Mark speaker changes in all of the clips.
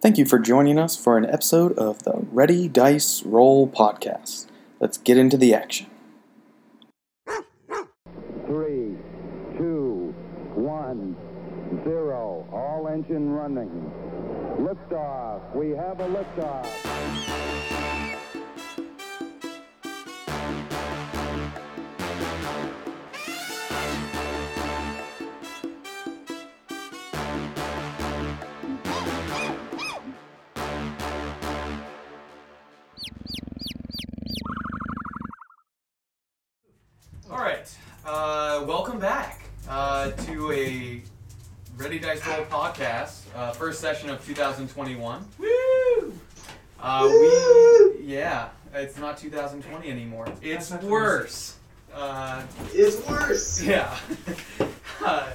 Speaker 1: Thank you for joining us for an episode of the Ready Dice Roll podcast. Let's get into the action.
Speaker 2: three, two, one, zero. All engine running. Liftoff. We have a liftoff.
Speaker 3: All right. Uh, welcome back uh, to a Ready Dice Roll podcast. Uh, first session of 2021. Woo! Uh, We, yeah, it's not 2020 anymore. It's worse. Uh,
Speaker 4: is worse.
Speaker 3: yeah. Uh,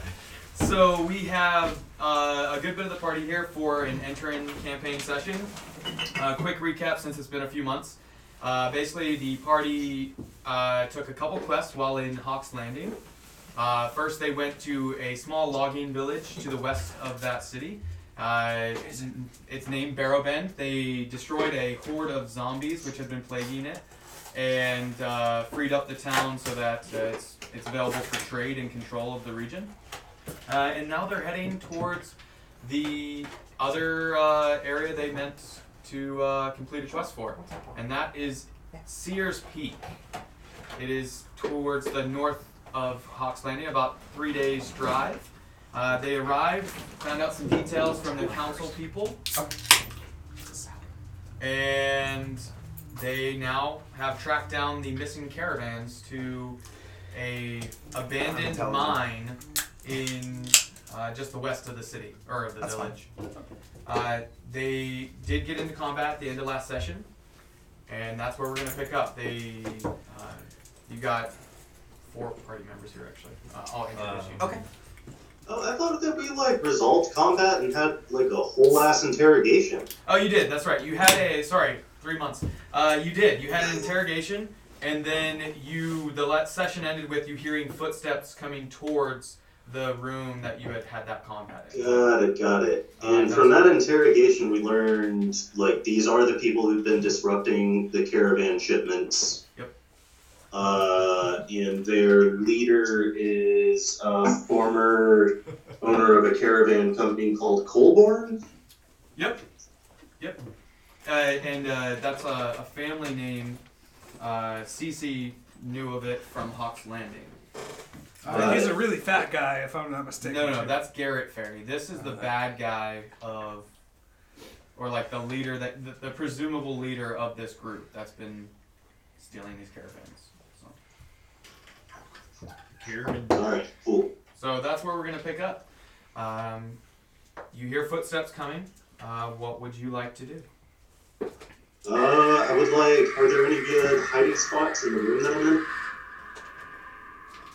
Speaker 3: so we have uh, a good bit of the party here for an entering campaign session. Uh, quick recap since it's been a few months. Uh, basically, the party uh, took a couple quests while in Hawks Landing. Uh, first, they went to a small logging village to the west of that city. Uh, it's, it's named Barrow Bend. They destroyed a horde of zombies which had been plaguing it and uh, freed up the town so that uh, it's, it's available for trade and control of the region. Uh, and now they're heading towards the other uh, area they meant to uh, complete a quest for, and that is Sears Peak. It is towards the north of Hawks Landing, about three days' drive. Uh, they arrived, found out some details from the council people, and they now have tracked down the missing caravans to a abandoned mine in uh, just the west of the city or of the village. Uh, they did get into combat at the end of last session, and that's where we're gonna pick up. They, uh, you got four party members here actually. Uh, I'll introduce you. Okay.
Speaker 4: Oh, I thought there'd be like resolved combat and had like a whole ass interrogation.
Speaker 3: Oh, you did. That's right. You had a sorry, three months. Uh, you did. You had an interrogation, and then you the la- session ended with you hearing footsteps coming towards the room that you had had that combat in.
Speaker 4: Got it, got it. And from that interrogation, we learned like these are the people who've been disrupting the caravan shipments.
Speaker 3: Yep.
Speaker 4: Uh, and their leader is a former owner of a caravan company called Colborn.
Speaker 3: Yep. Yep. Uh, and uh, that's a, a family name. Uh, Cece knew of it from Hawk's Landing.
Speaker 5: Uh, he's a really fat guy, if I'm not mistaken.
Speaker 3: No, no, that's Garrett Ferry. This is the bad guy of, or like the leader that the, the presumable leader of this group that's been stealing these caravans. So,
Speaker 4: All right, cool.
Speaker 3: so that's where we're gonna pick up. Um, you hear footsteps coming. Uh, what would you like to do?
Speaker 4: Uh, I would like. Are there any good hiding spots in the room that I'm in?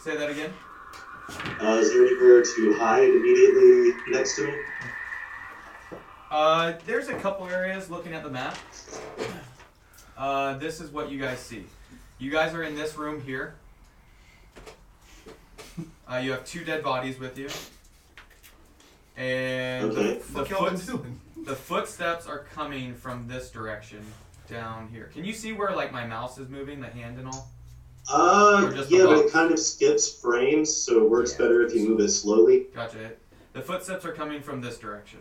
Speaker 3: Say that again.
Speaker 4: Uh, is there anywhere to hide immediately next to me?
Speaker 3: Uh, there's a couple areas looking at the map. Uh, this is what you guys see. You guys are in this room here. Uh, you have two dead bodies with you. And
Speaker 4: Okay.
Speaker 3: the, the, foot, the footsteps are coming from this direction down here. Can you see where like my mouse is moving, the hand and all?
Speaker 4: Uh,
Speaker 3: Or just
Speaker 4: yeah, but
Speaker 3: above?
Speaker 4: it kind of skips frames, so it works
Speaker 3: Yeah.
Speaker 4: better if you move it slowly.
Speaker 3: Gotcha. The footsteps are coming from this direction.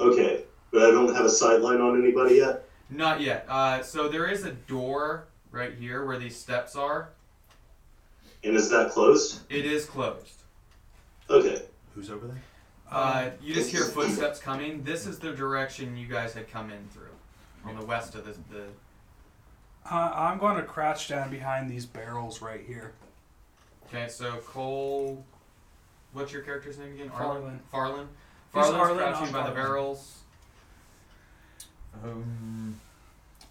Speaker 4: Okay, but I don't have a sideline on anybody yet.
Speaker 3: Not yet. Uh, so there is a door right here where these steps are.
Speaker 4: And is that closed?
Speaker 3: It is closed.
Speaker 4: Okay.
Speaker 6: Who's over there?
Speaker 3: Uh, you just hear footsteps coming. This is the direction you guys had come in through, on the west of the. the
Speaker 5: Uh, I'm going to crouch down behind these barrels right here.
Speaker 3: okay, so Cole, what's your character's name again? Arlen? Farlin.
Speaker 5: Who's
Speaker 3: Farlin's
Speaker 5: Arlen?
Speaker 3: crouching
Speaker 5: I'm
Speaker 3: by the
Speaker 5: Farlin.
Speaker 3: barrels.
Speaker 6: Um,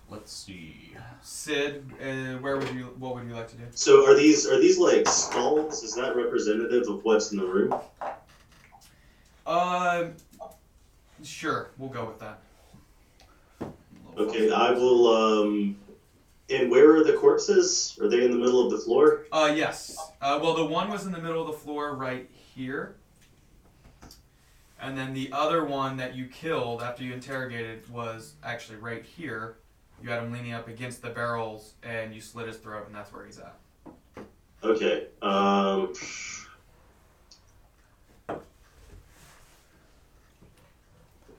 Speaker 6: let's see.
Speaker 3: Sid, uh, where would you? What would you like to do?
Speaker 4: So are these are these like skulls? Is that representative of what's in the room?
Speaker 3: Um, sure, we'll go with that.
Speaker 4: Okay, I will. Um, and where are the corpses? Are they in the middle of the floor?
Speaker 3: Uh, yes. Uh, well, the one was in the middle of the floor right here. And then the other one that you killed after you interrogated was actually right here. You had him leaning up against the barrels and you slit his throat, and that's where he's at.
Speaker 4: Okay. Um,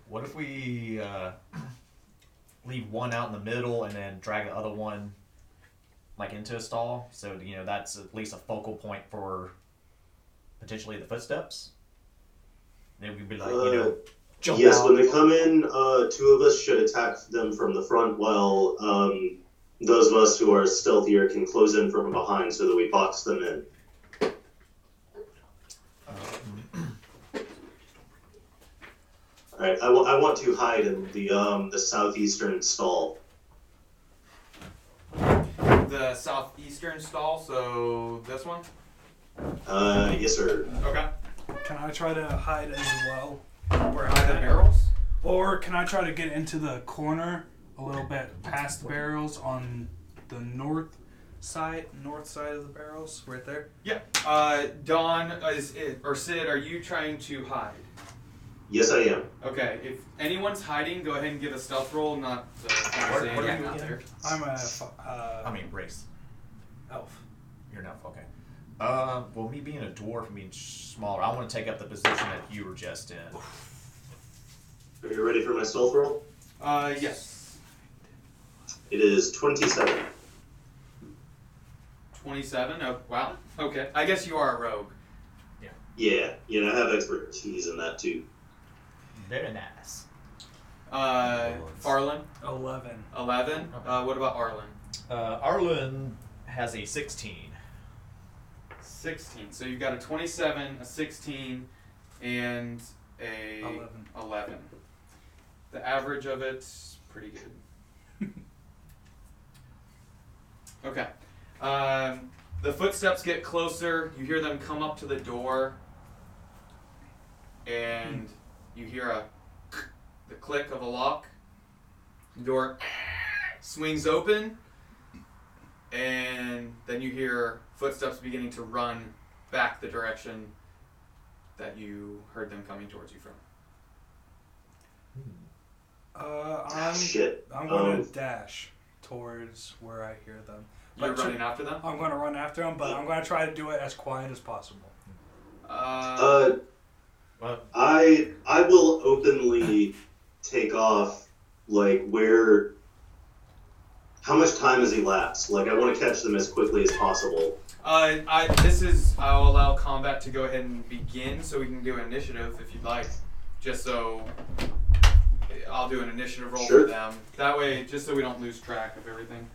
Speaker 6: What if we uh, leave one out in the middle and then drag the other one like into a stall? So you know that's at least a focal point for potentially the footsteps. Then we'd be like, you know, jump
Speaker 4: yes,
Speaker 6: out.
Speaker 4: when they come in, uh, two of us should attack them from the front, while um, those of us who are stealthier can close in from behind so that we box them in. All right, I wa- I want to hide in the um, the southeastern stall.
Speaker 3: The southeastern stall, so this one?
Speaker 4: Uh, yes, sir.
Speaker 3: Okay.
Speaker 5: Can I try to hide as well?
Speaker 3: Where are the barrels?
Speaker 5: Or can I try to get into the corner a little bit past the barrels on the north side, north side of the barrels, right there?
Speaker 3: Yeah. Uh, Don is it, or Sid, are you trying to hide?
Speaker 4: Yes, I am.
Speaker 3: Okay. If anyone's hiding, go ahead and give a stealth roll. Not uh,
Speaker 6: What-
Speaker 3: say
Speaker 6: what are
Speaker 3: anything
Speaker 6: you
Speaker 3: out
Speaker 6: again?
Speaker 3: there.
Speaker 5: I'm a f- uh,
Speaker 6: I mean, race.
Speaker 5: elf.
Speaker 6: You're not okay. Uh, well, me being a dwarf and being smaller, I want to take up the position that you were just in.
Speaker 4: Are you ready for my stealth roll?
Speaker 3: Uh, yes.
Speaker 4: It is twenty-seven.
Speaker 3: Twenty-seven. Oh, wow. Okay. I guess you are a rogue.
Speaker 4: Yeah, you know I have expertise in that too.
Speaker 6: Very nice.
Speaker 3: Uh, Farlan,
Speaker 5: Eleven.
Speaker 3: eleven. Uh, what about Arlen?
Speaker 6: Uh, Arlen has a 16.
Speaker 3: Sixteen. So you've got a twenty-seven, a sixteen, and a
Speaker 5: Eleven.
Speaker 3: Eleven. The average of it's pretty good. okay. Um, the footsteps get closer. You hear them come up to the door, and you hear a the click of a lock. The door swings open, and then you hear footsteps beginning to run back the direction that you heard them coming towards you from.
Speaker 5: Uh, I'm
Speaker 4: Shit.
Speaker 5: I'm gonna
Speaker 3: Oh.
Speaker 4: Um,
Speaker 5: dash towards where I hear them.
Speaker 3: You're
Speaker 5: But tr-
Speaker 3: running after them.
Speaker 5: I'm gonna run after them, but I'm gonna try to do it as quiet as possible.
Speaker 3: Uh,
Speaker 4: Uh,
Speaker 6: Well,
Speaker 4: I I will openly take off like where how much time has elapsed? Like I want to catch them as quickly as possible.
Speaker 3: uh, I, this is. I'll allow combat to go ahead and begin, so we can do an initiative if you'd like. Just so I'll do an initiative roll
Speaker 4: Sure.
Speaker 3: for them. That way, just so we don't lose track of everything.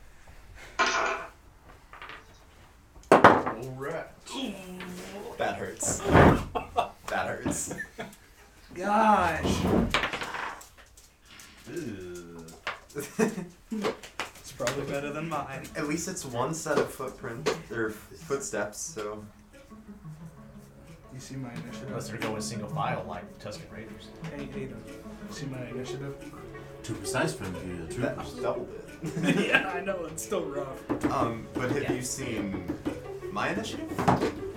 Speaker 6: all right. That hurts. that hurts.
Speaker 5: Gosh, it's probably better than mine.
Speaker 7: At least it's one set of footprint or footsteps, so
Speaker 5: You see my
Speaker 6: Unless
Speaker 5: initiative?
Speaker 6: they're going single file like Tuscan Raiders.
Speaker 5: Hey, Aiden. You see my initiative?
Speaker 8: Two precise from the
Speaker 7: that
Speaker 8: troopers.
Speaker 7: doubled it.
Speaker 5: yeah, I know it's still rough.
Speaker 7: um, but have you seen my initiative?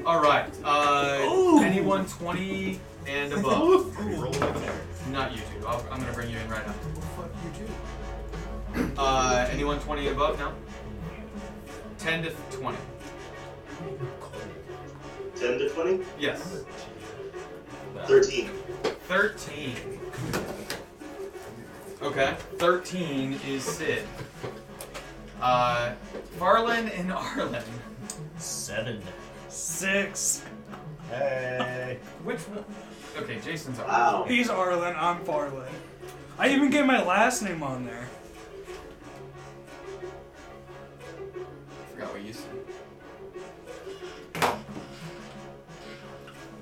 Speaker 3: All right. Uh, anyone twenty and above. Not you two. I'll, I'm gonna bring you in right now. Uh, anyone twenty and above now? Ten to twenty.
Speaker 4: Ten to 20?
Speaker 3: Yes.
Speaker 4: 13.
Speaker 3: 13. Okay, 13 is Sid. Uh, Farlan and Arlen.
Speaker 6: Seven.
Speaker 5: Six.
Speaker 6: Hey.
Speaker 3: Which one? Okay, Jason's Arlen.
Speaker 4: Wow.
Speaker 5: He's Arlen. I'm Farlin. I even get my last name on there.
Speaker 3: I forgot what you said.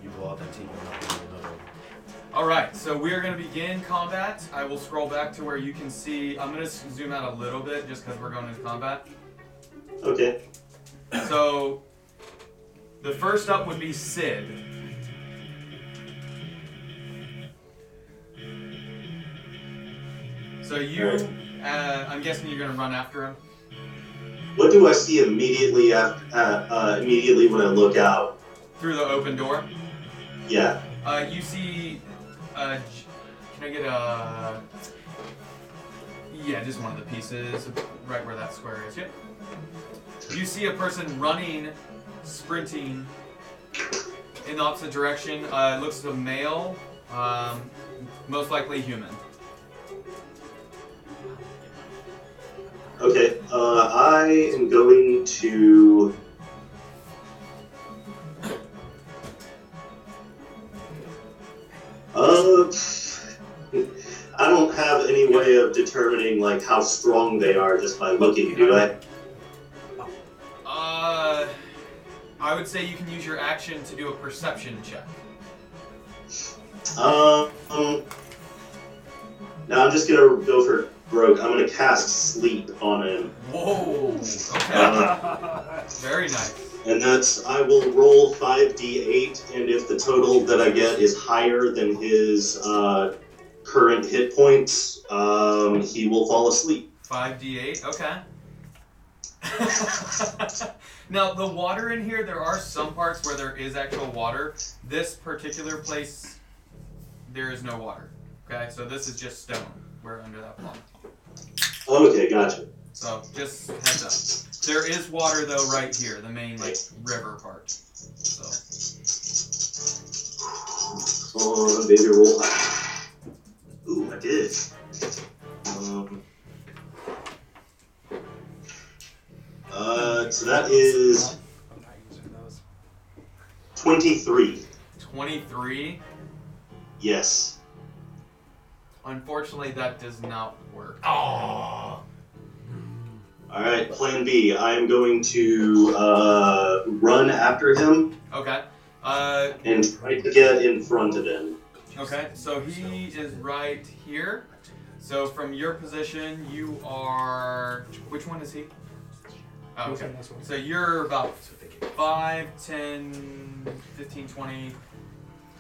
Speaker 8: You blow out that team and knock them in the middle.
Speaker 3: Alright, so we are going to begin combat. I will scroll back to where you can see. I'm going to zoom out a little bit just because we're going into combat.
Speaker 4: Okay.
Speaker 3: So, the first up would be Sid. So you,
Speaker 4: Alright.
Speaker 3: uh, I'm guessing you're gonna run after him.
Speaker 4: What do I see immediately after, uh, uh, immediately when I look out?
Speaker 3: through the open door.
Speaker 4: Yeah.
Speaker 3: Uh, you see uh, Uh, j- can I get a? Yeah, just one of the pieces, right where that square is. Yep. You see a person running, sprinting in the opposite direction. Uh, it looks a male, um, most likely human.
Speaker 4: Okay, uh, I am going to. Uh, pff, I don't have any way of determining like how strong they are just by looking, do I?
Speaker 3: Uh, I would say you can use your action to do a perception check.
Speaker 4: Um, now I'm just gonna go for broke. I'm gonna cast sleep on him,
Speaker 3: Whoa! Okay.
Speaker 4: uh,
Speaker 3: Very nice.
Speaker 4: and that's I will roll five d8, and if the total that I get is higher than his uh, current hit points, um, he will fall asleep.
Speaker 3: Five D eight. Okay. now the water in here. There are some parts where there is actual water. This particular place, there is no water. Okay, so this is just stone. We're under that block.
Speaker 4: Okay, gotcha.
Speaker 3: So just heads up. There is water though right here, the main like river part. So
Speaker 4: Hold on, baby, roll. Ooh, I did. Um, uh, so that is
Speaker 5: I'm not using those.
Speaker 4: 23.
Speaker 3: twenty three.
Speaker 4: Yes.
Speaker 3: Unfortunately, that does not work.
Speaker 6: Oh,
Speaker 4: All right, plan B. I'm going to uh, run after him
Speaker 3: Okay. Uh,
Speaker 4: and try to get in front of him.
Speaker 3: Okay, so he is right here. So from your position, you are. Which one is he? Oh, okay. So you're about 5, 10, 15, 20.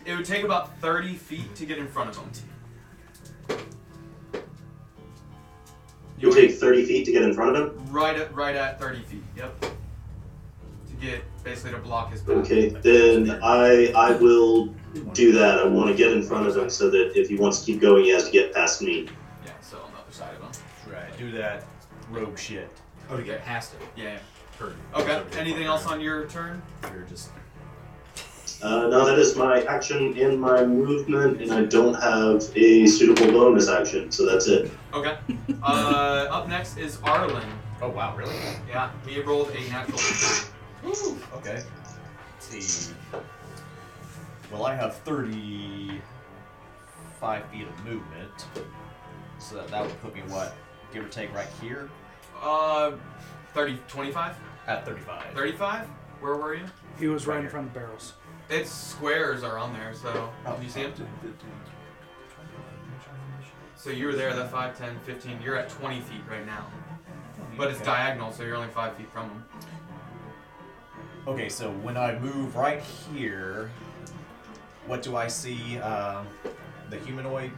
Speaker 3: It would take about 30 feet to get in front of him.
Speaker 4: You take 30 feet to get in front of him?
Speaker 3: right at, right at 30 feet, yep. To get basically to block his path.
Speaker 4: Okay, then I I will do that. I want to get in front of him so that if he wants to keep going, he has to get past me.
Speaker 3: Yeah, so on the other side of him.
Speaker 6: right. Do that rogue shit.
Speaker 8: Oh, to get past it.
Speaker 3: Yeah.
Speaker 8: Hurt.
Speaker 3: yeah. Okay, anything else on your turn?
Speaker 8: You're just
Speaker 4: Uh, now that is my action and my movement, and I don't have a suitable bonus action, so that's it.
Speaker 3: Okay. Uh, up next is Arlen.
Speaker 6: Oh wow, really?
Speaker 3: Yeah, he rolled a natural.
Speaker 6: Okay. Let's see. Well, I have 35 feet of movement. So that, that would put me, what, give or take, right here?
Speaker 3: Uh, 30, 25?
Speaker 6: At 35.
Speaker 3: 35? Where were you?
Speaker 5: He was right in front of barrels.
Speaker 3: It's squares are on there, so
Speaker 6: Oh,
Speaker 3: do you see him? So you were there, that 5, 10, 15. You're at 20 feet right now. But it's
Speaker 6: Okay.
Speaker 3: diagonal, so you're only 5 feet from him.
Speaker 6: Okay, so when I move right here, what do I see? Um, the humanoid?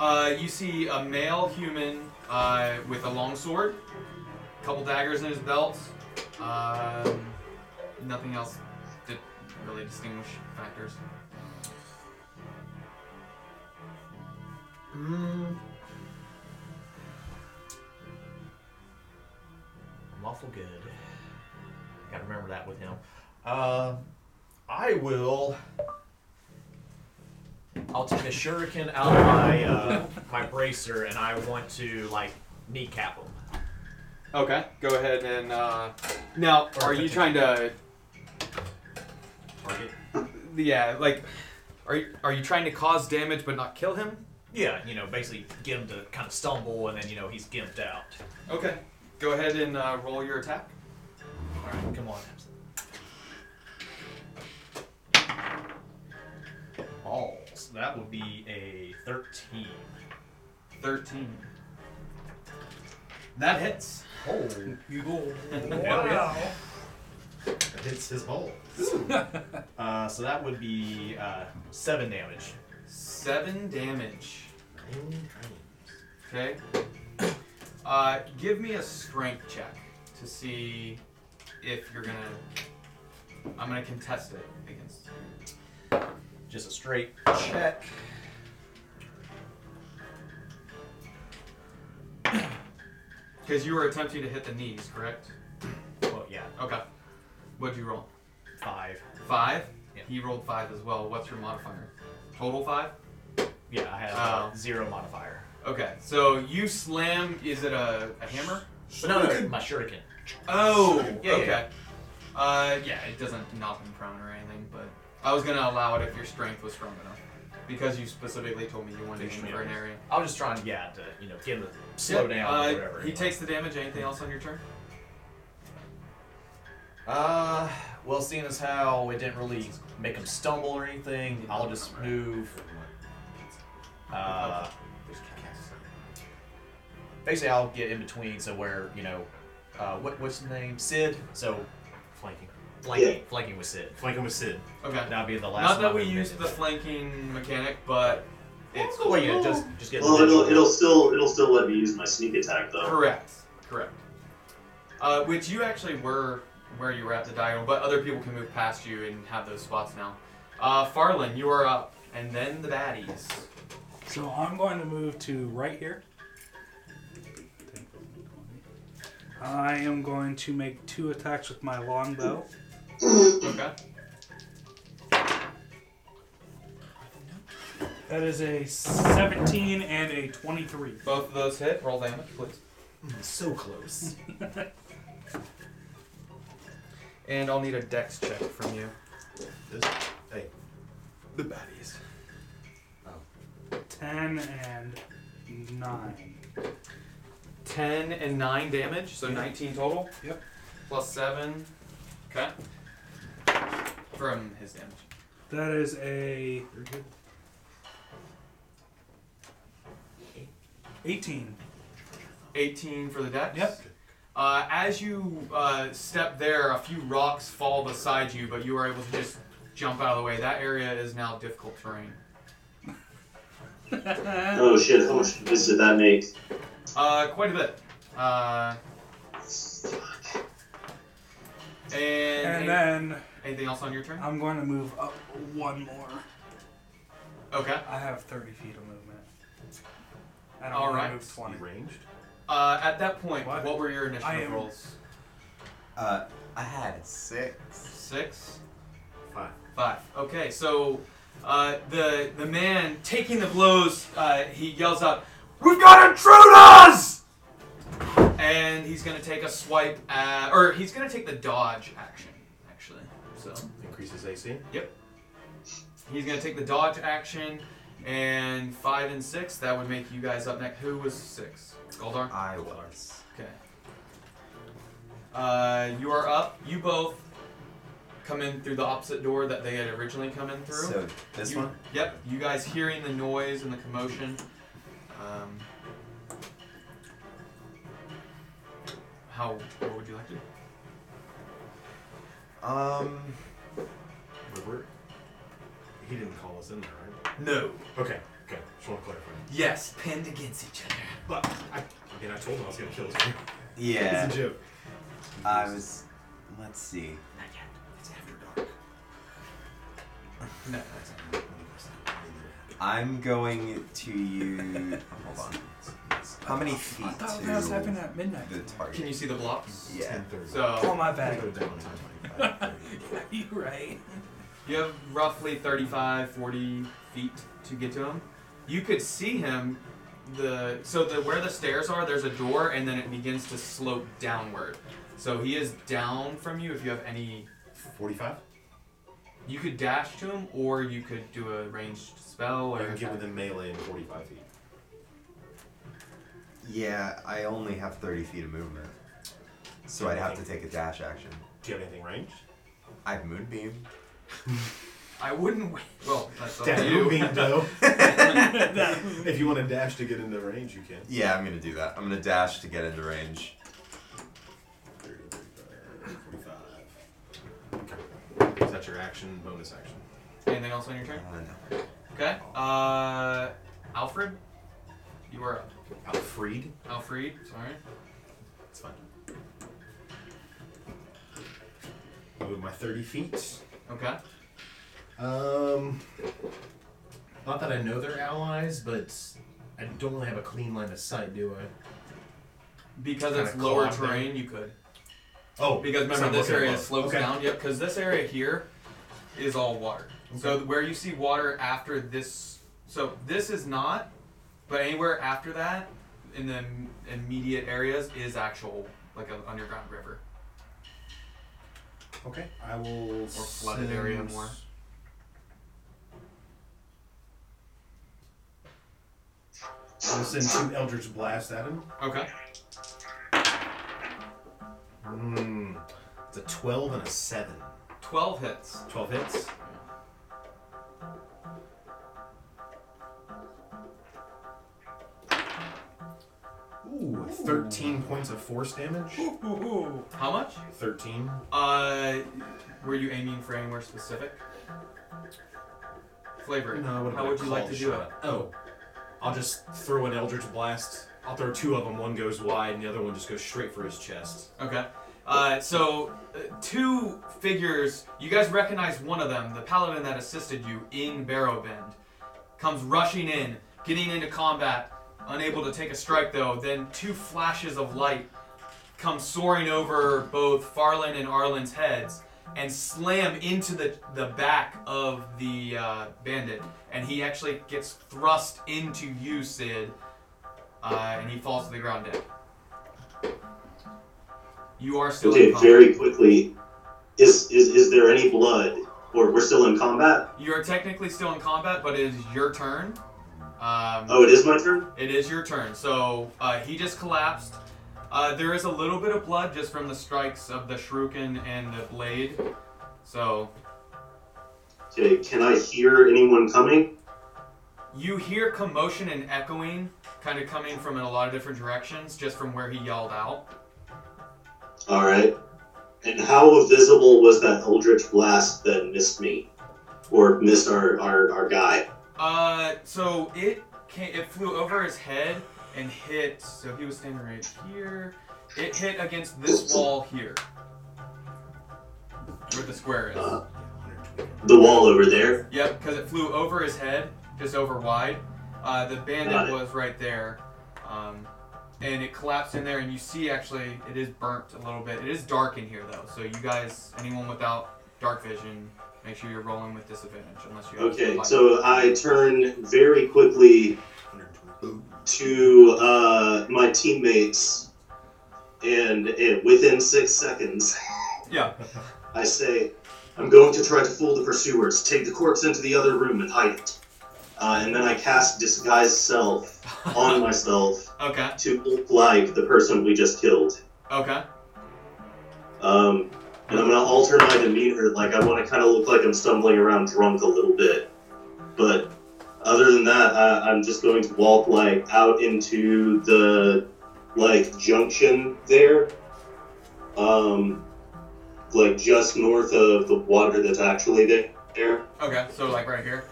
Speaker 3: Uh, you see a male human uh, with a long sword, couple daggers in his belt. Um, nothing else that really distinguish factors. Mm,
Speaker 6: I'm awful good. Gotta remember that with him. Um, I will. I'll take a shuriken out of my uh, my bracer, and I want to like kneecap him.
Speaker 3: okay, go ahead and uh, now are you trying to?
Speaker 6: Target.
Speaker 3: Yeah, like, are you are you trying to cause damage but not kill him?
Speaker 6: Yeah, you know, basically get him to kind of stumble, and then you know he's gimped out.
Speaker 3: Okay, go ahead and uh, roll your attack.
Speaker 6: All right, come on. Balls. That would be a thirteen.
Speaker 3: Thirteen. That hits.
Speaker 6: Oh,
Speaker 5: You go.
Speaker 6: yeah.
Speaker 8: It's his hole.
Speaker 6: Uh, so that would be uh, seven damage.
Speaker 3: Seven damage.
Speaker 8: Nine
Speaker 3: Okay. Uh, give me a strength check to see if you're gonna. I'm gonna contest it against.
Speaker 6: Just a straight check.
Speaker 3: Because you were attempting to hit the knees, correct?
Speaker 6: Well, oh, yeah,
Speaker 3: Okay. What'd you roll?
Speaker 6: five.
Speaker 3: Five?
Speaker 6: Yeah.
Speaker 3: He rolled five as well. What's your modifier? Total five?
Speaker 6: Yeah, I had uh,
Speaker 3: Oh.
Speaker 6: zero modifier.
Speaker 3: Okay, so you slam. Is it a, a hammer?
Speaker 6: No, no, my shuriken.
Speaker 3: Oh,
Speaker 6: Yeah,
Speaker 3: okay.
Speaker 6: yeah.
Speaker 3: Uh, yeah, it doesn't knock him prone or anything, but I was gonna allow it if your strength was strong enough, because you specifically told me you wanted to aim for an area.
Speaker 6: I was just trying, yeah, to you know get him to slow
Speaker 3: Yep,
Speaker 6: down
Speaker 3: uh,
Speaker 6: or whatever.
Speaker 3: He takes the damage. Anything else on your turn?
Speaker 6: Uh, well, seeing as how it didn't really make him stumble or anything, I'll just move. Uh, basically, I'll get in between, so where you know, uh, what what's the name? Sid. So
Speaker 8: Flanking.
Speaker 6: flanking,
Speaker 4: Yeah.
Speaker 6: flanking with Sid.
Speaker 8: Flanking with Sid.
Speaker 3: Okay.
Speaker 6: That'd be the last.
Speaker 3: Not that
Speaker 6: one
Speaker 3: we
Speaker 6: I've been
Speaker 3: used
Speaker 6: in.
Speaker 3: the flanking mechanic, but it's
Speaker 6: Well, yeah, just just get.
Speaker 4: Well,
Speaker 6: the-
Speaker 4: it'll, it'll still it'll still let me use my sneak attack though.
Speaker 3: correct. Correct. Uh, which you actually were where you were at the diagonal, but other people can move past you and have those spots now. Uh, Farlin, you are up, and then the baddies.
Speaker 5: So I'm going to move to right here. I am going to make two attacks with my longbow.
Speaker 3: Okay.
Speaker 5: That is a 17 and a 23.
Speaker 3: Both of those hit. Roll damage, please.
Speaker 8: So close.
Speaker 3: And I'll need a dex check from you.
Speaker 8: This, hey, the baddies.
Speaker 5: 10 and 9.
Speaker 3: 10 and 9 damage, so 19 total.
Speaker 5: Yep.
Speaker 3: Plus 7. Okay. From his damage.
Speaker 5: That is a
Speaker 8: You're good.
Speaker 5: 18.
Speaker 3: 18 for the dex.
Speaker 5: Yep.
Speaker 3: Uh, as you uh, step there, a few rocks fall beside you, but you are able to just jump out of the way. That area is now difficult terrain.
Speaker 4: Oh shit! How much damage did that make?
Speaker 3: Uh, quite a bit. Uh, and any-
Speaker 5: And then
Speaker 3: anything else on your turn?
Speaker 5: I'm going to move up one more.
Speaker 3: Okay.
Speaker 5: I have 30 feet of movement. And I'm
Speaker 3: All
Speaker 5: gonna
Speaker 3: right.
Speaker 5: move 20.
Speaker 8: You ranged?
Speaker 3: Uh, at that point, what,
Speaker 5: What?
Speaker 3: were your initiative
Speaker 5: I am-
Speaker 3: rolls?
Speaker 7: Uh, I had six.
Speaker 3: Six.
Speaker 8: Fine.
Speaker 3: Five. Okay, so uh, the the man taking the blows, uh, he yells out, "We've got intruders!" And he's gonna take a swipe at, or he's gonna take the dodge action, actually. So
Speaker 8: Increases AC.
Speaker 3: he's gonna take the dodge action, and five and six. That would make you guys up next. Who was six? Goldar.
Speaker 7: I was.
Speaker 3: Okay. Uh, you are up. You both come in through the opposite door that they had originally come in through.
Speaker 7: So this
Speaker 3: You-
Speaker 7: one.
Speaker 3: Yep. You guys hearing the noise and the commotion. Um, how? What would you like to? do?
Speaker 7: Um,
Speaker 8: Robert. He didn't call us in there, right?
Speaker 3: No.
Speaker 8: Okay. Okay. Just want to clarify.
Speaker 3: Yes. Pinned against each other.
Speaker 8: But I, I mean, I told him I was gonna kill his kid.
Speaker 7: yeah.
Speaker 8: It's a joke.
Speaker 7: I was. Let's see.
Speaker 8: Not yet. It's after dark.
Speaker 3: No.
Speaker 7: I'm going to use. Hold on. How many feet
Speaker 5: I thought
Speaker 7: to
Speaker 5: that was happening at midnight.
Speaker 7: the
Speaker 3: Can you
Speaker 7: target?
Speaker 3: see the blocks?
Speaker 7: Yeah.
Speaker 5: Oh,
Speaker 3: So
Speaker 5: my
Speaker 8: I
Speaker 5: bad.
Speaker 8: go down to 25, 30.
Speaker 5: You're right.
Speaker 3: you have roughly 35, 40 feet to get to him. You could see him. The so the where the stairs are, there's a door, and then it begins to slope downward. So he is down from you. If you have any,
Speaker 8: 45?
Speaker 3: you could dash to him, or you could do a ranged spell.
Speaker 8: I
Speaker 3: Or
Speaker 8: can get
Speaker 3: attack.
Speaker 8: within melee in 45 feet.
Speaker 7: Yeah, I only have 30 feet of movement. So I'd have to take a dash action.
Speaker 8: Do you have anything ranged?
Speaker 7: I have Moonbeam.
Speaker 3: I wouldn't. wa- Well, that's up
Speaker 8: That
Speaker 3: to you.
Speaker 8: would mean, though. if you want to dash to get into range, you can.
Speaker 7: Yeah, I'm gonna do that. I'm gonna dash to get into range.
Speaker 8: 30, 35, 45. Okay. Is that your action? Bonus action.
Speaker 3: Anything else on your
Speaker 7: Uh,
Speaker 3: turn?
Speaker 7: no.
Speaker 3: Okay. Uh, Alfred, you are up.
Speaker 8: Alfred?
Speaker 3: Alfred, sorry.
Speaker 8: It's fine. Move my 30 feet.
Speaker 3: Okay.
Speaker 8: Um, not that I know they're allies, but I don't really have a clean line of sight, do I?
Speaker 3: because
Speaker 6: Kinda
Speaker 3: it's lower
Speaker 6: climb there.
Speaker 3: terrain, you could.
Speaker 6: Oh,
Speaker 3: Because
Speaker 6: so
Speaker 3: remember,
Speaker 6: I'm
Speaker 3: this
Speaker 6: looking
Speaker 3: area
Speaker 6: above.
Speaker 3: slopes
Speaker 6: Okay.
Speaker 3: down. Yep, because this area here is all water. So where you see water after this, so this is not, but anywhere after that, in the im- immediate areas, is actual like an underground river.
Speaker 6: Okay, I will. Or
Speaker 3: flooded area more.
Speaker 8: I'll send two Eldritch Blast at him.
Speaker 3: Okay.
Speaker 8: Mm, it's a 12 and a 7.
Speaker 3: Twelve hits.
Speaker 8: 12 hits. Ooh, 13 points of force damage.
Speaker 3: How much?
Speaker 8: 13.
Speaker 3: Uh, were you aiming for anywhere specific? Flavor.
Speaker 8: No, what
Speaker 3: How would you like to do it?
Speaker 8: Oh, I'll just throw an Eldritch Blast. I'll throw two of them. One goes wide, and the other one just goes straight for his chest.
Speaker 3: Okay. Uh, so, uh, two figures, you guys recognize one of them, the paladin that assisted you in Barrow Bend, comes rushing in, getting into combat, unable to take a strike though. Then, two flashes of light come soaring over both Farland and Arlen's heads and slam into the, the back of the uh, bandit. And he actually gets thrust into you, Sid, uh, and he falls to the ground dead. You are still in
Speaker 4: Okay,
Speaker 3: combat.
Speaker 4: very quickly, is is is there any blood? Or we're still in combat?
Speaker 3: You are technically still in combat, but it is your turn. Um,
Speaker 4: Oh, it is my turn.
Speaker 3: It is your turn. So uh, he just collapsed. Uh, there is a little bit of blood just from the strikes of the shuriken and the blade. So
Speaker 4: Okay, can I hear anyone coming?
Speaker 3: you hear commotion and echoing kind of coming from in a lot of different directions just from where he yelled out.
Speaker 4: All right. And how visible was that eldritch blast that missed me, or missed our our, our guy?
Speaker 3: Uh, so it came, it flew over his head and hit. So he was standing right here. It hit against this wall here, where the square is.
Speaker 4: Uh, The wall over there.
Speaker 3: Yep, because it flew over his head, just over wide. Uh, the
Speaker 4: Got
Speaker 3: bandit
Speaker 4: it.
Speaker 3: was right there, um, and it collapsed in there. And you see, actually, it is burnt a little bit. It is dark in here though, so you guys, anyone without dark vision, make sure you're rolling with disadvantage unless you. have
Speaker 4: Okay,
Speaker 3: light.
Speaker 4: so I turn very quickly to uh, my teammates, and, and within six seconds,
Speaker 3: Yeah.
Speaker 4: I say, I'm going to try to fool the pursuers. Take the corpse into the other room and hide it. Uh, and then I cast disguise self on myself
Speaker 3: Okay.
Speaker 4: to look like the person we just killed.
Speaker 3: Okay.
Speaker 4: Um, and I'm going to alter my demeanor. Like, I want to kind of look like I'm stumbling around drunk a little bit. But other than that, I, I'm just going to walk, like, out into the, like, junction there. Um, like, just north of the water that's actually there. there.
Speaker 3: Okay. So like right here.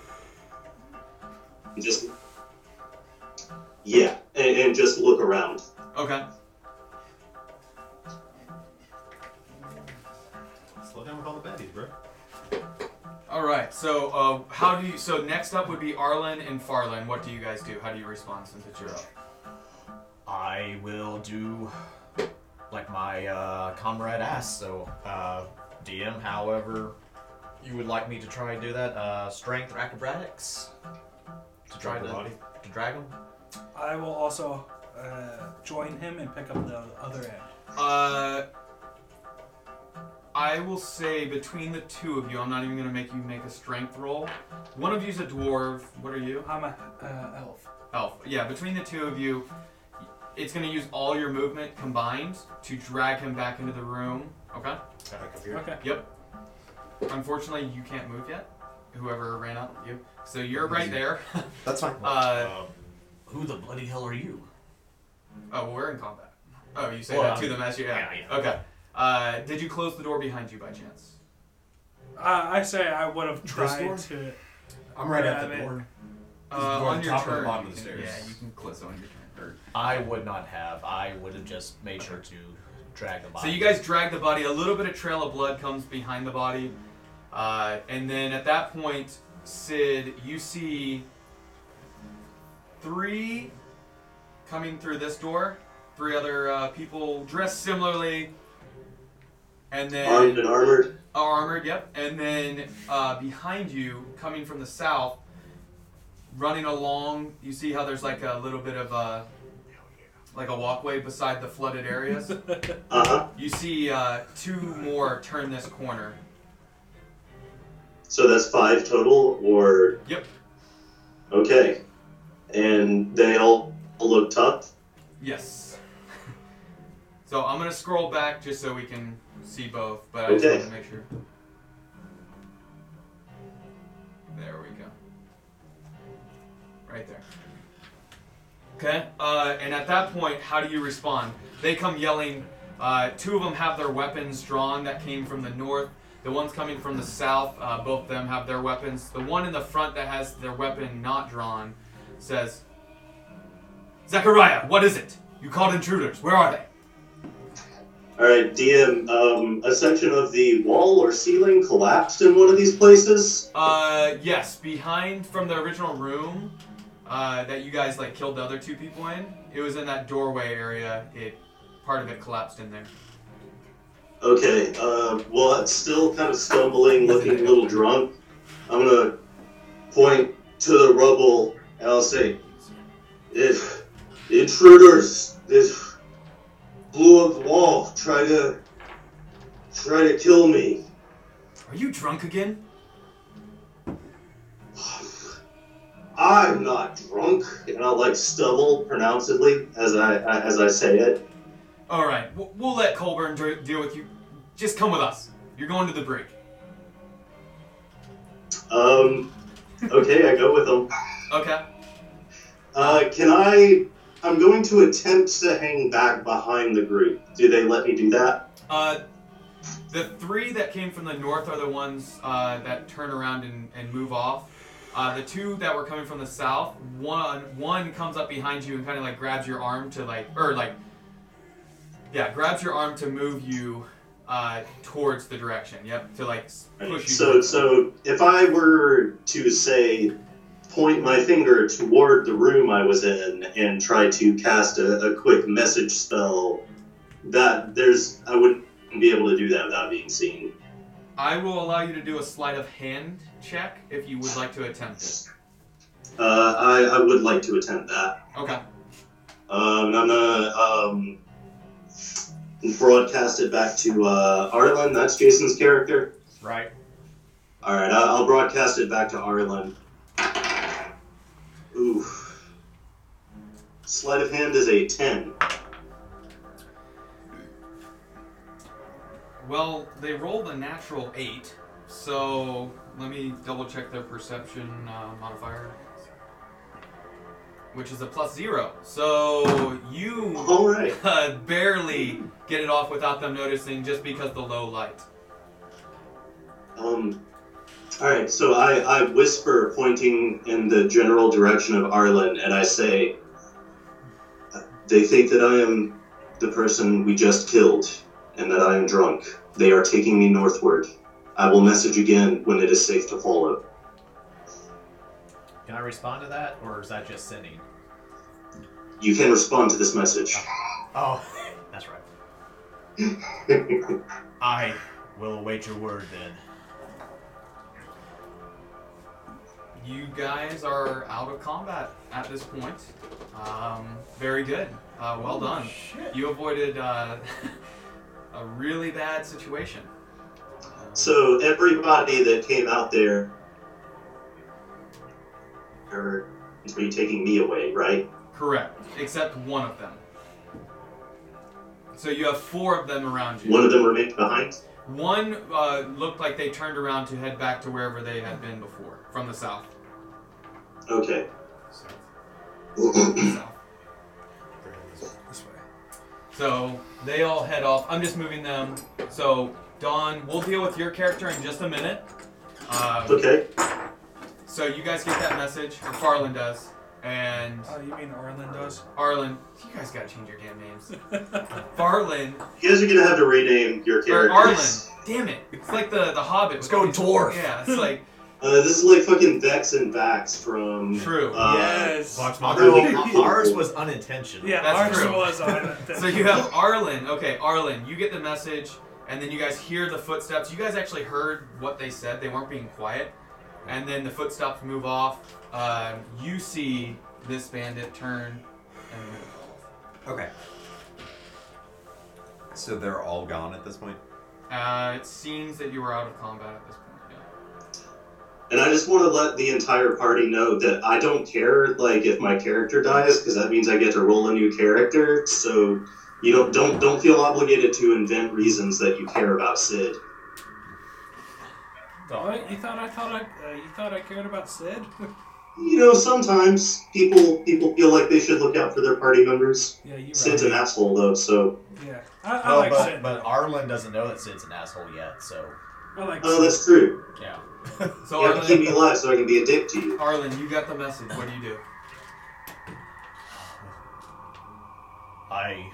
Speaker 4: And Just. Yeah, and, and just look around.
Speaker 3: Okay.
Speaker 8: Slow down with all the baddies, bro.
Speaker 3: All right. So uh, how do you? So next up would be Arlen and Farlin. What do you guys do? How do you respond since it's your up?
Speaker 6: I will do like my uh, comrade asked. So, uh, DM, however you would like me to try and do that, uh, strength or acrobatics to try
Speaker 8: Drag
Speaker 6: to,
Speaker 8: the body.
Speaker 6: to drag him.
Speaker 5: I will also uh, join him and pick up the other end.
Speaker 3: Uh, I will say between the two of you, I'm not even gonna make you make a strength roll. One of you's a dwarf. What are you?
Speaker 5: I'm a uh, elf.
Speaker 3: Elf. Yeah. Between the two of you, it's gonna use all your movement combined to drag him back into the room. Okay.
Speaker 5: Okay.
Speaker 3: Yep. Unfortunately, you can't move yet. Whoever ran out, you. So you're right there.
Speaker 7: That's fine.
Speaker 3: Uh,
Speaker 6: Um, who the bloody hell are you?
Speaker 3: oh, we're in combat. Oh, you say
Speaker 6: Well,
Speaker 3: that to
Speaker 6: um,
Speaker 3: the messenger. Yeah.
Speaker 6: yeah, yeah.
Speaker 3: Okay. Uh, did you close the door behind you by chance?
Speaker 5: Uh, I say I would have
Speaker 8: door?
Speaker 5: tried to.
Speaker 8: I'm right
Speaker 5: Yeah,
Speaker 8: at
Speaker 5: I
Speaker 8: the
Speaker 5: mean-
Speaker 8: door.
Speaker 3: Uh,
Speaker 8: Go
Speaker 3: on
Speaker 8: to
Speaker 3: your
Speaker 8: top or
Speaker 3: turn,
Speaker 8: the bottom
Speaker 3: you
Speaker 8: of the
Speaker 3: can-
Speaker 8: stairs?
Speaker 3: Yeah, you can click so on your turn.
Speaker 6: I would not have. I would have just made sure to drag the
Speaker 3: So
Speaker 6: body.
Speaker 3: you guys drag the body. A little bit of trail of blood comes behind the body, uh, and then at that point, Sid, you see three coming through this door, three other uh, people dressed similarly, and then
Speaker 4: Armed and armored.
Speaker 3: Oh, armored, yep. And then uh, behind you, coming from the south, running along, you see how there's like a little bit of a like a walkway beside the flooded areas.
Speaker 4: Uh huh.
Speaker 3: you see uh, two more turn this corner.
Speaker 4: So that's five total, or
Speaker 3: Yep.
Speaker 4: okay. And they all look tough.
Speaker 3: Yes. so I'm gonna scroll back just so we can see both, but I just
Speaker 4: Okay.
Speaker 3: wanted to make sure. There we go. Right there. Okay. Uh, and at that point, how do you respond? They come yelling. Uh, two of them have their weapons drawn that came from the north. The ones coming from the south, uh, both of them have their weapons. The one in the front that has their weapon not drawn says, Zechariah, what is it? You called intruders. Where are they?
Speaker 4: All right, DM. Um, a section of the wall or ceiling collapsed in one of these places.
Speaker 3: Uh, yes, behind from the original room uh, that you guys like killed the other two people in. It was in that doorway area. It part of it collapsed in there.
Speaker 4: Okay. Uh, well, it's still kind of stumbling, looking a little drunk. I'm gonna point to the rubble and I'll say, "If intruders, if blew up the wall, try to try to kill me."
Speaker 3: Are you drunk again?
Speaker 4: I'm not drunk, and I like stubble pronouncedly as I as I say it.
Speaker 3: All right, we'll, we'll let Colburn dr- deal with you. Just come with us. You're going to the brig.
Speaker 4: Um, okay, I go with them.
Speaker 3: Okay.
Speaker 4: Uh, can I? I'm going to attempt to hang back behind the group. Do they let me do that?
Speaker 3: Uh, the three that came from the north are the ones uh, that turn around and, and move off. Uh, the two that were coming from the south, one one comes up behind you and kind of like grabs your arm to like, or like, yeah, grabs your arm to move you uh, towards the direction. Yep, to like s- push you.
Speaker 4: So so if I were to say point my finger toward the room I was in and try to cast a, a quick message spell, that there's I wouldn't be able to do that without being seen.
Speaker 3: I will allow you to do a sleight of hand check if you would like to attempt it.
Speaker 4: Uh, I, I would like to attempt that.
Speaker 3: Okay.
Speaker 4: Um, and I'm gonna um, broadcast it back to uh, Arlen. That's Jason's character.
Speaker 6: Right.
Speaker 4: All right, I, I'll broadcast it back to Arlen. Ooh, sleight of hand is a ten.
Speaker 3: Well, they rolled a natural eight, so let me double check their perception uh, modifier, which is a plus zero. So you
Speaker 4: All right.
Speaker 3: uh, barely get it off without them noticing, just because the low light.
Speaker 4: Um, all right. So I, I whisper, pointing in the general direction of Arlen, and I say, "They think that I am the person we just killed, and that I am drunk. They are taking me northward. I will message again when it is safe to follow."
Speaker 6: Can I respond to that, or is that just sending?
Speaker 4: You can respond to this message.
Speaker 6: Oh, that's right. I will await your word then.
Speaker 3: You guys are out of combat at this point. Um, very good. Uh, well done. You avoided uh, a really bad situation.
Speaker 4: So everybody that came out there are are you taking me away, right?
Speaker 3: Correct, except one of them. So you have four of them around you.
Speaker 4: One of them remained behind.
Speaker 3: One, uh, looked like they turned around to head back to wherever they had been before, from the south.
Speaker 4: Okay.
Speaker 3: south. So they all head off. I'm just moving them. So Dawn, we'll deal with your character in just a minute. Um,
Speaker 4: Okay.
Speaker 3: so you guys get that message, or Farland does, and
Speaker 5: Oh, you mean Orlin does?
Speaker 3: Arlen. You guys gotta change your damn names. Farland
Speaker 4: You guys are gonna have to rename your
Speaker 3: Or
Speaker 4: characters.
Speaker 3: Arlen. Damn it. It's like the, the Hobbit.
Speaker 6: Let's go dwarf.
Speaker 3: Yeah, it's like
Speaker 4: Uh, this is like fucking Vex and Vax from.
Speaker 3: True.
Speaker 4: Uh,
Speaker 5: yes.
Speaker 8: Vox Machina.
Speaker 4: Really?
Speaker 6: No, ours was unintentional.
Speaker 5: Yeah,
Speaker 3: That's
Speaker 5: ours
Speaker 3: true.
Speaker 5: was on it.
Speaker 3: So you have Arlen. Okay, Arlen, you get the message, and then you guys hear the footsteps. You guys actually heard what they said. They weren't being quiet. And then the footsteps move off. Uh, you see this bandit turn and move off.
Speaker 7: Okay. So they're all gone at this point.
Speaker 3: Uh, it seems that you were out of combat at this point. Yeah.
Speaker 4: And I just want to let the entire party know that I don't care like if my character dies because that means I get to roll a new character. So you don't don't don't feel obligated to invent reasons that you care about Sid.
Speaker 5: What? You thought I thought I uh, you thought I cared about Sid?
Speaker 4: You know, sometimes people people feel like they should look out for their party members.
Speaker 5: yeah, you
Speaker 4: Sid's
Speaker 5: right.
Speaker 4: an asshole though, so
Speaker 5: Yeah, I, I
Speaker 6: Oh,
Speaker 5: like
Speaker 6: but,
Speaker 5: Sid.
Speaker 6: but Arlen doesn't know that Sid's an asshole yet, so
Speaker 5: I like
Speaker 4: oh,
Speaker 5: Sid.
Speaker 4: that's true.
Speaker 6: yeah.
Speaker 3: So
Speaker 4: You have to keep me
Speaker 3: Arlen,
Speaker 4: alive so I can be a dick to you.
Speaker 3: Arlen, you got the message. What do you do?
Speaker 6: I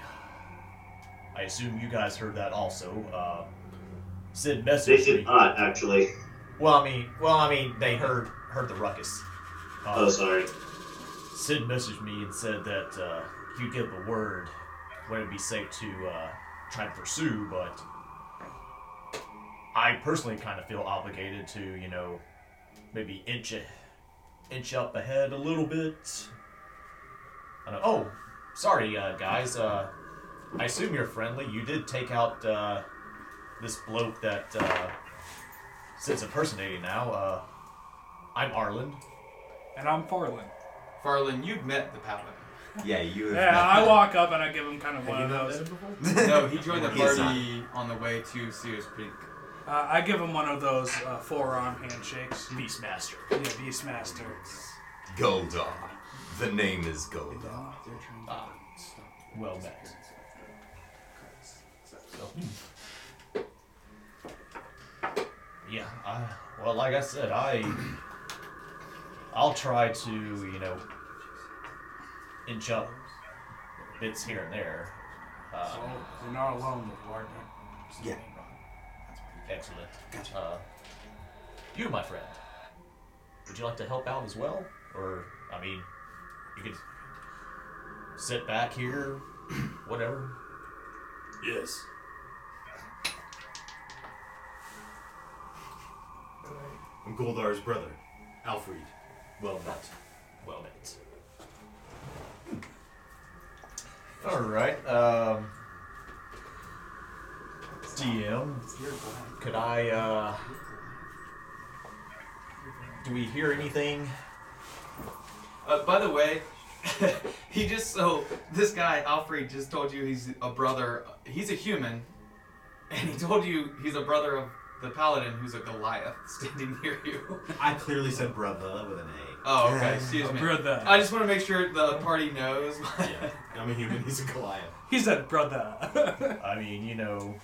Speaker 6: I assume you guys heard that also. Uh, Sid
Speaker 4: They
Speaker 6: messaged
Speaker 4: did uh,
Speaker 6: me.
Speaker 4: not actually.
Speaker 6: Well, I mean, well, I mean, they heard heard the ruckus. Uh,
Speaker 4: Oh, sorry.
Speaker 6: Sid messaged me and said that uh, he'd give the word when it'd be safe to uh, try to pursue, but I personally kind of feel obligated to, you know, maybe inch a- inch up ahead a little bit. I don't- oh, sorry, uh, guys. Uh, I assume you're friendly. You did take out uh, this bloke that uh, Sid's impersonating now. Uh, I'm Arlen.
Speaker 5: and I'm Farland.
Speaker 3: Farlin, you've met the paladin.
Speaker 7: Yeah, you. Have
Speaker 5: Yeah, I walk up and I give him kind of one of those.
Speaker 3: No, he joined the
Speaker 7: He's
Speaker 3: party on the way to Sears Peak.
Speaker 5: Uh, I give him one of those uh, forearm handshakes.
Speaker 6: Beastmaster.
Speaker 5: Yeah, Beastmaster.
Speaker 7: Goldar. The name is Goldar.
Speaker 6: Well met. So, hmm. yeah, I, well, like I said, I I'll try to you know inch up bits here and there. Uh,
Speaker 5: Oh, you're not alone with Wardner.
Speaker 7: Yeah.
Speaker 6: excellent. Uh, you, my friend, would you like to help out as well, or I mean, you could sit back here, whatever.
Speaker 9: Yes.
Speaker 8: I'm Goldar's brother, Alfred.
Speaker 6: Well met. Well met. All right. Um, DM, could I? Uh, do we hear anything?
Speaker 3: Uh, by the way, he just so this guy Alfred just told you he's a brother. He's a human, and he told you he's a brother of the paladin who's a Goliath standing near you.
Speaker 8: I clearly said brother with an
Speaker 6: Uh,
Speaker 3: Oh, okay. Excuse me.
Speaker 5: Brother.
Speaker 3: I just want to make sure the party knows.
Speaker 8: A. Yeah, I'm a human. He's a Goliath.
Speaker 5: He said, brother.
Speaker 6: I mean, you know.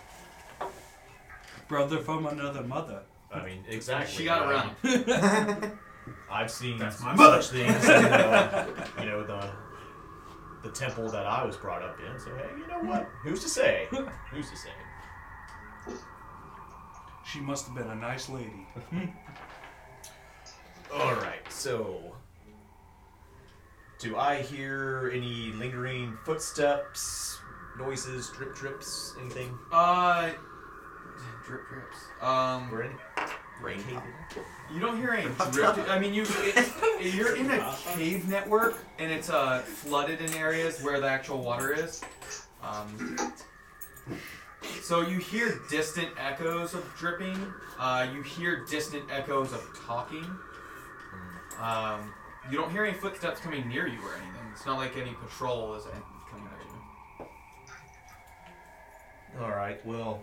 Speaker 5: brother from another mother.
Speaker 6: I mean, exactly.
Speaker 3: she got
Speaker 6: I
Speaker 3: around.
Speaker 6: mean, I've seen
Speaker 8: That's my
Speaker 6: such
Speaker 8: mother.
Speaker 6: things. in, uh, you know the the temple that I was brought up in. So hey, you know what? Who's to say? Who's to say?
Speaker 5: She must have been a nice lady.
Speaker 6: All right, so do I hear any lingering footsteps, noises, drip drips, anything?
Speaker 3: Uh, drip drips. Um,
Speaker 6: Or any rain?
Speaker 3: you don't hear any drip. I mean, you it, you're in a cave network, and it's uh flooded in areas where the actual water is. Um, so you hear distant echoes of dripping. Uh, you hear distant echoes of talking. Um, you don't hear any footsteps coming near you or anything. It's not like any patrol is coming near you.
Speaker 6: All right, well,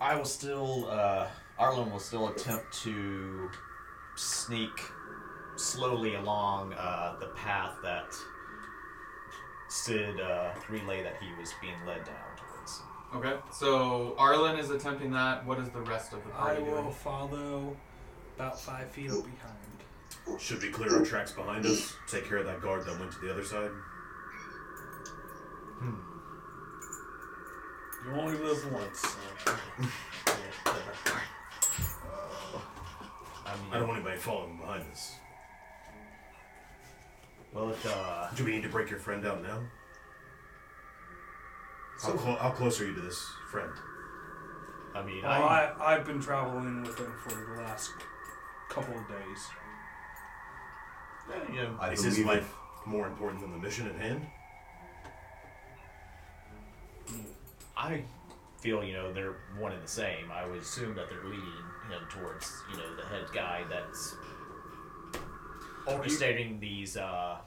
Speaker 6: I will still. Uh, Arlen will still attempt to sneak slowly along uh, the path that Sid uh, relayed that he was being led down towards.
Speaker 3: Okay, so Arlen is attempting that. What is the rest of the
Speaker 5: I
Speaker 3: party
Speaker 5: will
Speaker 3: doing?
Speaker 5: follow about five feet behind.
Speaker 8: Should we clear our tracks behind us? Take care of that guard that went to the other side.
Speaker 9: You only live once.
Speaker 6: I'm,
Speaker 8: I don't want anybody following behind us.
Speaker 6: Well, if, uh,
Speaker 8: Do we need to break your friend out now? How, clo- how close are you to this friend?
Speaker 6: I mean,
Speaker 5: Well,
Speaker 6: I,
Speaker 5: I, I've been traveling with him for the last couple of days.
Speaker 6: you know,
Speaker 10: I
Speaker 8: Is his
Speaker 10: believe it.
Speaker 8: life more important than the mission at hand?
Speaker 6: I feel you know they're one and the same. I would assume that they're leading him towards you know the head guy that's orchestrating these uh,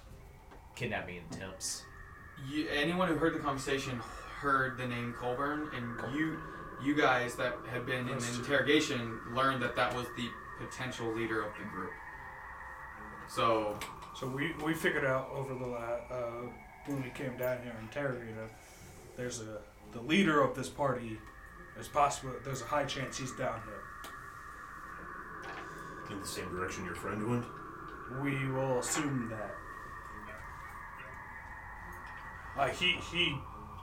Speaker 6: kidnapping attempts.
Speaker 3: You, anyone who heard the conversation heard the name Colburn, and you, you guys that had been in the interrogation learned that that was the potential leader of the group. So
Speaker 5: So we, we figured out over the la- uh, when we came down here and interrogated him, there's a the leader of this party. There's possible there's a high chance he's down here.
Speaker 8: In the same direction your friend went?
Speaker 5: We will assume that. Uh, he he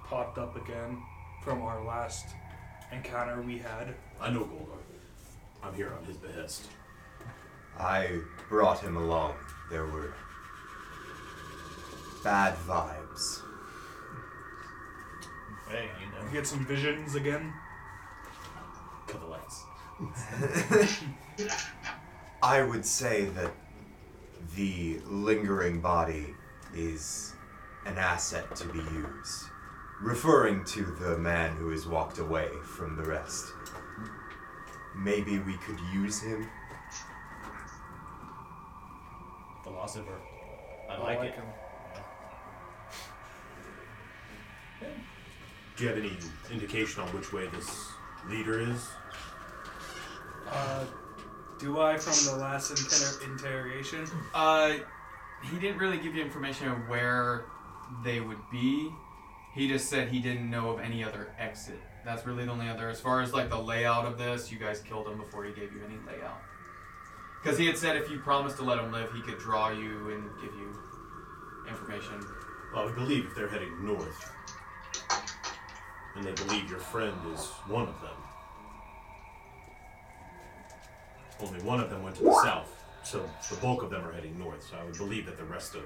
Speaker 5: popped up again from our last encounter we had.
Speaker 8: I know Goldar. I'm here on his behest.
Speaker 10: I brought him along. There were bad vibes.
Speaker 6: Hey, you know,
Speaker 5: Get some visions again.
Speaker 6: cut the lights.
Speaker 10: I would say that the lingering body is an asset to be used, referring to the man who has walked away from the rest. Maybe we could use him.
Speaker 6: Philosopher. I like, it.
Speaker 5: him.
Speaker 8: Do you have any indication on which way this leader is?
Speaker 5: Uh, do I from the last inter- interrogation?
Speaker 3: Uh, he didn't really give you information on where they would be. He just said he didn't know of any other exit. That's really the only other. As far as like the layout of this, you guys killed him before he gave you any layout. Because he had said if you promised to let him live, he could draw you and give you information.
Speaker 8: Well, we believe if they're heading north, and they believe your friend is one of them. Only one of them went to the south, so the bulk of them are heading north. So I would believe that the rest of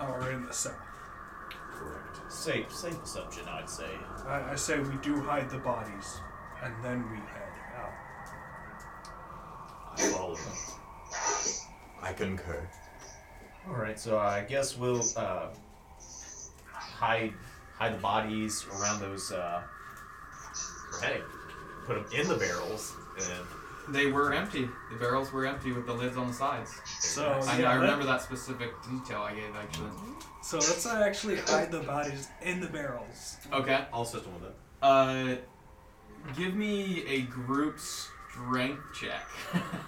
Speaker 5: Or in the south?
Speaker 8: correct.
Speaker 6: Safe, safe assumption, I'd say.
Speaker 5: I, I say we do hide the bodies, and then we head out.
Speaker 8: I follow them.
Speaker 10: I concur.
Speaker 6: All right, so I guess we'll uh, hide hide the bodies around those. Uh, hey, put them in the barrels and
Speaker 3: They were empty. The barrels were empty with the lids on the sides.
Speaker 5: So
Speaker 3: I,
Speaker 5: Oh, yeah,
Speaker 3: I
Speaker 5: let-
Speaker 3: remember that specific detail I gave actually.
Speaker 5: So let's not actually hide the bodies in the barrels.
Speaker 3: Okay.
Speaker 8: I'll assist them with that.
Speaker 3: Uh, give me a group strength check.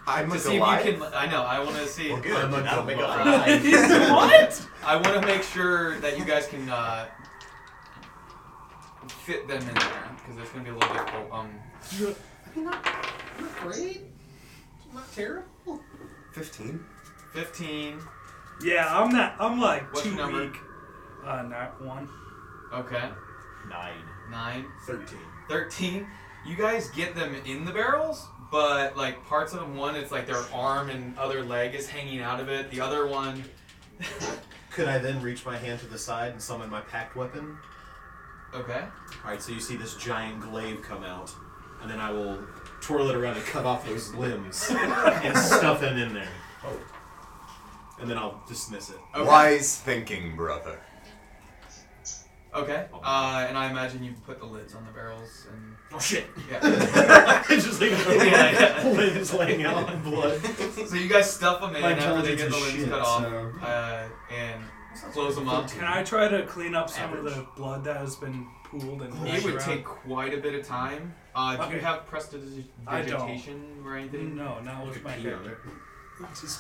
Speaker 10: I'm
Speaker 3: to
Speaker 10: a
Speaker 3: see
Speaker 10: Goliath.
Speaker 3: if you can. I know. I want to see.
Speaker 6: Well, good.
Speaker 8: I'm a
Speaker 6: That'll make up for
Speaker 8: double.
Speaker 6: nine.
Speaker 3: what? I want to make sure that you guys can uh, fit them in there because it's gonna be a little difficult. Um,
Speaker 10: Fifteen.
Speaker 3: fifteen.
Speaker 5: Yeah, I'm not. I'm like
Speaker 3: What's
Speaker 5: too
Speaker 3: your number?
Speaker 5: weak. Uh, not one.
Speaker 3: Okay.
Speaker 6: nine.
Speaker 3: Nine.
Speaker 8: Thirteen.
Speaker 3: 13 you guys get them in the barrels but like parts of them one it's like their arm and other leg is hanging out of it the other one
Speaker 11: Could I then reach my hand to the side and summon my packed weapon?
Speaker 3: okay
Speaker 11: Alright, so you see this giant glaive come out, and then I will twirl it around and cut off those limbs and stuff them in there. And then I'll dismiss it.
Speaker 3: okay
Speaker 10: Wise thinking, brother.
Speaker 3: okay uh, and i imagine you put the lids on the barrels and
Speaker 11: Oh shit!
Speaker 3: yeah
Speaker 11: just leave it open,
Speaker 3: Yeah, yeah.
Speaker 11: limbs laying out in blood.
Speaker 3: so you guys stuff them in
Speaker 11: My
Speaker 3: after they
Speaker 11: intelligence
Speaker 3: get the
Speaker 11: is
Speaker 3: lids
Speaker 11: shit,
Speaker 3: cut off
Speaker 11: so-
Speaker 3: uh, and close them up
Speaker 5: Can I try to clean up some
Speaker 11: Average.
Speaker 5: of the blood that has been pooled and
Speaker 3: it
Speaker 5: washed
Speaker 3: would
Speaker 5: around?
Speaker 3: take quite a bit of time uh, do you
Speaker 5: Okay.
Speaker 3: have prestidigitation
Speaker 5: I don't.
Speaker 3: or anything
Speaker 5: No, not with my
Speaker 11: Pee on
Speaker 5: character.
Speaker 11: it.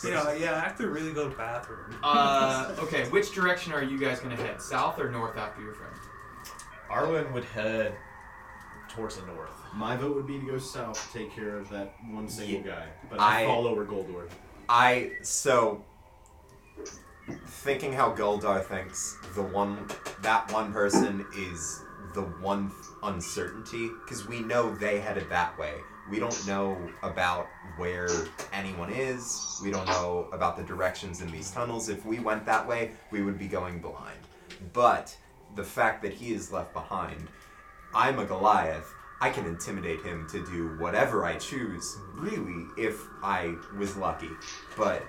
Speaker 5: Yeah, yeah, I have to really go to the bathroom.
Speaker 3: uh, okay which direction are you guys gonna head south or north after your friend
Speaker 6: Arlen would head towards the north.
Speaker 11: My vote would be to go south, take care of that one single guy. But
Speaker 10: I-
Speaker 11: I, fall over Goldor.
Speaker 10: I so thinking how Goldar thinks the one that one person is the one th- uncertainty because we know they headed that way. We don't know about where anyone is. We don't know about the directions in these tunnels. If we went that way, we would be going blind. But the fact that he is left behind, I'm a Goliath. I can intimidate him to do whatever I choose, really, if I was lucky. But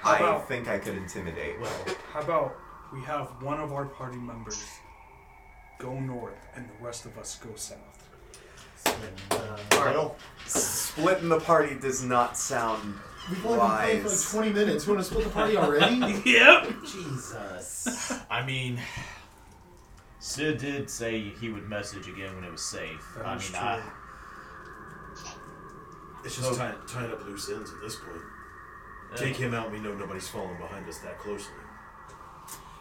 Speaker 5: How
Speaker 10: I
Speaker 5: about-
Speaker 10: think I could intimidate.
Speaker 5: Well, how about we have one of our party members go north and the rest of us go south?
Speaker 8: Well,
Speaker 10: Splitting the party does not sound
Speaker 12: We've only been playing for like
Speaker 10: wise.
Speaker 12: 20 minutes. You want to split the party already?
Speaker 5: Yep.
Speaker 12: Jesus.
Speaker 6: I mean, Sid did say he would message again when it was safe.
Speaker 5: That
Speaker 6: I
Speaker 5: is
Speaker 6: mean, I,
Speaker 5: true.
Speaker 8: it's just tying, tying up loose ends at this point. Take him out. We know nobody's falling behind us that closely.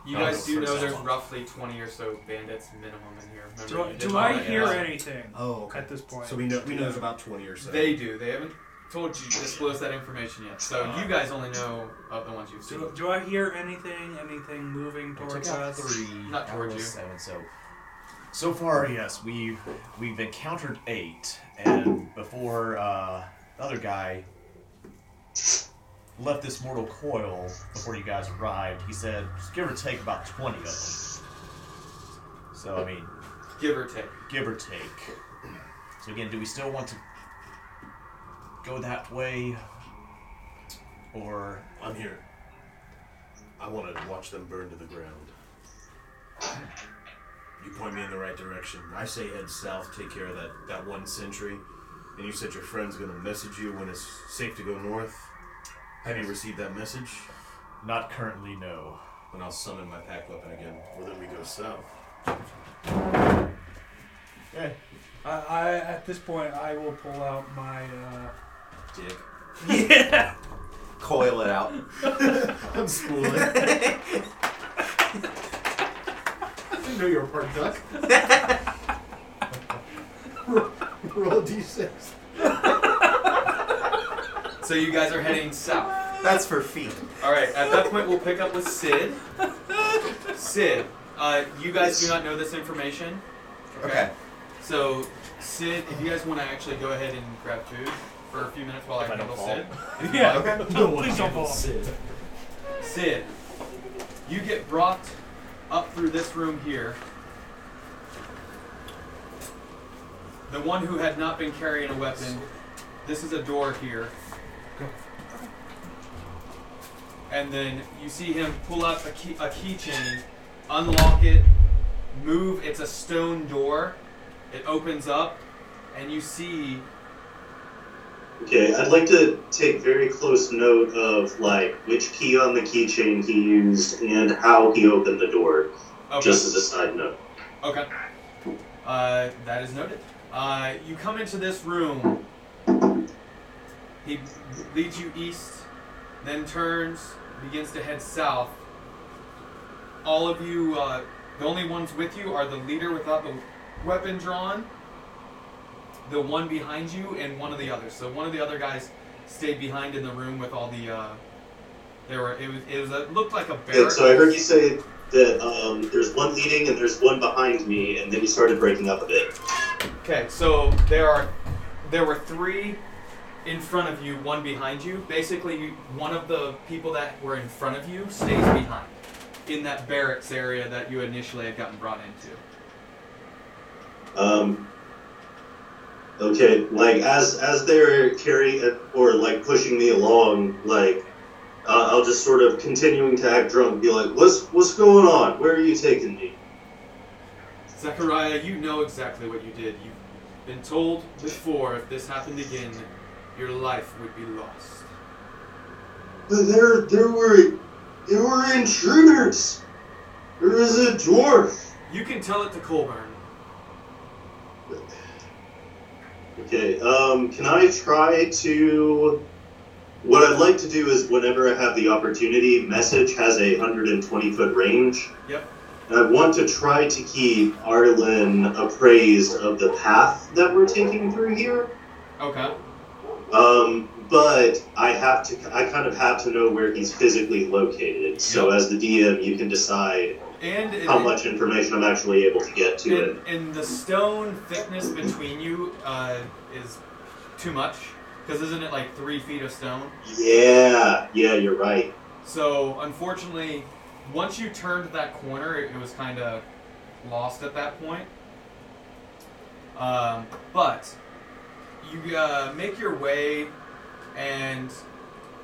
Speaker 3: You
Speaker 6: That was
Speaker 3: guys
Speaker 6: the
Speaker 3: do
Speaker 6: first
Speaker 3: know there's
Speaker 6: one.
Speaker 3: roughly 20 or so bandits minimum in here. Remember,
Speaker 5: Do,
Speaker 3: you did
Speaker 5: do I
Speaker 3: find
Speaker 5: hear
Speaker 3: out.
Speaker 5: anything
Speaker 13: Oh, okay.
Speaker 5: at this point?
Speaker 13: So we know we know there's about twenty or so.
Speaker 3: They do. They haven't told you, disclosed that information yet. So you guys only know of the ones you've seen.
Speaker 5: do, do I hear anything? Anything moving
Speaker 6: We took
Speaker 5: towards
Speaker 6: out
Speaker 5: us?
Speaker 6: three.
Speaker 3: uh, Not
Speaker 6: that
Speaker 3: towards
Speaker 6: was
Speaker 3: you.
Speaker 6: Seven, so, so far, yes, we we've encountered eight, and before uh, the other guy left this mortal coil before you guys arrived, he said, give or take, about twenty of them. So I mean,
Speaker 3: Give or take.
Speaker 6: give or take. So again, do we still want to go that way, or
Speaker 8: I'm here. I want to watch them burn to the ground. You point me in the right direction. I say head south, take care of that, that one sentry. And you said your friend's going to message you when it's safe to go north. Have you received that message?
Speaker 6: not currently? No.
Speaker 8: Then I'll summon my pack weapon again. Well, then we go south.
Speaker 6: Okay.
Speaker 5: I, I at this point I will pull out my. Uh,
Speaker 8: Dick.
Speaker 5: yeah.
Speaker 10: Coil it out.
Speaker 13: I'm schooling. I didn't know you were a part duck. Roll a d6.
Speaker 3: So you guys are heading south.
Speaker 10: That's for feet.
Speaker 3: All right. At that point, we'll pick up with Sid. Sid, uh, you guys do not know this information.
Speaker 10: Okay.
Speaker 3: So, Sid, if you guys want to actually go ahead and grab food for a few minutes while I
Speaker 6: I don't
Speaker 3: handle
Speaker 6: fall.
Speaker 3: Sid.
Speaker 5: yeah.
Speaker 10: Okay.
Speaker 5: Please don't fall.
Speaker 3: Sid, you get brought up through this room here. The one who had not been carrying a weapon. This is a door here. And then you see him pull out a, key, a keychain, unlock it, move. It's a stone door. It opens up, and you see
Speaker 4: Okay, I'd like to take very close note of like which key on the keychain he used and how he opened the door,
Speaker 3: okay.
Speaker 4: just as a side note.
Speaker 3: Okay. Uh, that is noted. Uh, you come into this room. He leads you east, then turns, begins to head south. All of you, uh, the only ones with you are the leader without the weapon drawn, the one behind you, and one of the others. So one of the other guys stayed behind in the room with all the. Uh, there were it was it was a, looked like a
Speaker 4: Yeah,
Speaker 3: barrel.
Speaker 4: so I heard you say that um, there's one leading and there's one behind me, and then you started breaking up a bit.
Speaker 3: Okay, so there are there were three in front of you, one behind you. Basically, you- one of the people that were in front of you stays behind in that barracks area that you initially had gotten brought into.
Speaker 4: Um, okay, like as as they're carrying or like pushing me along, like uh, I'll just sort of continuing to act drunk, be like, "What's what's going on? Where are you taking me?"
Speaker 3: Zechariah, you know exactly what you did. You've been told before if this happened again, your life would be lost.
Speaker 4: But there there were there were intruders. There is a dwarf.
Speaker 3: You can tell it to Colburn.
Speaker 4: Okay, um, can I try to. What I'd like to do is, whenever I have the opportunity, message has a 120 foot range.
Speaker 3: Yep.
Speaker 4: And I want to try to keep Arlen appraised of the path that we're taking through here.
Speaker 3: Okay.
Speaker 4: Um, but I have to, I kind of have to know where he's physically located. So as the DM, you can decide
Speaker 3: And it-
Speaker 4: how much information I'm actually able to get to it.
Speaker 3: and, and the stone thickness between you uh, is too much because isn't it like three feet of stone?
Speaker 4: Yeah, yeah, you're right.
Speaker 3: So unfortunately, once you turned that corner, it, it was kind of lost at that point. Um, but you uh, make your way, and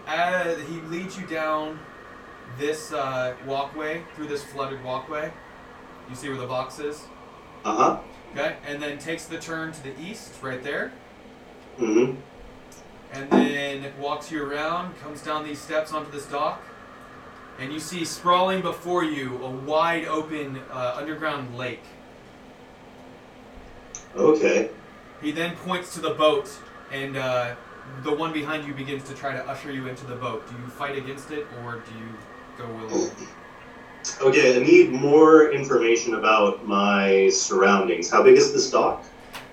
Speaker 3: uh he leads you down this uh, walkway through this flooded walkway. You see where the box is,
Speaker 4: Uh huh.
Speaker 3: okay? And then takes the turn to the east, right there
Speaker 4: Mm hmm.
Speaker 3: and then walks you around, comes down these steps onto this dock, and you see sprawling before you a wide open uh, underground lake.
Speaker 4: Okay.
Speaker 3: He then points to the boat, and uh, the one behind you begins to try to usher you into the boat. Do you fight against it, or do you go willingly?
Speaker 4: Okay, I need more information about my surroundings. How big is this dock?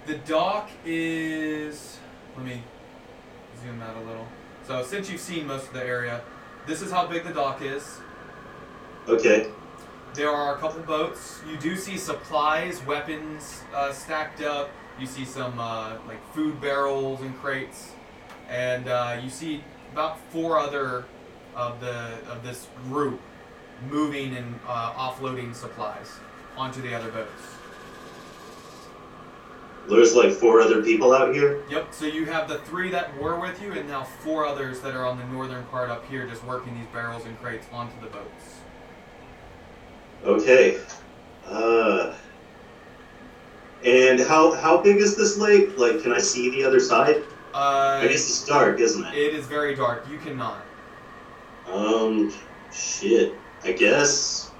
Speaker 3: The dock is. Let me zoom out a little. So, since you've seen most of the area, this is how big the dock is.
Speaker 4: Okay.
Speaker 3: There are a couple boats. You do see supplies, weapons uh, stacked up. You see some uh, like food barrels and crates, and uh, you see about four other of the of this group moving and uh, offloading supplies onto the other boats.
Speaker 4: There's like four other people out here?
Speaker 3: Yep. So you have the three that were with you, and now four others that are on the northern part up here, just working these barrels and crates onto the boats.
Speaker 4: Okay. Uh. And how how big is this lake? Like, can I see the other side? I
Speaker 3: Uh,
Speaker 4: guess it's dark, isn't it?
Speaker 3: it is very dark. You cannot.
Speaker 4: Um, shit. I guess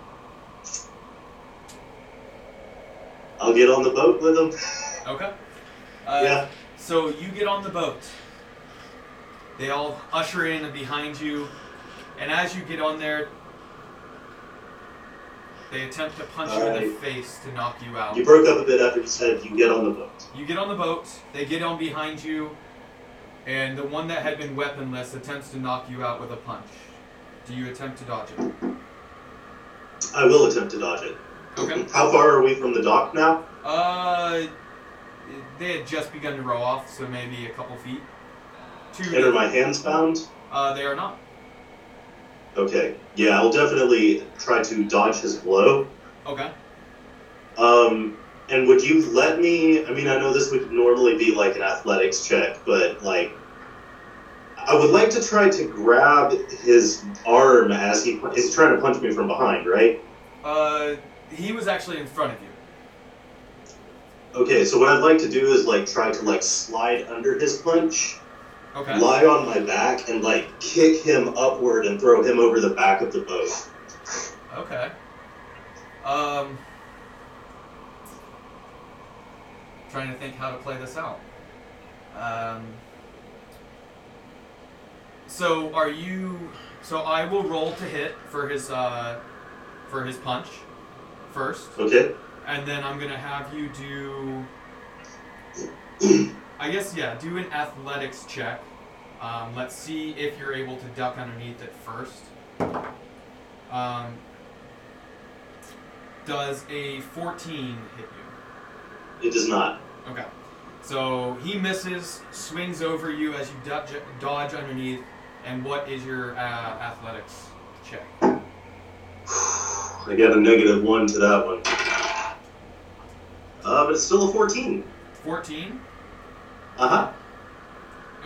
Speaker 4: I'll get on the boat with them.
Speaker 3: Okay. Uh,
Speaker 4: Yeah.
Speaker 3: So you get on the boat. They all usher in behind you, and as you get on there, they attempt to punch you in the
Speaker 4: Alright.
Speaker 3: face to knock you out.
Speaker 4: You broke up a bit after you said you get on the boat.
Speaker 3: You get on the boat, they get on behind you, and the one that had been weaponless attempts to knock you out with a punch. Do you attempt to dodge it?
Speaker 4: I will attempt to dodge it.
Speaker 3: Okay.
Speaker 4: How far are we from the dock now?
Speaker 3: Uh, they had just begun to row off, so maybe a couple feet. Two.
Speaker 4: And are my hands bound?
Speaker 3: Uh, they are not.
Speaker 4: Okay. Yeah, I'll definitely try to dodge his blow.
Speaker 3: Okay.
Speaker 4: Um, and would you let me? I mean, I know this would normally be like an athletics check, but like, I would like to try to grab his arm as he is trying to punch me from behind, right?
Speaker 3: Uh, he was actually in front of you.
Speaker 4: Okay, so what I'd like to do is like try to like slide under his punch,
Speaker 3: Okay.
Speaker 4: lie on my back, and like kick him upward and throw him over the back of the boat.
Speaker 3: Okay. Um, trying to think how to play this out. Um, so are you? So I will roll to hit for his uh, for his punch first,
Speaker 4: Okay.
Speaker 3: and then I'm gonna have you do. I guess yeah, do an athletics check. Um, let's see if you're able to duck underneath it first. Um, does a 14 hit you?
Speaker 4: It does not.
Speaker 3: Okay. So he misses, swings over you as you dodge, dodge underneath. And what is your uh, athletics check?
Speaker 4: I got a negative one to that one. Uh, but it's still a fourteen.
Speaker 3: 14?
Speaker 4: Uh huh.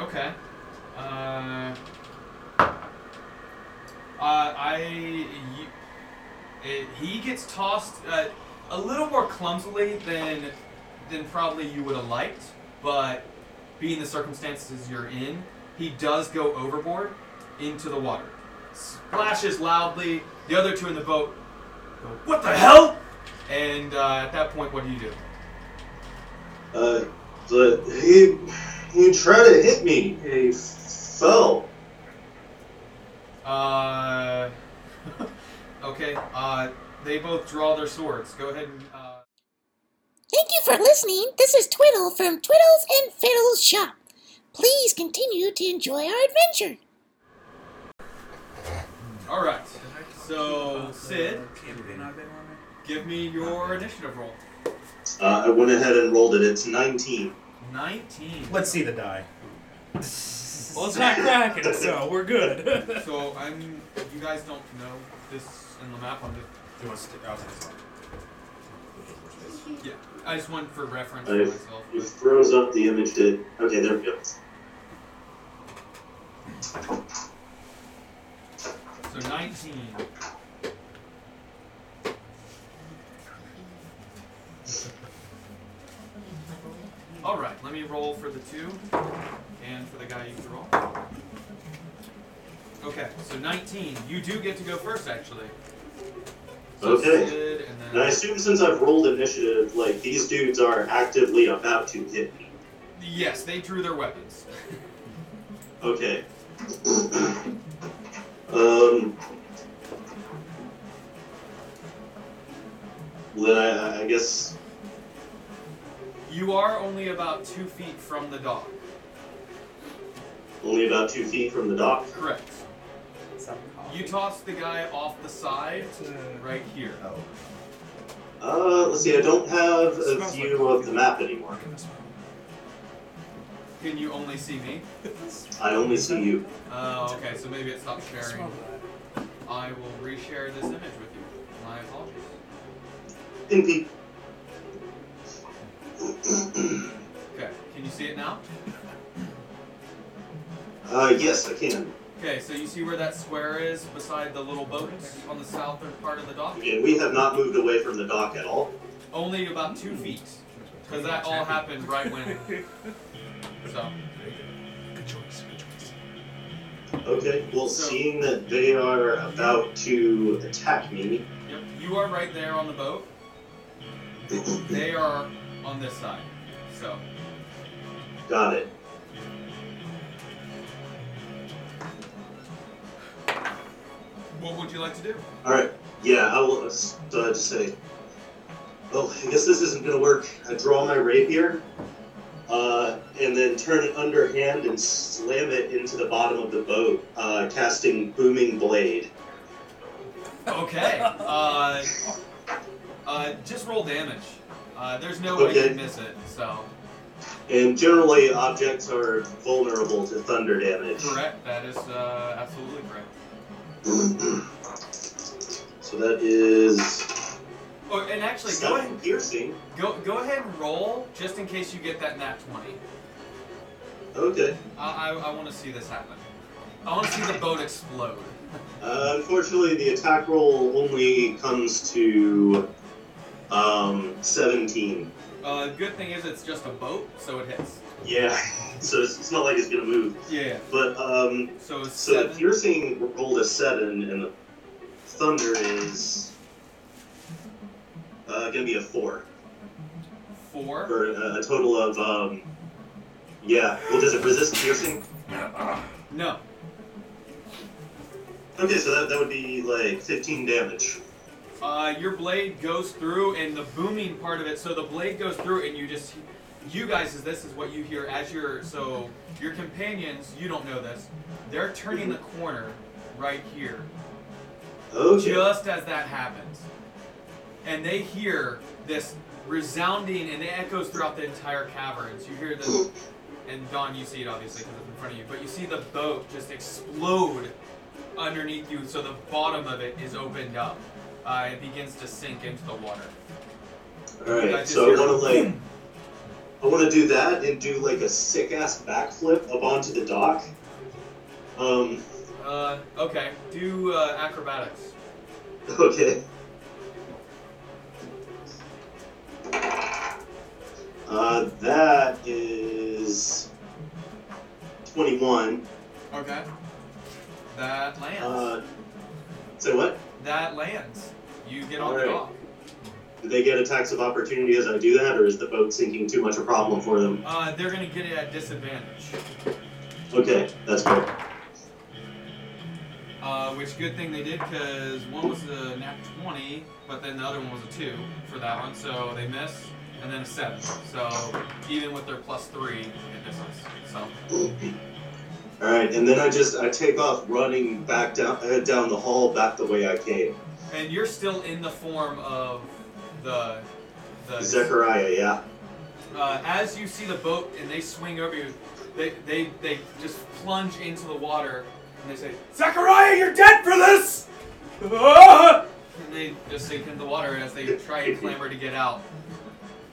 Speaker 3: Okay. Uh, uh, I. You, it, he gets tossed uh, a little more clumsily than than probably you would have liked, but being the circumstances you're in, he does go overboard into the water. Splashes loudly. The other two in the boat go, "What the hell?" And uh, at that point, what do you do?
Speaker 4: Uh, but he he tried to hit me. He fell.
Speaker 3: Uh, okay. Uh, they both draw their swords. Go ahead and. Uh,
Speaker 14: Thank you for listening. This is Twiddle from Twiddles and Fiddles Shop. Please continue to enjoy our adventure.
Speaker 3: all right. So Sid,
Speaker 5: Oh, Campaign I've been on
Speaker 3: Give me your initiative roll.
Speaker 4: Uh, I went ahead and rolled it. It's 19.
Speaker 3: 19.
Speaker 8: Let's see the die.
Speaker 5: Well, it's not cracking, so we're good.
Speaker 3: so I'm. You guys don't know this in the map. I'm just.
Speaker 8: Do you want to stick out?
Speaker 3: Yeah. I just want for reference for
Speaker 4: I
Speaker 3: myself.
Speaker 4: it froze up the image. Did okay? There we go.
Speaker 3: So 19. All right. Let me roll for the two, and for the guy you can roll. Okay. So 19. You do get to go first, actually. So
Speaker 4: Okay.
Speaker 3: Sid, and then
Speaker 4: And I assume since I've rolled initiative, like these dudes are actively about to hit me.
Speaker 3: Yes, they drew their weapons.
Speaker 4: Okay. um. Then I, I guess
Speaker 3: You are only about two feet from the dog.
Speaker 4: only about two feet from the dock.
Speaker 3: Correct. You toss the guy off the side right here.
Speaker 10: Oh,
Speaker 4: Uh, let's see. I don't have a view of the map anymore.
Speaker 3: Can you only see me?
Speaker 4: I only see you.
Speaker 3: Uh, okay, so maybe it stopped sharing. I will reshare this image with you. My apologies.
Speaker 4: Inky.
Speaker 3: Okay, can you see it now?
Speaker 4: Uh, yes, I can.
Speaker 3: Okay, so you see where that square is beside the little boat on the southern part of the dock?
Speaker 4: Again, we have not moved away from the dock at all.
Speaker 3: Only about two feet. Because that all happened right when. So.
Speaker 5: Good choice. Good choice.
Speaker 4: Okay, well, seeing that they are about to attack me,
Speaker 3: Yep, you are right there on the boat. They are on this side. So,
Speaker 4: got it.
Speaker 3: what would you like to do?
Speaker 4: Alright, yeah, I will. So I just say, well, I guess this isn't gonna work. I draw my rapier, uh, and then turn it underhand and slam it into the bottom of the boat, uh, casting Booming Blade.
Speaker 3: Okay. Uh, uh, just roll damage. Uh, there's no way
Speaker 4: Okay.
Speaker 3: you miss it. So,
Speaker 4: And generally, objects are vulnerable to thunder damage.
Speaker 3: correct. That is uh, absolutely correct.
Speaker 4: So that is
Speaker 3: Oh, and actually, go ahead,
Speaker 4: seven piercing.
Speaker 3: go, go ahead and roll just in case you get that nat 20.
Speaker 4: Okay.
Speaker 3: I, I, I want to see this happen. I want to see the boat explode.
Speaker 4: Uh, unfortunately, the attack roll only comes to um, 17.
Speaker 3: Uh, good thing is it's just a boat, so it hits.
Speaker 4: Yeah, so it's, it's not like it's going to move.
Speaker 3: Yeah.
Speaker 4: But um,
Speaker 3: So it's
Speaker 4: so the
Speaker 3: seven.
Speaker 4: piercing rolled a 7, and the thunder is uh, going to be a 4.
Speaker 3: Four.
Speaker 4: For a, a total of, um, yeah, well, does it resist piercing?
Speaker 3: No.
Speaker 4: Okay, so that, that would be like 15 damage.
Speaker 3: Uh, your blade goes through, and the booming part of it. So the blade goes through, and you just, you guys, is this is what you hear as your so your companions. You don't know this. They're turning the corner right here,
Speaker 4: Okay.
Speaker 3: just as that happens, and they hear this resounding, and it echoes throughout the entire cavern. So you hear this, and Don, you see it obviously because it's in front of you. But you see the boat just explode underneath you, so the bottom of it is opened up. Uh, it begins to sink into the water.
Speaker 4: Alright,
Speaker 3: Like,
Speaker 4: so I
Speaker 3: just
Speaker 4: want to
Speaker 3: your-
Speaker 4: like, I want to do that and do like a sick ass backflip up onto the dock. Um,
Speaker 3: Uh, okay. Do uh, acrobatics.
Speaker 4: okay. Uh, that is twenty-one.
Speaker 3: Okay. That lands.
Speaker 4: Uh, so what?
Speaker 3: that lands. You get on the
Speaker 4: Alright.
Speaker 3: dock.
Speaker 4: Do they get attacks of opportunity as I do that, or is the boat sinking too much a problem for them?
Speaker 3: Uh, they're gonna get it at disadvantage.
Speaker 4: Okay, that's good.
Speaker 3: Uh, which good thing they did because one was a nat 20, but then the other one was a 2 for that one, so they miss, and then a 7. So even with their plus 3, it misses. So,
Speaker 4: All right, and then I just I take off running back down uh, down the hall back the way I came.
Speaker 3: and you're still in the form of the the
Speaker 4: Zechariah, yeah.
Speaker 3: uh, as you see the boat and they swing over you, they, they, they just plunge into the water and they say, Zachariah, you're dead for this! Ah! And they just sink into the water as they try and clamber to get out.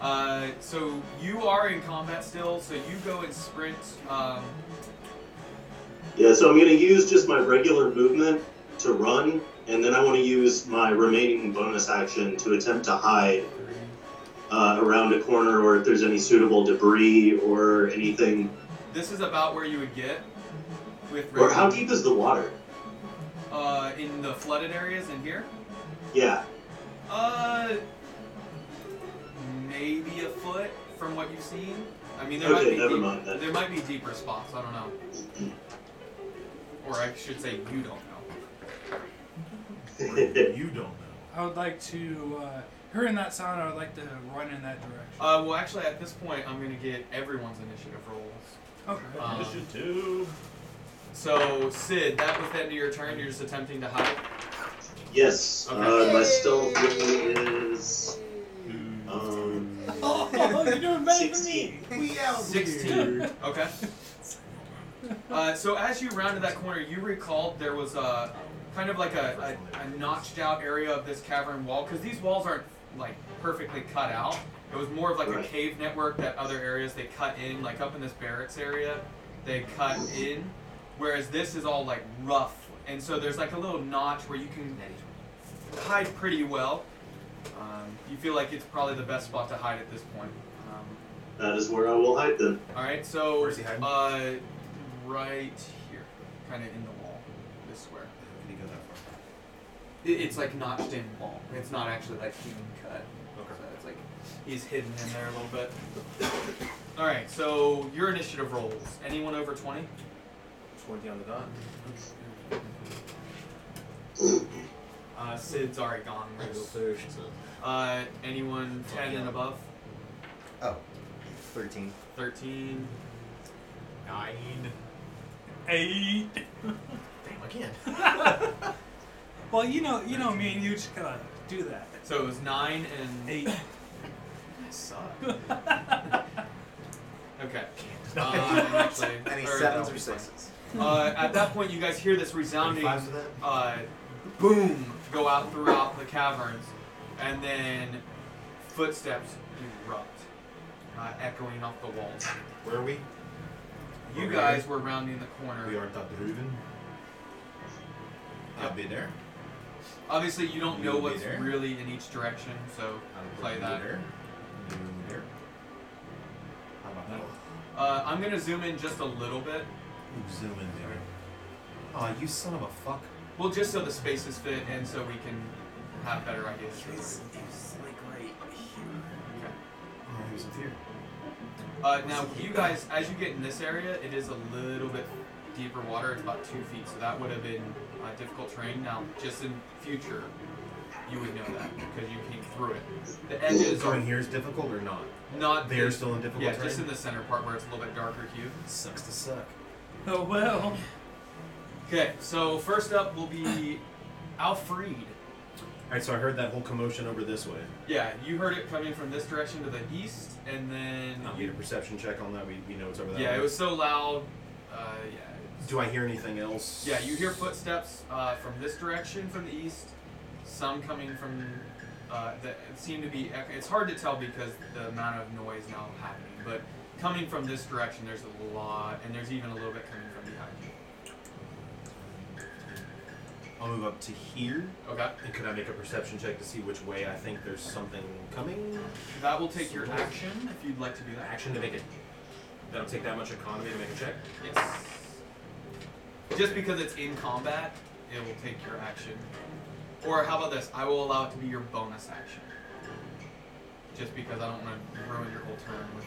Speaker 3: Uh, so you are in combat still, so you go and sprint. Um,
Speaker 4: Yeah, so I'm going to use just my regular movement to run, and then I want to use my remaining bonus action to attempt to hide uh, around a corner or if there's any suitable debris or anything.
Speaker 3: this is about where you would get with
Speaker 4: Or how
Speaker 3: Raven,
Speaker 4: deep is the water?
Speaker 3: uh, in the flooded areas in here.
Speaker 4: Yeah.
Speaker 3: Uh, maybe a foot from what you've seen. I mean, there
Speaker 4: Okay,
Speaker 3: might be
Speaker 4: never
Speaker 3: deep-
Speaker 4: mind then.
Speaker 3: there might be deeper spots. I don't know, or I should say you don't know.
Speaker 9: you don't know.
Speaker 5: I would like to, uh, hearing that sound, I would like to run in that direction.
Speaker 3: Uh, well, actually, at this point, I'm gonna get everyone's initiative rolls.
Speaker 5: Okay.
Speaker 3: Um,
Speaker 9: Initiative.
Speaker 3: So, Sid, that was the end of your turn. You're just attempting to hide.
Speaker 4: Yes.
Speaker 3: Okay.
Speaker 4: Uh, my stealth is. Um,
Speaker 15: Oh, you're doing better than me.
Speaker 4: 16.
Speaker 15: We out.
Speaker 3: 16. Okay. Uh, so as you rounded that corner, you recalled there was a kind of like a, a, a notched out area of this cavern wall because these walls aren't like perfectly cut out. It was more of like a
Speaker 4: Right.
Speaker 3: cave network that other areas they cut in, like up in this barracks area, they cut in, whereas this is all like rough. And so there's like a little notch where you can hide pretty well. Um, you feel like it's probably the best spot to hide at this point. Um,
Speaker 4: that is where I will hide them.
Speaker 3: all right, so
Speaker 9: Where is he hiding?
Speaker 3: Uh, right here, kind of in the wall, this square.
Speaker 9: Can you go that
Speaker 3: It, it's like notched in wall. It's not actually like human cut.
Speaker 9: Okay.
Speaker 3: So it's like he's hidden in there a little bit. All right, so your initiative rolls. Anyone over twenty?
Speaker 9: far? Twenty on the dot.
Speaker 3: Uh, Sid's already gone.
Speaker 9: So-
Speaker 3: Uh, anyone ten and above?
Speaker 7: Oh, 13.
Speaker 3: Thirteen.
Speaker 9: Nine.
Speaker 5: Eight.
Speaker 9: Damn again.
Speaker 5: Well, you know, you know, me and you just gotta do that.
Speaker 3: So it was nine and
Speaker 5: Eight.
Speaker 9: I suck.
Speaker 3: Okay. Uh, and actually,
Speaker 7: Any
Speaker 3: or
Speaker 7: sevens
Speaker 3: no.
Speaker 7: or sixes?
Speaker 3: Uh, at that point, you guys hear this resounding
Speaker 9: Fives of that?
Speaker 3: uh, boom go out throughout the caverns, and then footsteps erupt, uh, echoing off the walls.
Speaker 9: Where are we?
Speaker 3: You
Speaker 9: Over
Speaker 3: guys were rounding the
Speaker 9: here? We
Speaker 3: corner.
Speaker 9: are da Druven. I'll be there.
Speaker 3: Obviously, you don't
Speaker 9: You
Speaker 3: know
Speaker 9: will be
Speaker 3: what's
Speaker 9: there.
Speaker 3: really in each direction, so
Speaker 9: I'll be
Speaker 3: play that.
Speaker 9: There. You there. How about that?
Speaker 3: Uh, I'm gonna zoom in just a little bit.
Speaker 9: Ooh, zoom in there. Aw, you son of a fuck.
Speaker 3: Well, just so the spaces fit and so we can have better ideas. for
Speaker 9: It's- Oh, he was up here.
Speaker 3: Uh, now, you guys, as you get in this area, it is a little bit deeper water. It's about two feet, so that would have been uh, difficult terrain. Now, just in future, you would know that because you came through it. The edges
Speaker 9: So
Speaker 3: are
Speaker 9: in here is difficult or not?
Speaker 3: not
Speaker 9: They're still in difficult
Speaker 3: Yeah,
Speaker 9: terrain?
Speaker 3: just in the center part where it's a little bit darker hue.
Speaker 9: Sucks to suck.
Speaker 5: Oh well.
Speaker 3: Okay, so first up will be Alfred.
Speaker 9: Alright, so I heard that whole commotion over this way.
Speaker 3: Yeah, you heard it coming from this direction to the east, and then
Speaker 9: I need a perception check on that. We, we know it's over that
Speaker 3: yeah,
Speaker 9: way.
Speaker 3: it was so loud. Uh, yeah,
Speaker 9: Do I hear anything else?
Speaker 3: Yeah, you hear footsteps uh, from this direction, from the east. Some coming from uh, that seem to be. echo- It's hard to tell because the amount of noise now happening, but coming from this direction, there's a lot, and there's even a little bit coming from behind you.
Speaker 9: I'll move up to here.
Speaker 3: Okay,
Speaker 9: And could I make a perception check to see which way I think there's something coming?
Speaker 3: that will take your action if you'd like to do that.
Speaker 9: Action to make it. That'll take that much economy to make a check.
Speaker 3: Yes. Just because it's in combat, it will take your action. Or how about this? I will allow it to be your bonus action. Just because I don't want to ruin your whole turn with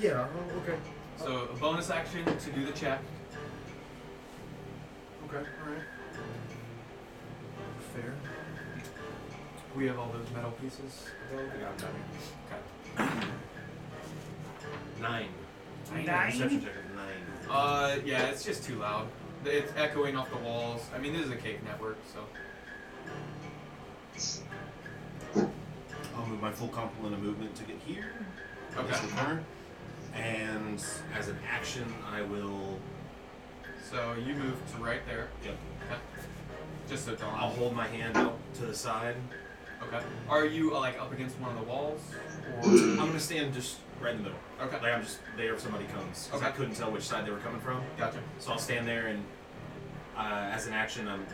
Speaker 9: Yeah. oh, Okay.
Speaker 3: So a bonus action to do the check.
Speaker 9: Okay. All right. Fair.
Speaker 3: We have all those metal pieces available.
Speaker 9: Nine.
Speaker 5: Nine?
Speaker 9: Perception check of nine.
Speaker 3: Uh, yeah, it's just too loud. It's echoing off the walls. I mean, this is a cave network, so.
Speaker 6: full complement of movement to get here. in
Speaker 3: Okay.
Speaker 6: This little corner. And as an action, I will.
Speaker 3: So you move to right there.
Speaker 6: Yep.
Speaker 3: Okay. Just so don't.
Speaker 6: I'll hold my hand out to the side.
Speaker 3: Okay. Are you uh, like up against one of the walls? Or...
Speaker 6: I'm gonna stand just right in the middle.
Speaker 3: Okay.
Speaker 6: Like I'm just there if somebody comes. 'cause I
Speaker 3: Okay.
Speaker 6: couldn't tell which side they were coming from.
Speaker 3: Gotcha.
Speaker 6: So I'll stand there and, uh, as an action, I'm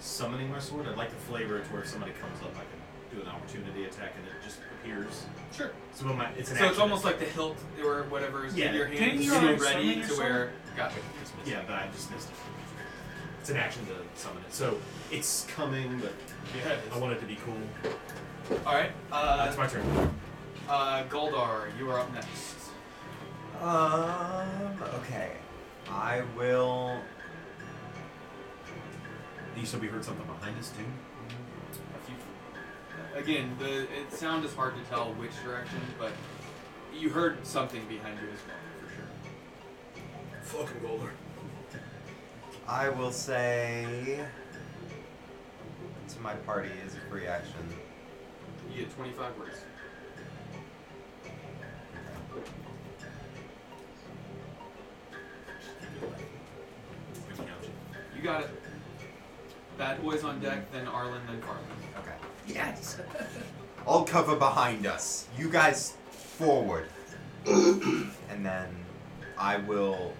Speaker 6: summoning my sword. I'd like to flavor it to where if somebody comes up, I can do an opportunity attack and it just appears.
Speaker 3: Sure.
Speaker 6: So when my, it's an
Speaker 3: so it's
Speaker 6: action.
Speaker 3: almost like the hilt or whatever is
Speaker 6: Yeah.
Speaker 3: in your
Speaker 5: Didn't
Speaker 3: hand
Speaker 5: you
Speaker 3: is
Speaker 5: already
Speaker 3: ready
Speaker 5: summon
Speaker 3: to
Speaker 5: your
Speaker 3: where. Gotcha.
Speaker 6: Yeah, but I just missed it. It's an action to summon it. So it's coming, but
Speaker 3: Yeah.
Speaker 6: I want it to be cool.
Speaker 3: All right. Uh,
Speaker 6: That's my turn.
Speaker 3: uh, Goldar, you are up next.
Speaker 10: Um. Okay. I will.
Speaker 6: You said we heard something behind us too.
Speaker 3: If you- Again, the it, sound is hard to tell which direction, but you heard something behind you as well, for sure.
Speaker 6: Fucking Golder.
Speaker 10: I will say. To my party is a free action.
Speaker 3: You get 25 words. You got it. Bad boys on deck, then Arlen, then Carlin.
Speaker 10: Okay. Yes. I'll cover behind us. You guys forward. and then I will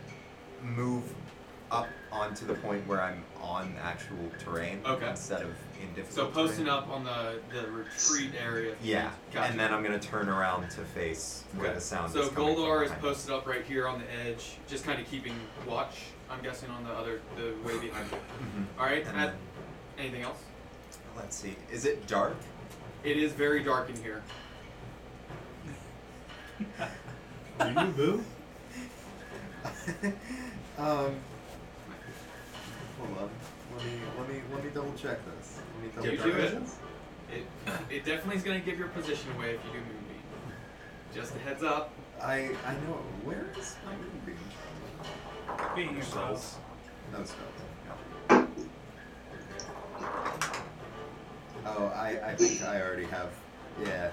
Speaker 10: move up onto the point where I'm on actual terrain
Speaker 3: Okay.
Speaker 10: instead of in
Speaker 3: So
Speaker 10: difficult
Speaker 3: posting
Speaker 10: terrain.
Speaker 3: up on the, the retreat area.
Speaker 10: Yeah,
Speaker 3: Gotcha.
Speaker 10: and then I'm gonna turn around to face where
Speaker 3: Okay.
Speaker 10: the sound
Speaker 3: So
Speaker 10: is coming from
Speaker 3: Goldar is
Speaker 10: behind.
Speaker 3: posted up right here on the edge, just kind of keeping watch. I'm guessing on the other the way behind. you.
Speaker 10: Mhm.
Speaker 3: All right.
Speaker 10: And
Speaker 3: Matt,
Speaker 10: then-
Speaker 3: anything else?
Speaker 10: let's see. Is it dark?
Speaker 3: It is very dark in here.
Speaker 6: you boo?
Speaker 10: um. Hold on. Let me let me let me double check this. Let me double
Speaker 3: You
Speaker 10: check
Speaker 3: do it.
Speaker 10: this.
Speaker 3: It it definitely is going to give your position away if you do moonbeam. Just a heads up.
Speaker 10: I I know. Where is my moonbeam?
Speaker 5: Being yourself.
Speaker 10: No spells. Oh, I I think I already have. Yeah.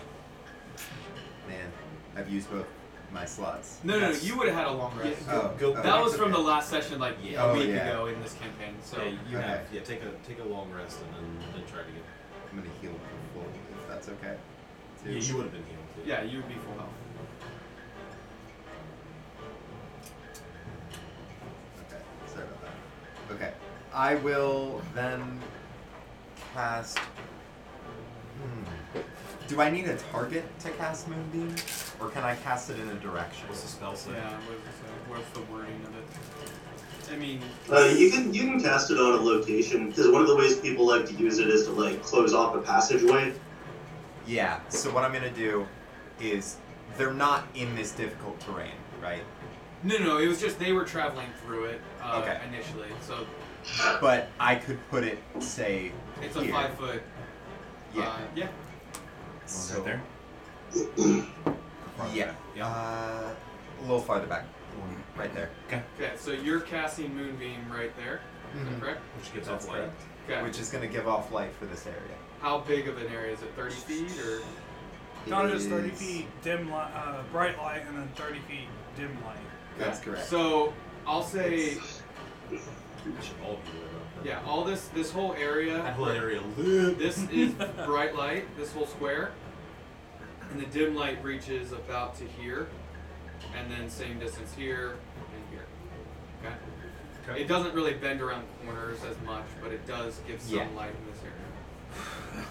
Speaker 10: Man, I've used both my slots.
Speaker 3: No, no, no.
Speaker 6: That's-
Speaker 3: You would have had a long rest.
Speaker 6: Yeah.
Speaker 10: Oh,
Speaker 6: Go-
Speaker 10: oh,
Speaker 3: That was
Speaker 10: okay.
Speaker 3: from the last session, like
Speaker 6: Yeah.
Speaker 3: a
Speaker 10: Oh,
Speaker 3: week
Speaker 10: yeah.
Speaker 3: ago in this campaign. So
Speaker 6: So you
Speaker 10: Okay.
Speaker 6: have yeah. Take a take a long rest and then then try to get.
Speaker 10: I'm gonna heal for full if that's okay.
Speaker 6: Yeah, you would have been healed. Too.
Speaker 3: yeah, you would be full health.
Speaker 10: Okay, sorry about that. Okay, I will then cast. Hmm. Do I need a target to cast Moonbeam, or can I cast it in a direction?
Speaker 6: What's the spell say?
Speaker 3: Yeah. What was, uh, what's the wording of it? I mean,
Speaker 4: Uh, you can you can cast it on a location because one of the ways people like to use it is to like close off a passageway.
Speaker 10: Yeah. So what I'm gonna do is they're not in this difficult terrain, right?
Speaker 3: no, no. It was just they were traveling through it uh,
Speaker 10: Okay.
Speaker 3: initially, so
Speaker 10: But I could put it, say,
Speaker 3: it's a
Speaker 10: here.
Speaker 3: five foot.
Speaker 10: Yeah.
Speaker 3: Uh, yeah.
Speaker 10: so
Speaker 6: there?
Speaker 10: Yeah.
Speaker 6: Yeah.
Speaker 10: Uh, a little farther back, right there.
Speaker 3: Okay, so you're casting Moonbeam right there, is that
Speaker 10: Mhm.
Speaker 3: correct?
Speaker 6: Which gives
Speaker 10: That's
Speaker 6: off light.
Speaker 10: correct.
Speaker 3: Okay.
Speaker 10: Which is gonna give off light for this area.
Speaker 3: How big of an area is it? 30 feet or?
Speaker 5: Not just 30
Speaker 10: Is-
Speaker 5: feet dim light, uh, bright light, and then 30 feet dim light.
Speaker 10: That's
Speaker 3: Yeah.
Speaker 10: correct.
Speaker 3: So I'll say,
Speaker 4: uh,
Speaker 6: We should all be aware of that.
Speaker 3: yeah, all this this whole
Speaker 6: That
Speaker 3: area,
Speaker 6: whole area lit.
Speaker 3: this is bright light, this whole square, and the dim light reaches about to here, and then same distance here and here. Okay.
Speaker 6: Okay.
Speaker 3: It doesn't really bend around corners as much, but it does give some
Speaker 10: Yeah.
Speaker 3: light in this area.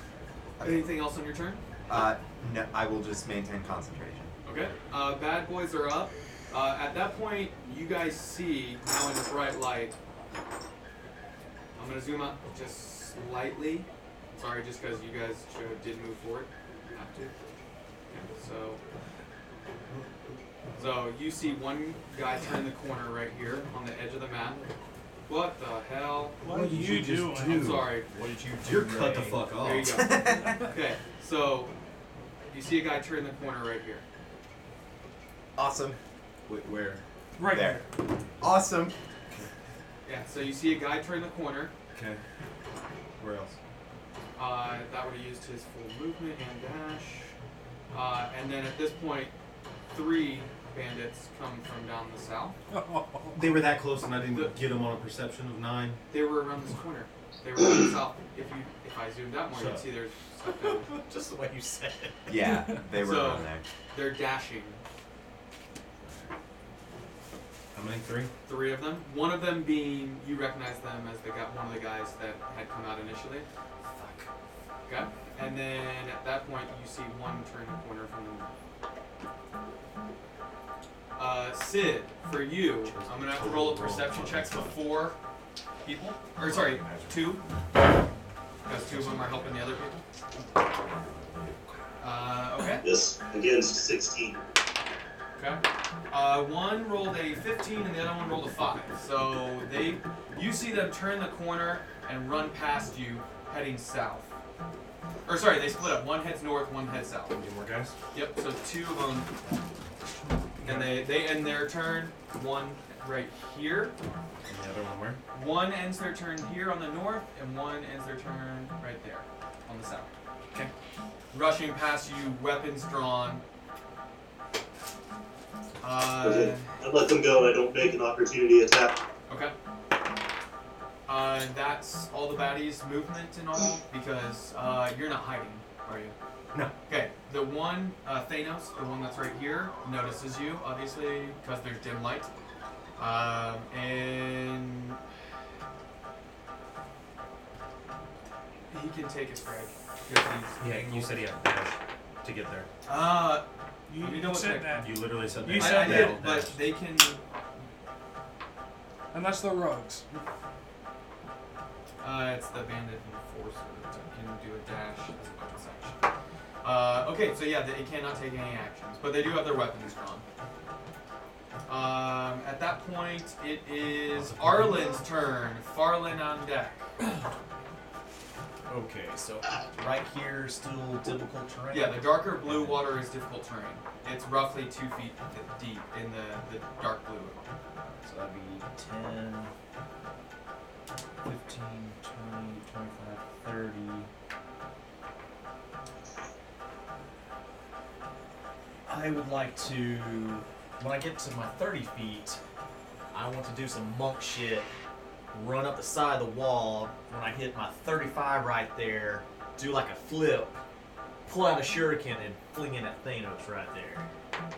Speaker 3: Anything else on your turn?
Speaker 10: Uh, no, I will just maintain concentration.
Speaker 3: Okay. Uh, bad boys are up. Uh, at that point, you guys see now in the bright light. I'm gonna zoom up just slightly. Sorry, just because you guys cho- did move forward. Have to. Okay, so. So you see one guy turn the corner right here on the edge of the map. What the hell?
Speaker 5: What, do you, do?
Speaker 3: I'm sorry.
Speaker 16: What did you do?
Speaker 6: You're cut the
Speaker 16: Ray?
Speaker 6: fuck off.
Speaker 3: There you go. okay, so you see a guy turn the corner right here.
Speaker 10: Awesome.
Speaker 6: Wait, where?
Speaker 5: Right
Speaker 10: There. Awesome.
Speaker 3: Yeah, so you see a guy turn the corner.
Speaker 6: Okay. Where else?
Speaker 3: Uh, that would have used his full movement and dash. Uh, and then at this point, three bandits come from down the south.
Speaker 8: They were that close, and I didn't get them on a perception of nine.
Speaker 3: They were around this corner. They were around the south. If you if I zoomed out more,
Speaker 8: Shut
Speaker 3: you'd
Speaker 8: up.
Speaker 3: see there's stuff down there.
Speaker 6: Just the way you said it.
Speaker 7: Yeah, they were
Speaker 3: So,
Speaker 7: around there.
Speaker 3: They're dashing.
Speaker 8: How many? Three?
Speaker 3: Three of them. One of them being you recognize them as the guy, one of the guys that had come out initially. Okay. And then at that point, you see one turn the corner from the north. Uh, Sid, for you, I'm gonna have to roll a perception check for four people. Or sorry, two. Because two of them are helping the other people. Uh, okay.
Speaker 4: Yes, against 16.
Speaker 3: Okay. Uh, one rolled a 15 and the other one rolled a 5. So they, you see them turn the corner and run past you, heading south. Or sorry, they split up. One heads north, one heads south.
Speaker 8: Any more guys?
Speaker 3: Yep. So two of them, and they they end their turn. One right here.
Speaker 8: And the other one where?
Speaker 3: One ends their turn here on the north, and one ends their turn right there on the south. Okay. Rushing past you, weapons drawn. Uh,
Speaker 4: Okay. I let them go. I don't make an opportunity attack.
Speaker 3: Okay. Uh, that's all the baddies' movement and all because uh, you're not hiding, are you?
Speaker 8: No.
Speaker 3: Okay. The one uh, Thanos, the one that's right here, notices you obviously because there's dim light, um, and he can take his frag. 'cause he's
Speaker 8: Yeah, you
Speaker 3: angled.
Speaker 8: said he had dash to get there.
Speaker 3: Uh,
Speaker 5: You,
Speaker 3: You
Speaker 5: you
Speaker 3: know what
Speaker 5: said
Speaker 3: they-
Speaker 5: that.
Speaker 8: You literally said that.
Speaker 5: You
Speaker 3: I-
Speaker 5: said
Speaker 3: I
Speaker 5: that.
Speaker 3: did, but they can.
Speaker 5: Unless they're rogues.
Speaker 3: Uh, it's the bandit enforcer that can do a dash as a bonus action. Uh, okay, so yeah, they cannot take any actions, but they do have their weapons drawn. Um, at that point, it is Arlen's turn. Farlin on deck.
Speaker 6: Okay, so right here, still typical terrain.
Speaker 3: Yeah, the darker blue water is difficult terrain. It's roughly two feet th- deep in the, the dark blue.
Speaker 6: So that'd be 10, 15, 20, 25, 30. I would like to, when I get to my 30 feet, I want to do some monk shit, run up the side of the wall. When I hit my 35 right there, do like a flip, pull out a shuriken, and fling it at Thanos right there.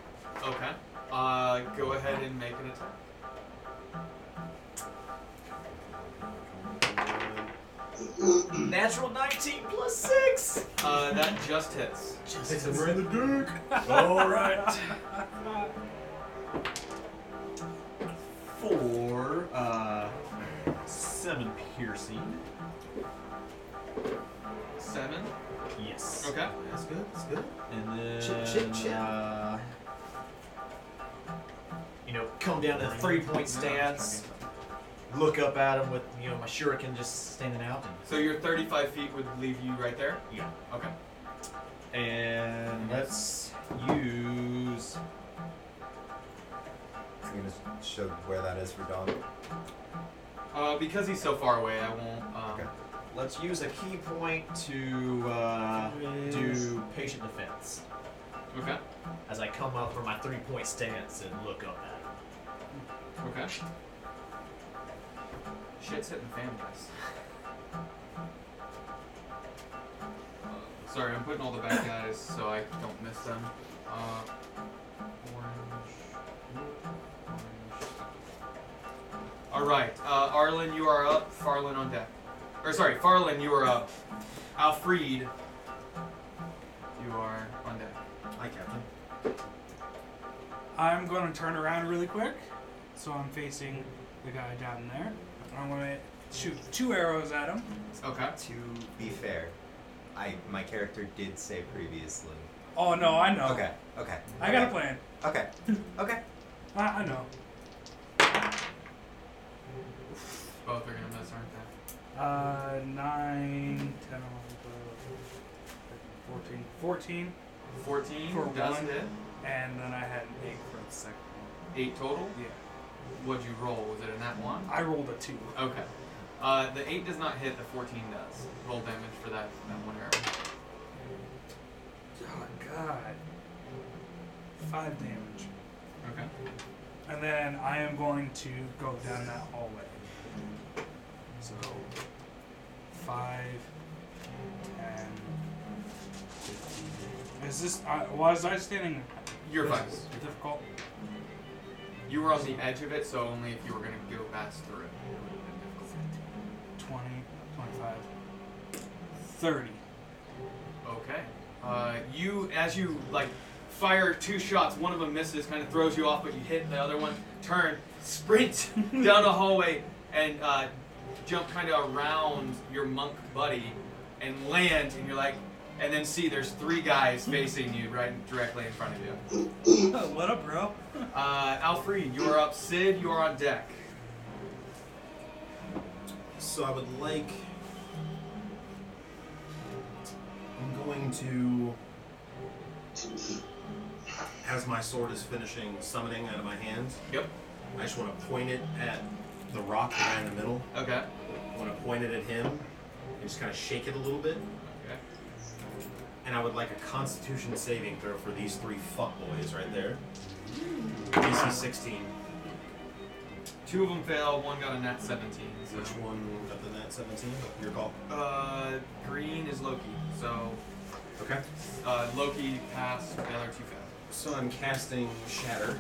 Speaker 3: Okay. Uh, go ahead and make an attack.
Speaker 6: Natural 19 plus 6!
Speaker 3: Uh, that just hits.
Speaker 6: Just
Speaker 8: the All right.
Speaker 6: four, uh, seven piercing.
Speaker 3: Seven.
Speaker 6: Yes.
Speaker 3: Okay.
Speaker 6: That's good. That's good. And then,
Speaker 15: chip, chip.
Speaker 6: uh, you know, come down to the three-point stance. Look up at him with you know my shuriken just standing out.
Speaker 3: So your 35 feet would leave you right there?
Speaker 6: Yeah.
Speaker 3: Okay.
Speaker 6: And let's use.
Speaker 7: I'm gonna show where that is for Don.
Speaker 3: Uh, because he's so far away, I won't. Um,
Speaker 7: Okay.
Speaker 6: Let's use a key point to uh, do patient defense.
Speaker 3: okay.
Speaker 6: as I come up from my three point stance and look up at him.
Speaker 3: Okay. Shit's hitting the fan, guys. Uh, Sorry, I'm putting all the bad guys so I don't miss them. Uh, orange. orange. All right, uh, Arlen, you are up. Farlin on deck. Or sorry, Farlin, you are up. Alfred, you are on deck.
Speaker 8: Hi, Captain.
Speaker 5: I'm going to turn around really quick. So I'm facing the guy down there. I'm going to shoot two arrows at him.
Speaker 3: Okay.
Speaker 7: To be fair, I my character did say previously.
Speaker 5: Oh, no, I know.
Speaker 7: Okay, okay.
Speaker 5: I got a plan.
Speaker 7: Okay, okay.
Speaker 5: I, I know.
Speaker 3: Both are gonna miss, aren't they?
Speaker 5: Uh, 9, 10, 11, 12, 13, 14. 14.
Speaker 3: Fourteen
Speaker 5: For
Speaker 3: does
Speaker 5: one.
Speaker 3: hit.
Speaker 5: And then I had an 8 for the second
Speaker 3: Eight total.
Speaker 5: one. Yeah.
Speaker 3: What'd you roll? Was it in that one?
Speaker 5: I rolled a 2.
Speaker 3: Okay. Uh, the eight does not hit. The fourteen does. Roll damage for that that one arrow.
Speaker 5: Oh, God. God. Five damage.
Speaker 3: Okay.
Speaker 5: And then I am going to go down that hallway. So five, ten, fifteen. Is this? Uh, was I standing?
Speaker 3: You're
Speaker 5: this
Speaker 3: fine.
Speaker 5: is Difficult.
Speaker 3: You were on the edge of it, so only if you were going to go past through it.
Speaker 5: 20, 25, 30.
Speaker 3: Okay. Uh, you, as you like, fire two shots. One of them misses, kind of throws you off, but you hit the other one. Turn, sprint down a hallway, and uh, jump kind of around your monk buddy, and land. And you're like, and then see there's three guys facing you right directly in front of you.
Speaker 5: what up, bro?
Speaker 3: Uh, Alfred, you are up. Sid, you are on deck.
Speaker 8: So I would like. I'm going to. As my sword is finishing summoning out of my hand.
Speaker 3: Yep.
Speaker 8: I just want to point it at the rock guy in the middle.
Speaker 3: Okay.
Speaker 8: I want to point it at him and just kind of shake it a little bit.
Speaker 3: Okay.
Speaker 8: And I would like a Constitution saving throw for these three fuckboys right there. DC 16.
Speaker 3: Two of them fail. One got a nat 17. So.
Speaker 8: Which one got the nat 17? Your call.
Speaker 3: Uh, green is Loki. So
Speaker 8: Okay.
Speaker 3: uh, Loki passed. The other two failed.
Speaker 8: So I'm casting Shatter.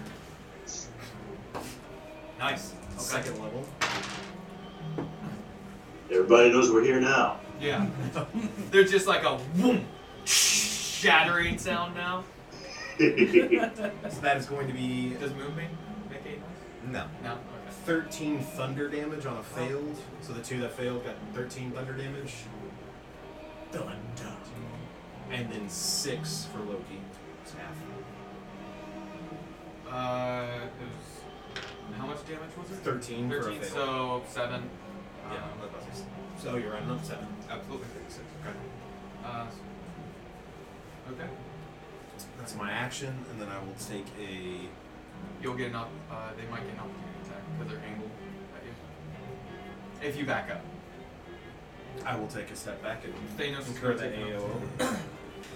Speaker 3: Nice. Okay.
Speaker 8: Second level.
Speaker 4: Everybody knows we're here now.
Speaker 3: Yeah. They're just like a whoom, shattering sound now.
Speaker 8: So that is going to be
Speaker 3: Does moving make any noise?
Speaker 8: no.
Speaker 3: No.
Speaker 8: 13 thunder damage on a failed. So the two that failed got 13 thunder damage. Thunder. And then six for Loki. It's half.
Speaker 3: Okay. Uh, it was, how much damage was it?
Speaker 8: 13, for a
Speaker 3: Thirteen.
Speaker 8: failed.
Speaker 3: So seven.
Speaker 8: yeah,
Speaker 3: Um,
Speaker 8: I'm about to say- so you're right, not seven.
Speaker 3: absolutely.
Speaker 8: Six, okay.
Speaker 3: Uh, okay.
Speaker 8: That's my action, and then I will take a.
Speaker 3: You'll get an op- uh, They might get an opportunity attack because they're angled at you. If you back up,
Speaker 8: I will take a step back and
Speaker 3: Thanos is
Speaker 8: incur
Speaker 3: gonna
Speaker 8: the
Speaker 3: take an
Speaker 8: AO.
Speaker 3: opportunity.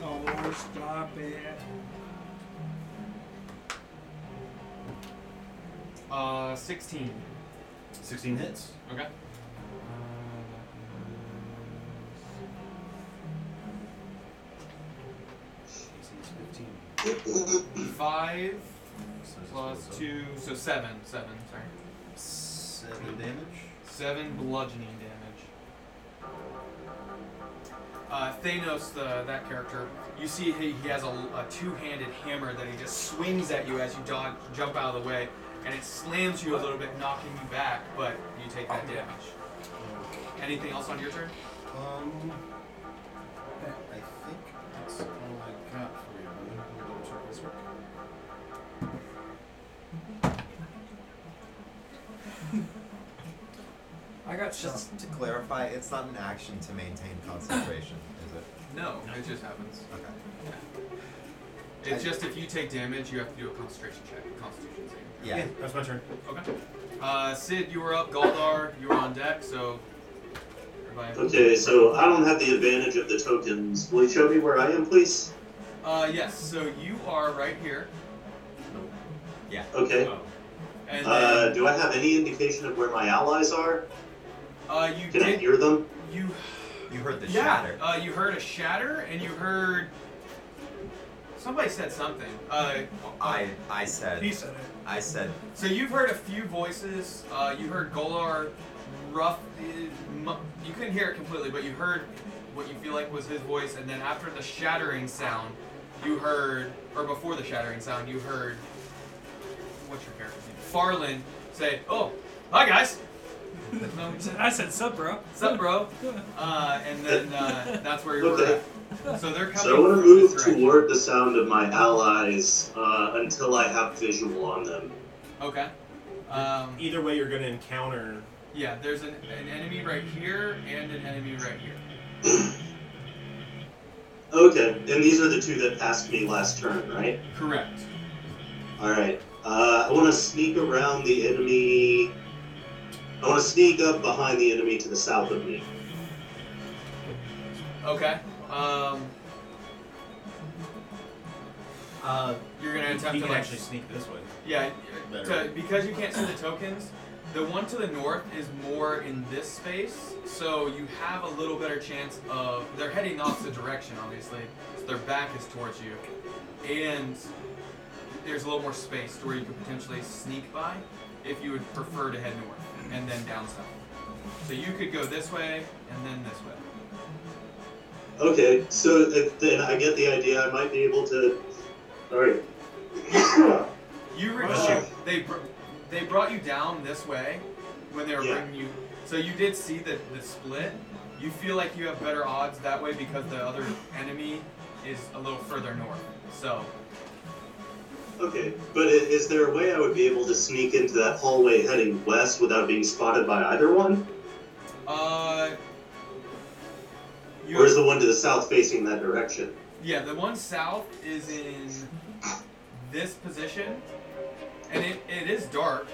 Speaker 5: Oh, stop it.
Speaker 3: Uh, sixteen.
Speaker 8: 16 hits.
Speaker 3: Okay. Uh,
Speaker 8: DC's 15.
Speaker 3: Five
Speaker 8: So
Speaker 3: plus
Speaker 8: so
Speaker 3: two, so seven. Seven. Sorry.
Speaker 8: Seven damage.
Speaker 3: Seven bludgeoning damage. Uh, Thanos, the, that character, you see he, he has a, a two-handed hammer that he just swings at you as you dodge, jump out of the way, and it slams you a little bit, knocking you back, but you take that damage. Anything else on your turn?
Speaker 8: Um, I think that's all I got for you. I'm gonna double check this real quick.
Speaker 5: I got shot.
Speaker 7: Just to clarify, it's not an action to maintain concentration, is it?
Speaker 3: No, it just happens.
Speaker 7: Okay.
Speaker 3: It's just if you take damage, you have to do a concentration check, Constitution saving.
Speaker 7: Yeah.
Speaker 8: that's my turn.
Speaker 3: Okay. Uh, Sid, you were up. Goldar, you were on deck. So, everybody.
Speaker 4: Okay, so I don't have the advantage of the tokens. Will you show me where I am, please?
Speaker 3: Uh, yes. So you are right here,
Speaker 4: Okay.
Speaker 3: and
Speaker 4: Uh,
Speaker 3: then,
Speaker 4: do I have any indication of where my allies are?
Speaker 3: uh, you
Speaker 4: Can I
Speaker 3: did
Speaker 4: hear them?
Speaker 3: you
Speaker 7: You heard the
Speaker 3: yeah.
Speaker 7: shatter.
Speaker 3: Uh, you heard a shatter, and you heard somebody said something. Uh,
Speaker 7: I I said
Speaker 5: He said it.
Speaker 7: I said
Speaker 3: so you've heard a few voices. Uh, you heard Golar, rough. mu- You couldn't hear it completely, but you heard what you feel like was his voice, and then after the shattering sound, you heard, or before the shattering sound, you heard. What's your character's name? Farland say, "Oh, hi guys." No,
Speaker 5: I said, sup, bro.
Speaker 3: What's up, bro? Uh, and then uh, that's where you
Speaker 4: Okay.
Speaker 3: were at. So they're coming.
Speaker 4: So I want to
Speaker 3: from
Speaker 4: move
Speaker 3: this direction.
Speaker 4: toward the sound of my allies uh, until I have visual on them.
Speaker 3: Okay. Um,
Speaker 8: Either way, you're gonna encounter.
Speaker 3: yeah, there's an, an enemy right here and an enemy right here.
Speaker 4: Okay, and these are the two that passed me last turn, right?
Speaker 3: Correct.
Speaker 4: All right. Uh, I want to sneak around the enemy. I want to sneak up behind the enemy to the south of me.
Speaker 3: Okay. Um,
Speaker 8: Uh,
Speaker 3: You're gonna attempt
Speaker 8: he
Speaker 3: to
Speaker 8: can
Speaker 3: like,
Speaker 8: actually sneak this way.
Speaker 3: Yeah,
Speaker 8: Better.
Speaker 3: to, because you can't see the tokens, the one to the north is more in this space, so you have a little better chance of. They're heading the opposite direction, obviously, so their back is towards you, and there's a little more space to where you could potentially sneak by if you would prefer to head north and then down south. So you could go this way and then this way.
Speaker 4: Okay, so if, then I get the idea. I might be able to. All right.
Speaker 3: You
Speaker 4: Bless
Speaker 3: recall they br- they brought you down this way when they were
Speaker 4: Yeah.
Speaker 3: bringing you. So you did see the the split. You feel like you have better odds that way because the other enemy is a little further north. So
Speaker 4: Okay, but i- is there a way I would be able to sneak into that hallway heading west without being spotted by either one,
Speaker 3: uh, you
Speaker 4: or is the one to the south facing that direction?
Speaker 3: yeah the one south is in this position, and it, it is dark.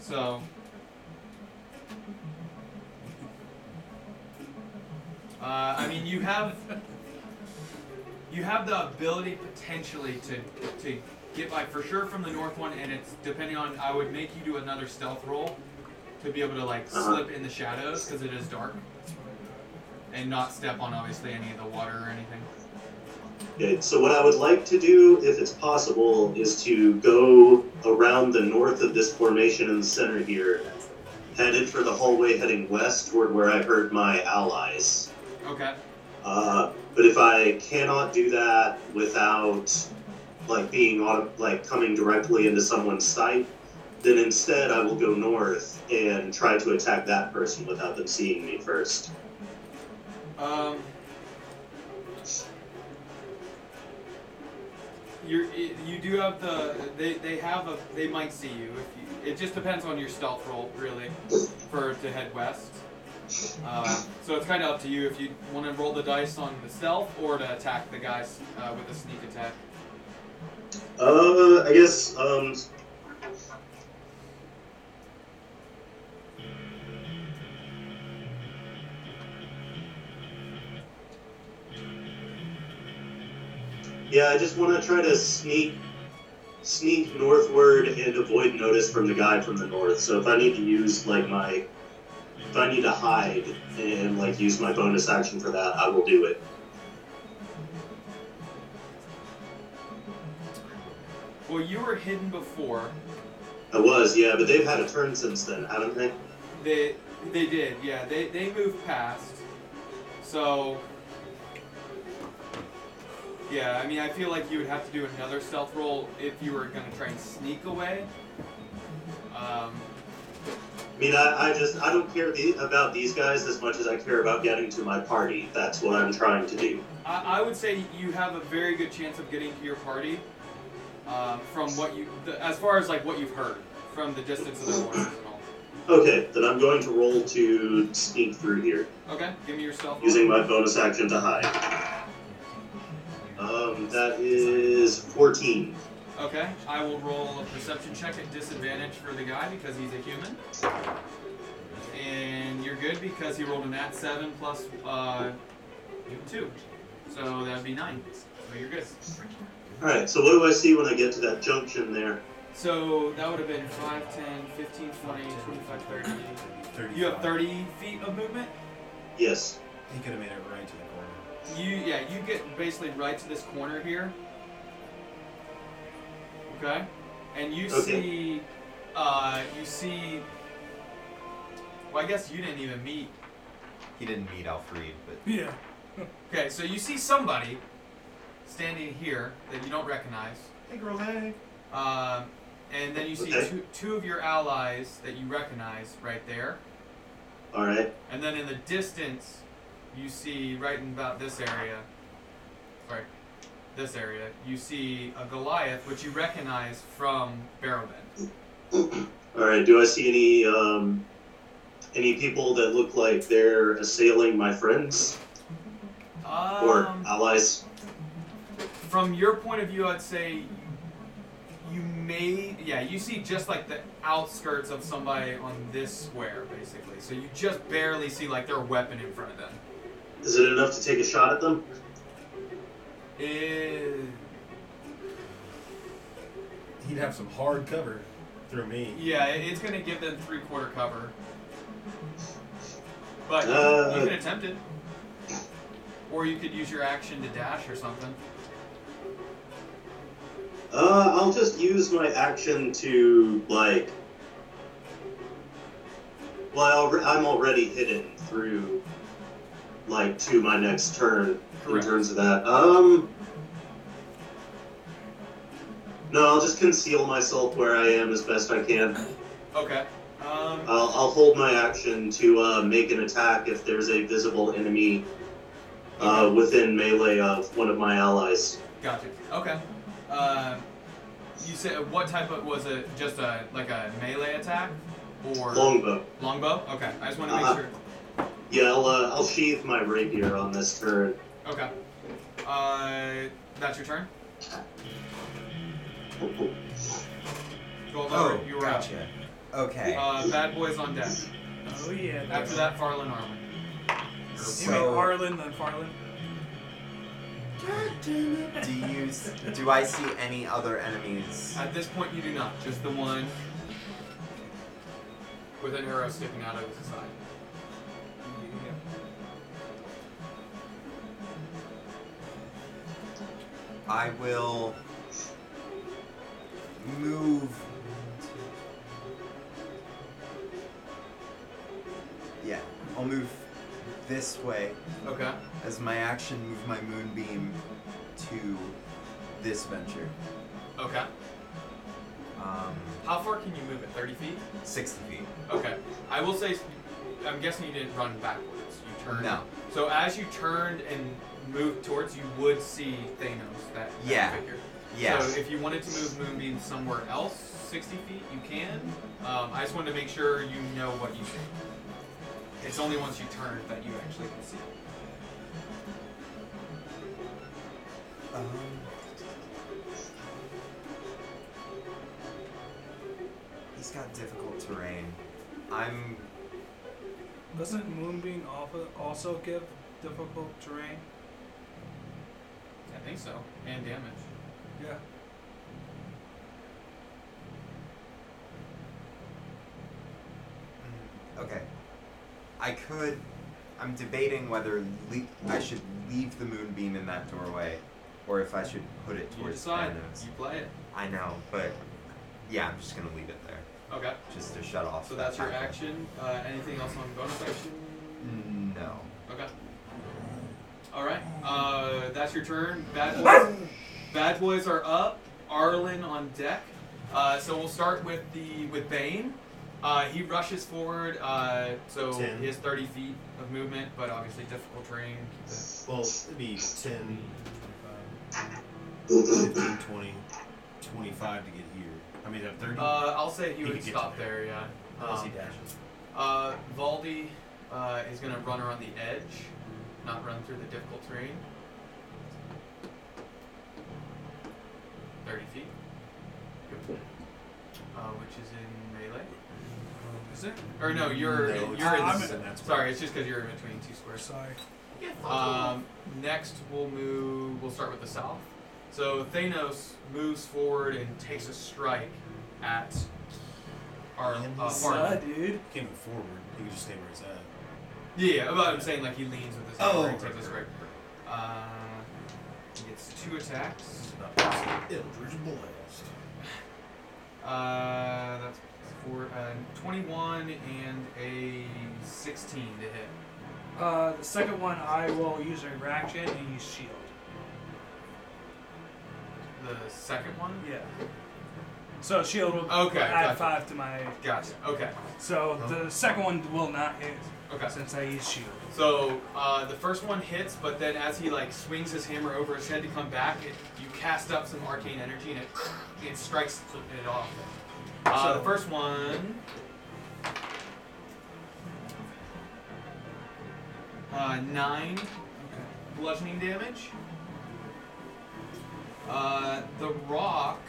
Speaker 3: So. Uh, I mean, you have you have the ability potentially to to get by for sure from the north one, and it's depending on. I would make you do another stealth roll to be able to like slip in the shadows because it is dark, and not step on obviously any of the water or anything.
Speaker 4: Okay, so what I would like to do, if it's possible, is to go around the north of this formation in the center here, headed for the hallway heading west toward where I heard my allies.
Speaker 3: Okay.
Speaker 4: Uh, but if I cannot do that without like being auto- like coming directly into someone's sight, then instead I will go north and try to attack that person without them seeing me first.
Speaker 3: Um, you you do have the they, they have a they might see you. If you. It just depends on your stealth roll really for to head west. Uh, so it's kind of up to you if you want to roll the dice on the stealth or to attack the guys uh, with a sneak attack.
Speaker 4: Uh, I guess um, Yeah, I just want to try to sneak sneak northward and avoid notice from the guy from the north. So if I need to use like my if I need to hide and like use my bonus action for that, I will do it.
Speaker 3: Well, you were hidden before.
Speaker 4: I was, yeah, but they've had a turn since then, haven't they?
Speaker 3: They they did, yeah. They they moved past. So yeah, I mean, I feel like you would have to do another stealth roll if you were gonna try and sneak away. Um,
Speaker 4: I mean, I, I just I don't care the, about these guys as much as I care about getting to my party. That's what I'm trying to do.
Speaker 3: I, I would say you have a very good chance of getting to your party um, from what you, the, as far as like what you've heard from the distance of the warnings and all.
Speaker 4: Okay, then I'm going to roll to sneak through here
Speaker 3: Okay, give me your stealth. roll.
Speaker 4: using my bonus action to hide. Um, that is 14.
Speaker 3: Okay, I will roll a perception check at disadvantage for the guy because he's a human. And you're good because he rolled an at 7 plus uh, 2. So that would be 9. So you're good.
Speaker 4: All right, so what do I see when I get to that junction there?
Speaker 3: So that would have been 5, 10, 15, 20, 25, 30. You have 30 feet of movement?
Speaker 4: Yes.
Speaker 8: He could have made it right to the corner.
Speaker 3: You Yeah, you get basically right to this corner here. Okay? And you
Speaker 4: Okay.
Speaker 3: see. Uh, you see. Well, I guess you didn't even meet
Speaker 7: He didn't meet Alfred, but
Speaker 5: Yeah.
Speaker 3: Okay, so you see somebody standing here that you don't recognize,
Speaker 8: Hey, girl, hey.
Speaker 3: um, and then you see
Speaker 4: Okay.
Speaker 3: two, two of your allies that you recognize right there,
Speaker 4: All right.
Speaker 3: and then in the distance, you see right in about this area, right, this area, you see a Goliath, which you recognize from Barrowbend.
Speaker 4: All right. Do I see any um, any people that look like they're assailing my friends or uh,
Speaker 3: Um,
Speaker 4: allies?
Speaker 3: from your point of view, I'd say you may, yeah, you see just like the outskirts of somebody on this square, basically. So you just barely see like their weapon in front of them.
Speaker 4: Is it enough to take a shot at them?
Speaker 6: He'd have some hard cover through me.
Speaker 3: Yeah, it- it's gonna give them three quarter cover. But you- you
Speaker 4: Uh.
Speaker 3: can attempt it, or you could use your action to dash or something.
Speaker 4: Uh, I'll just use my action to like. Well, I alre- I'm already hidden through, like, to my next turn
Speaker 3: Correct.
Speaker 4: in terms of that. Um. No, I'll just conceal myself where I am as best I can.
Speaker 3: Okay. Um,
Speaker 4: I'll, I'll hold my action to uh, make an attack if there's a visible enemy uh, within melee of one of my allies.
Speaker 3: gotcha. Okay. Um, you said what type of was it? Just a like a melee attack, or
Speaker 4: Longbow.
Speaker 3: longbow? Okay. I just want to make
Speaker 4: Uh-huh.
Speaker 3: sure.
Speaker 4: Yeah, I'll, uh, I'll sheath my rapier on this turn.
Speaker 3: Okay. Uh, that's your turn. Gold
Speaker 10: Oh,
Speaker 3: you were up.
Speaker 10: gotcha. Okay.
Speaker 3: Uh, bad boys on deck.
Speaker 5: Oh yeah.
Speaker 3: After that, Farland Armor.
Speaker 5: You mean
Speaker 10: so
Speaker 5: Harlan then Farlan?
Speaker 10: do you s- do I see any other enemies?
Speaker 3: At this point, you do not. Just the one with an arrow sticking out of his side.
Speaker 10: I will move. Yeah, I'll move this way
Speaker 3: Okay.
Speaker 10: as my action. Move my moonbeam to this venture.
Speaker 3: Okay.
Speaker 10: Um,
Speaker 3: How far can you move it? 30 feet?
Speaker 10: sixty feet.
Speaker 3: Okay. I will say, I'm guessing you didn't run backwards. You turned.
Speaker 10: No.
Speaker 3: So as you turned and moved towards, you would see Thanos, that, that
Speaker 10: Yeah.
Speaker 3: figure.
Speaker 10: Yeah.
Speaker 3: So if you wanted to move Moonbeam somewhere else, 60 feet, you can. Um, I just wanted to make sure you know what you see. It's only once you turn that you actually can see.
Speaker 10: Um, he's got difficult terrain. I'm.
Speaker 5: Doesn't Moonbeam alpha also give difficult terrain?
Speaker 3: I think so. And damage.
Speaker 5: Yeah.
Speaker 10: mm, Okay. I could. I'm debating whether le- I should leave the moonbeam in that doorway or if I should put it
Speaker 3: You
Speaker 10: towards
Speaker 3: decide.
Speaker 10: Thanos.
Speaker 3: You play it.
Speaker 10: I know, but yeah, I'm just gonna leave it there
Speaker 3: Okay.
Speaker 10: just to shut off.
Speaker 3: So
Speaker 10: that
Speaker 3: that's your
Speaker 10: pathway.
Speaker 3: action. Uh, anything else on bonus action?
Speaker 10: No.
Speaker 3: Okay. All right. Uh, that's your turn. Bad boys. Bad boys are up. Arlen on deck. Uh, so we'll start with the with Bane. Uh, he rushes forward. Uh, so
Speaker 6: Ten.
Speaker 3: he has 30 feet of movement, but obviously difficult terrain.
Speaker 6: Well, it'd be 10, 15, 20, 25 to get here. I mean, I'm 30.
Speaker 3: Uh, I'll say he
Speaker 6: He
Speaker 3: would
Speaker 6: could get
Speaker 3: stop
Speaker 6: to
Speaker 3: there. Yeah.
Speaker 6: Unless he
Speaker 3: Um,
Speaker 6: dashes.
Speaker 3: Uh, Valdi uh, is going to run around the edge, not run through the difficult terrain. 30 feet. Uh, which is in melee. Uh, Is it? Or no, you're
Speaker 6: No,
Speaker 3: you're in.
Speaker 5: I'm
Speaker 3: s-
Speaker 6: in that square.
Speaker 3: sorry, it's just because you're in between two squares.
Speaker 5: Sorry.
Speaker 3: Um, next, we'll move. We'll start with the south. So Thanos moves forward and takes a strike at our uh, Farnan.
Speaker 5: dude.
Speaker 6: He came in forward. He could just stay where he's at.
Speaker 3: Yeah, but I'm saying like he leans with his
Speaker 6: Oh,
Speaker 3: hammer and
Speaker 6: right,
Speaker 3: takes his
Speaker 6: right,
Speaker 3: right. Uh, he gets two attacks.
Speaker 6: Not possible. Eldritch Blast.
Speaker 3: Uh, that's for uh, 21 and a 16 to hit.
Speaker 5: Uh, the second one, I will use a reaction and use shield.
Speaker 3: The second one.
Speaker 5: Yeah. So shield will
Speaker 3: Okay,
Speaker 5: add
Speaker 3: gotcha. Uh-huh.
Speaker 5: five to my.
Speaker 3: Gotcha. Okay.
Speaker 5: So the second one will not hit
Speaker 3: Okay.
Speaker 5: since I use shield.
Speaker 3: So uh, the first one hits, but then as he like swings his hammer over his head to come back, it, you cast up some arcane energy and it it strikes it off. Uh, the first one. Uh, nine bludgeoning damage. Uh, the rock,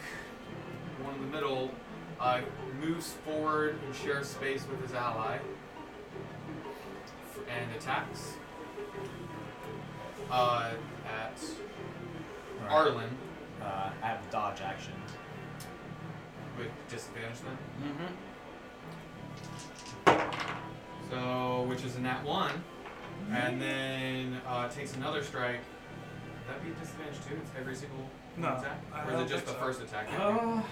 Speaker 3: the one in the middle, uh, moves forward and shares space with his ally f- and attacks. Uh, at
Speaker 6: Alright.
Speaker 3: Arlen
Speaker 6: Uh, I have dodge action.
Speaker 3: with disadvantage then.
Speaker 5: Mm-hmm.
Speaker 3: Mm-hmm. So, which is a nat one, and then uh, takes another strike. Would that be a disadvantage too? It's every single
Speaker 5: No,
Speaker 3: attack,
Speaker 5: I
Speaker 3: or is
Speaker 5: don't
Speaker 3: it just
Speaker 5: think
Speaker 3: the
Speaker 5: so.
Speaker 3: first attack?
Speaker 5: Uh,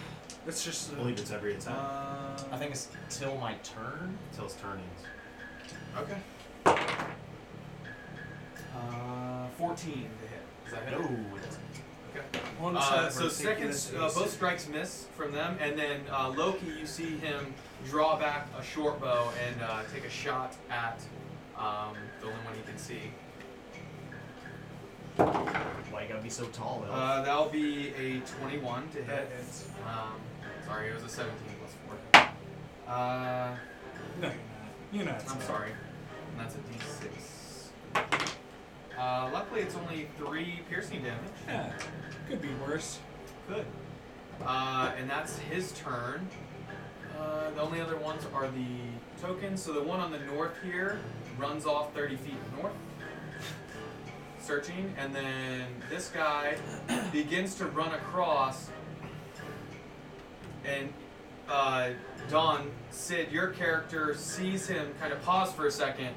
Speaker 5: it's just.
Speaker 9: I
Speaker 5: Uh,
Speaker 9: believe it's every attack
Speaker 5: uh,
Speaker 6: Um, I think it's till my turn.
Speaker 9: until his turn ends.
Speaker 3: okay. Uh, fourteen to hit. Does that hit?
Speaker 6: No, it doesn't.
Speaker 3: Okay.
Speaker 5: one
Speaker 3: Uh,
Speaker 5: set
Speaker 3: so second,
Speaker 5: ridiculous
Speaker 3: uh, both
Speaker 5: AC.
Speaker 3: strikes miss from them, and then uh, Loki, you see him draw back a short bow and uh, take a shot at um, the only one he can see.
Speaker 6: Why you gotta be so tall, though?
Speaker 3: Uh, that'll be a 21 to
Speaker 5: That
Speaker 3: hit.
Speaker 5: hits.
Speaker 3: Um, sorry, it was a 17 plus 4. Uh,
Speaker 5: No, you're not.
Speaker 3: I'm sorry. And that's a d6. Uh, luckily, it's only 3 piercing damage.
Speaker 5: Yeah, could be worse.
Speaker 3: Good. Uh, and that's his turn. Uh, the only other ones are the tokens. So the one on the north here runs off 30 feet north, searching, and then this guy begins to run across. And uh, Don, Sid, your character sees him kind of pause for a second,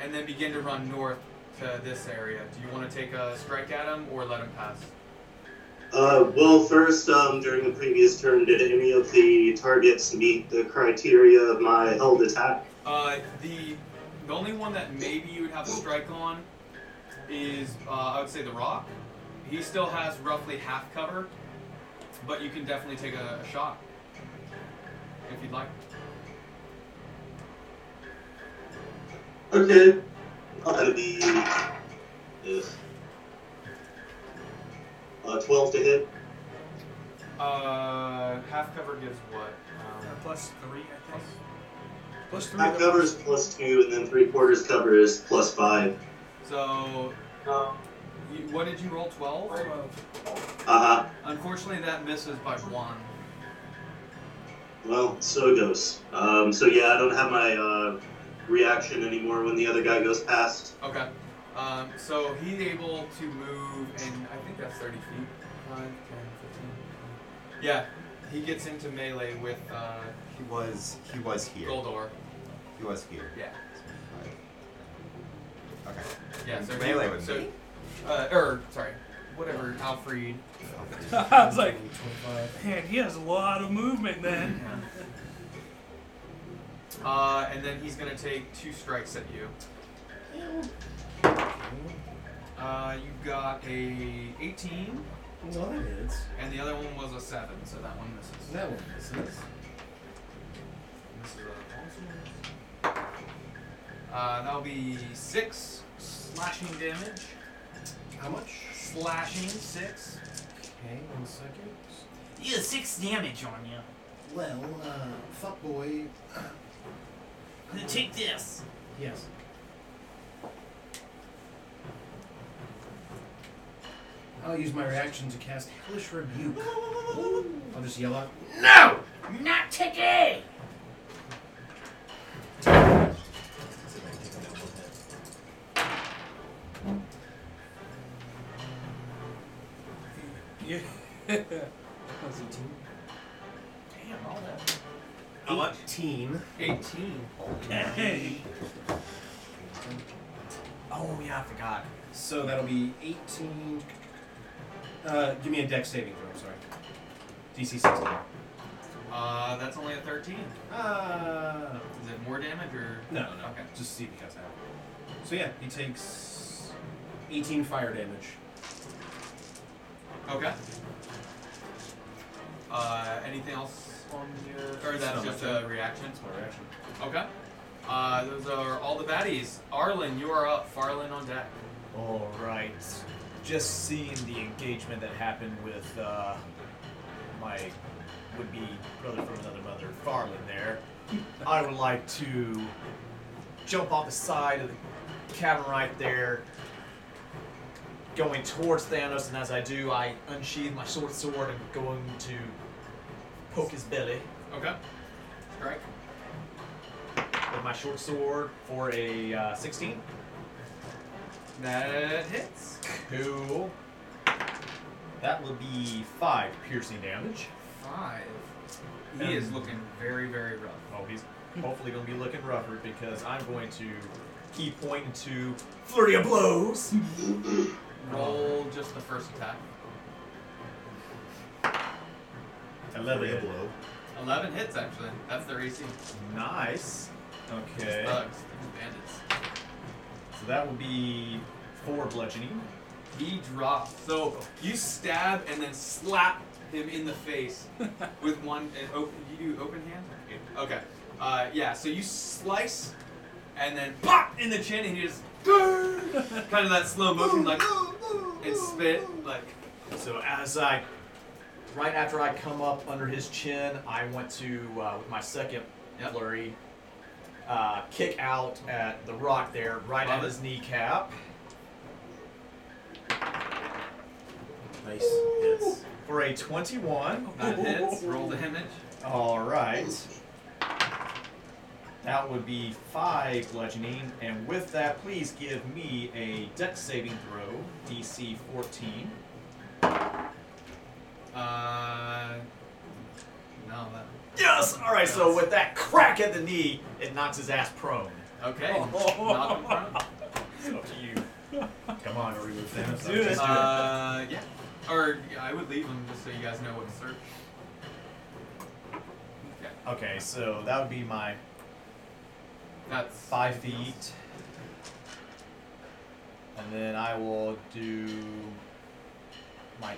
Speaker 3: and then begin to run north to this area. Do you want to take a strike at him or let him pass?
Speaker 4: Uh, well, first, um, during the previous turn, did any of the targets meet the criteria of my held attack?
Speaker 3: Uh, the the only one that maybe you would have a strike on is uh, I would say the Rock. He still has roughly half cover, but you can definitely take a, a shot if you'd like.
Speaker 4: Okay. That'll Uh, be. Ugh. Uh, 12 to hit.
Speaker 3: Uh, half cover gives what?
Speaker 5: Uh,
Speaker 3: Um,
Speaker 5: plus three, I think. Plus three.
Speaker 4: Half cover is plus 2, and then 3 quarters cover is plus 5.
Speaker 3: so, you, what did you roll? Twelve.
Speaker 5: Twelve.
Speaker 4: Uh huh.
Speaker 3: Unfortunately, that misses by one.
Speaker 4: Well, so it goes. Um, so yeah, I don't have my uh, reaction anymore when the other guy goes past.
Speaker 3: Okay. Um, so he's able to move, and I think that's 30 feet. 5, 10, 15. Yeah, he gets into melee with uh,
Speaker 7: He was he was here.
Speaker 3: Goldor.
Speaker 7: He was here.
Speaker 3: Yeah.
Speaker 7: Okay.
Speaker 3: Yeah, so
Speaker 7: Melee
Speaker 3: he,
Speaker 7: with
Speaker 3: so,
Speaker 7: me?
Speaker 3: Uh, er, sorry. Whatever, Alfred.
Speaker 5: I was like, man, he has a lot of movement then.
Speaker 3: Uh, and then he's going to take two strikes at you. Uh, you got a 18,
Speaker 9: Well, that is.
Speaker 3: and the other one was a 7, so that one misses.
Speaker 9: That one misses.
Speaker 3: This is a- Uh, that'll be six slashing damage.
Speaker 9: How much?
Speaker 3: Slashing six.
Speaker 9: Okay, one second.
Speaker 15: You six damage on you.
Speaker 9: Well, uh, fuck boy.
Speaker 15: Then take this.
Speaker 9: Yes. I'll use my reaction to cast Hellish Rebuke. I'll just yell out, No!
Speaker 15: Not today.
Speaker 5: Yeah.
Speaker 6: Damn, all that.
Speaker 9: 18.
Speaker 3: Eighteen.
Speaker 5: hey.
Speaker 6: Oh, yeah, I forgot.
Speaker 9: So that'll be 18. Uh, give me a deck saving throw, I'm sorry. DC 16.
Speaker 3: Uh, that's only a thirteen.
Speaker 9: Uh,
Speaker 3: Is it more damage or
Speaker 9: no, no.
Speaker 3: Okay.
Speaker 9: Just see because I have So yeah, he takes 18 fire damage.
Speaker 3: Okay. Uh, anything else on your? Or that's
Speaker 9: No,
Speaker 3: just
Speaker 9: that's
Speaker 3: a reaction.
Speaker 9: That's my reaction.
Speaker 3: Okay. Uh, those are all the baddies. Arlen, you are up. Farlin on deck.
Speaker 6: All right. Just seeing the engagement that happened with uh, my would-be brother from another mother, Farland. There, I would like to jump off the side of the cabin right there, going towards Thanos, and as I do, I unsheathe my short sword and going to poke his belly
Speaker 3: Okay. Strike.
Speaker 6: with my short sword for a uh, 16.
Speaker 3: That hits.
Speaker 6: Cool. That will be five piercing damage.
Speaker 3: Five. He is looking very, very rough.
Speaker 6: Oh, he's hopefully going to be looking rougher because I'm going to key point into flurry of blows.
Speaker 3: Roll just the first attack.
Speaker 6: Eleven.
Speaker 8: blow.
Speaker 3: 11 hits, actually. That's their AC.
Speaker 6: Nice.
Speaker 3: Just
Speaker 6: Okay.
Speaker 3: thugs. Just bandits.
Speaker 6: So that will be four bludgeoning.
Speaker 3: He drops. So you stab and then slap him in the face with one. And open, you do open hand. Okay. Uh, yeah. So you slice and then pop in the chin, and he just kind of that slow motion, like and spit, like
Speaker 6: So as I, right after I come up under his chin, I want to uh, with my second
Speaker 3: Yep.
Speaker 6: flurry, uh, kick out at the rock there, right
Speaker 3: Love
Speaker 6: at
Speaker 3: it.
Speaker 6: his kneecap.
Speaker 8: Nice hits.
Speaker 6: For a 21.
Speaker 3: that hits. Roll the damage.
Speaker 6: All right. That would be five bludgeoning, and with that, please give me a dex saving throw, DC 14.
Speaker 3: Uh, no. That,
Speaker 6: Yes! All right, so with that crack at the knee, it knocks his ass prone.
Speaker 3: okay. Knock him prone.
Speaker 6: It's up to you. Come on, remove them.
Speaker 5: Do it.
Speaker 3: Uh, yeah. Or yeah, I would leave him just so you guys know what to search. Okay.
Speaker 6: Okay, so that would be my
Speaker 3: That's
Speaker 6: five feet, and then I will do my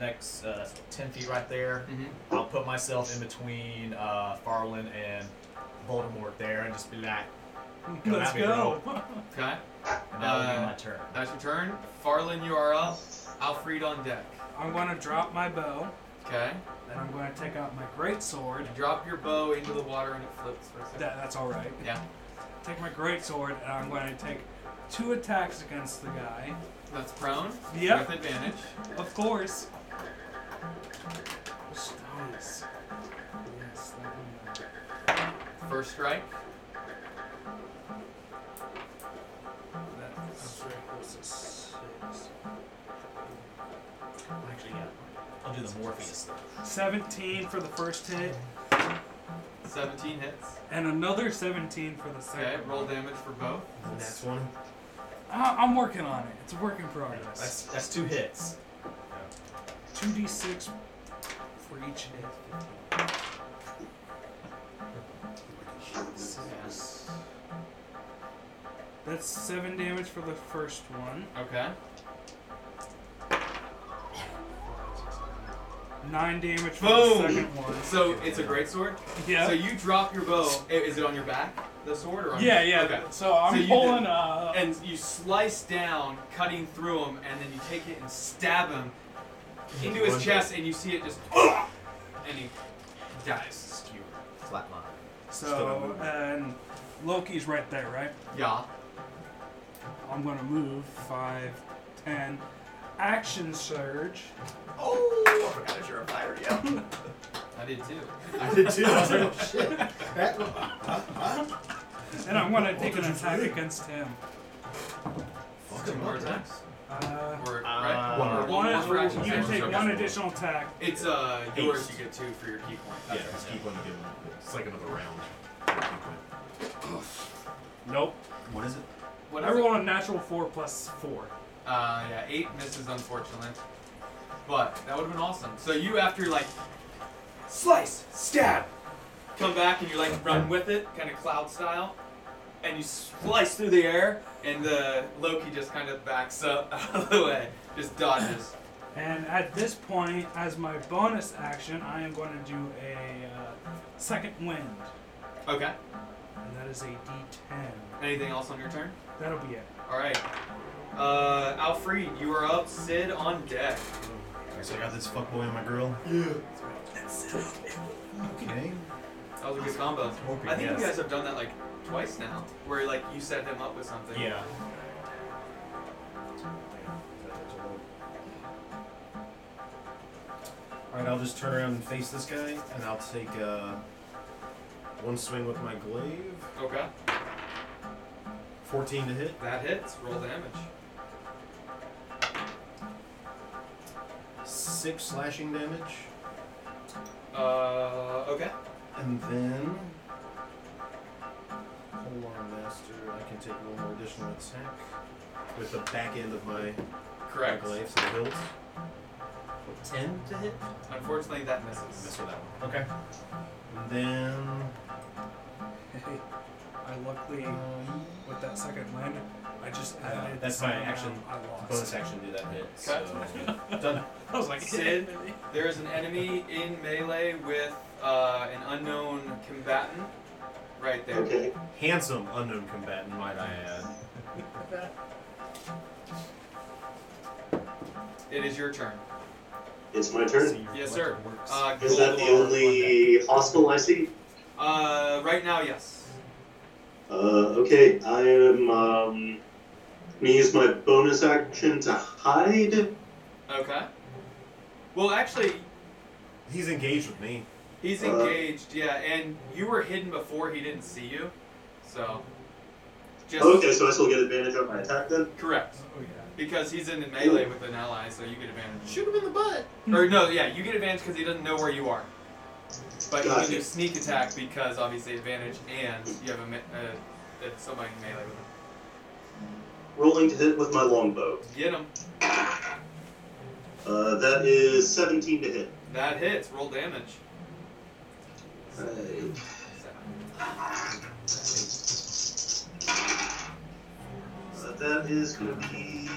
Speaker 6: next uh, that's ten feet right there.
Speaker 3: hmm
Speaker 6: I'll put myself in between uh, Farland and Voldemort there, and just be like, Come
Speaker 5: Let's
Speaker 6: at me,
Speaker 5: go.
Speaker 3: Okay.
Speaker 6: and that will be
Speaker 3: Uh,
Speaker 6: my turn.
Speaker 3: That's your turn. Farland, you are up. Alfred on deck.
Speaker 5: I'm gonna drop my bow.
Speaker 3: Okay.
Speaker 5: and I'm gonna take out my great sword.
Speaker 3: You drop your bow into the water and it flips for a second.
Speaker 5: That, that's all right.
Speaker 3: Yeah.
Speaker 5: Take my great sword, and I'm going to take two attacks against the guy.
Speaker 3: That's prone.
Speaker 5: Yep.
Speaker 3: With advantage.
Speaker 5: Of course. Yes, Yes, that one.
Speaker 3: First strike.
Speaker 5: That's right. Was a six.
Speaker 6: Actually, yeah, I'll do the Morpheus. thing.
Speaker 5: 17 for the first hit,
Speaker 3: 17 hits.
Speaker 5: and another 17 for the
Speaker 3: Okay.
Speaker 5: second.
Speaker 3: Roll damage for both.
Speaker 8: That's one.
Speaker 5: I, I'm working on it. It's a work in progress.
Speaker 6: That's that's two hits.
Speaker 5: 2d6 for each hit.
Speaker 3: Yes.
Speaker 5: That's 7 damage for the first one,
Speaker 3: Okay.
Speaker 5: 9 damage for
Speaker 3: Boom.
Speaker 5: the second one.
Speaker 3: So it's a great sword.
Speaker 5: Yeah.
Speaker 3: So you drop your bow. I- Is it on your back? The sword or on
Speaker 5: Yeah,
Speaker 3: your-
Speaker 5: yeah.
Speaker 3: Okay.
Speaker 5: So I'm
Speaker 3: So you
Speaker 5: pulling
Speaker 3: did-
Speaker 5: uh
Speaker 3: and you slice down, cutting through him, and then you take it and stab him into his chest, and you see it just, and he dies.
Speaker 6: Skewer, flat line.
Speaker 5: so and Loki's right there, right?
Speaker 3: Yeah.
Speaker 5: I'm gonna move five, ten, action surge.
Speaker 6: Oh, I forgot that you're a fighter. Yeah.
Speaker 3: I did too.
Speaker 8: I did too. I was like, oh, shit.
Speaker 5: And I'm gonna take an attack against him.
Speaker 3: Two more attacks.
Speaker 5: Uh,
Speaker 3: Or,
Speaker 6: Uh,
Speaker 3: right?
Speaker 6: One.
Speaker 3: Or one more for action
Speaker 5: you
Speaker 3: surge,
Speaker 5: take
Speaker 3: okay.
Speaker 5: one additional attack.
Speaker 3: It's uh
Speaker 8: Eight.
Speaker 3: yours. You get two for your key point.
Speaker 8: Yeah,
Speaker 3: That's
Speaker 8: just
Speaker 3: right.
Speaker 8: keep on giving. it. It's like another round.
Speaker 5: Nope.
Speaker 8: What is it?
Speaker 3: What
Speaker 5: I
Speaker 3: is it?
Speaker 5: roll a natural four plus four.
Speaker 3: Uh, yeah, eight misses, unfortunately. But that would have been awesome. So you, after like slice, stab, come back and you like run with it, kind of cloud style, and you slice through the air, and the Loki just kind of backs up out of the way, just dodges.
Speaker 5: And at this point, as my bonus action, I am going to do a uh, second wind,
Speaker 3: Okay.
Speaker 5: and that is a D10.
Speaker 3: Anything else on your turn?
Speaker 5: That'll be it.
Speaker 3: All right. Uh, Alfred, you are up. Sid on deck.
Speaker 8: So I got this fuckboy and my girl. Okay.
Speaker 3: That was a good combo.
Speaker 6: Hoping,
Speaker 3: I think
Speaker 6: yes.
Speaker 3: you guys have done that like twice now, where like you set him up with something.
Speaker 6: Yeah.
Speaker 8: Alright, I'll just turn around and face this guy, and I'll take uh, one swing with my glaive.
Speaker 3: Okay.
Speaker 8: 14 to hit.
Speaker 3: That hits. Roll damage.
Speaker 8: Six slashing damage.
Speaker 3: Uh, okay.
Speaker 8: And then. Hold on, Master. I can take one more additional attack with the back end of my
Speaker 3: Correct.
Speaker 8: glaive, so the hilt. 10 to hit?
Speaker 3: Unfortunately, that misses.
Speaker 8: Miss with that one. Okay. And then.
Speaker 5: I luckily, with that second land, I just added.
Speaker 8: Um, uh, that's
Speaker 5: the
Speaker 8: my
Speaker 5: amount
Speaker 8: action.
Speaker 5: I lost.
Speaker 8: Bonus action do that hit. So. Done.
Speaker 5: I was like,
Speaker 3: Sid, there is an enemy in melee with uh, an unknown combatant right there.
Speaker 4: Okay.
Speaker 8: Handsome unknown combatant, might I add.
Speaker 3: It is your turn.
Speaker 4: It's my turn.
Speaker 3: Yes, sir. Uh,
Speaker 4: Is that the
Speaker 3: Golduar.
Speaker 4: only hostile I see?
Speaker 3: Uh, right now, yes.
Speaker 4: Uh, okay, I am um, gonna use my bonus action to hide.
Speaker 3: Okay. Well, actually,
Speaker 8: He's engaged with me.
Speaker 3: he's
Speaker 4: Uh.
Speaker 3: engaged. Yeah, and you were hidden before he didn't see you, so. Just
Speaker 4: Okay, so I still get advantage on my attack then.
Speaker 3: Correct.
Speaker 5: Oh yeah.
Speaker 3: Because he's in melee with an ally, so you get advantage.
Speaker 8: Shoot him in the butt.
Speaker 3: Or no, yeah, you get advantage because he doesn't know where you are. But you can
Speaker 4: Gotcha.
Speaker 3: do sneak attack because obviously advantage, and you have a me- uh, uh, somebody in melee with him.
Speaker 4: Rolling to hit with my longbow.
Speaker 3: Get him.
Speaker 4: Uh, that is 17 to hit.
Speaker 3: That hits. Roll damage.
Speaker 4: Alright. Uh, that is gonna be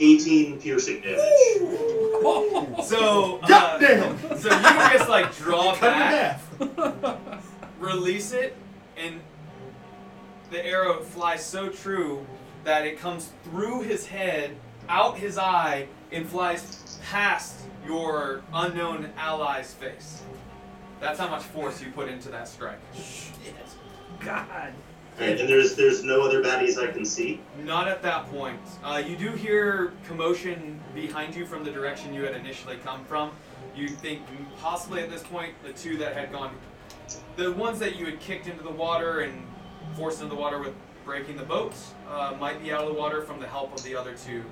Speaker 4: 18 piercing damage.
Speaker 3: So, uh, so you can just like draw back, release it, and the arrow flies so true that it comes through his head, out his eye, and flies past your unknown ally's face. That's how much force you put into that strike.
Speaker 5: God.
Speaker 4: Alright, and there's there's no other baddies I can see.
Speaker 3: Not at that point. Uh, you do hear commotion behind you from the direction you had initially come from. You think possibly at this point the two that had gone, the ones that you had kicked into the water and forced into the water with breaking the boat, uh, might be out of the water from the help of the other two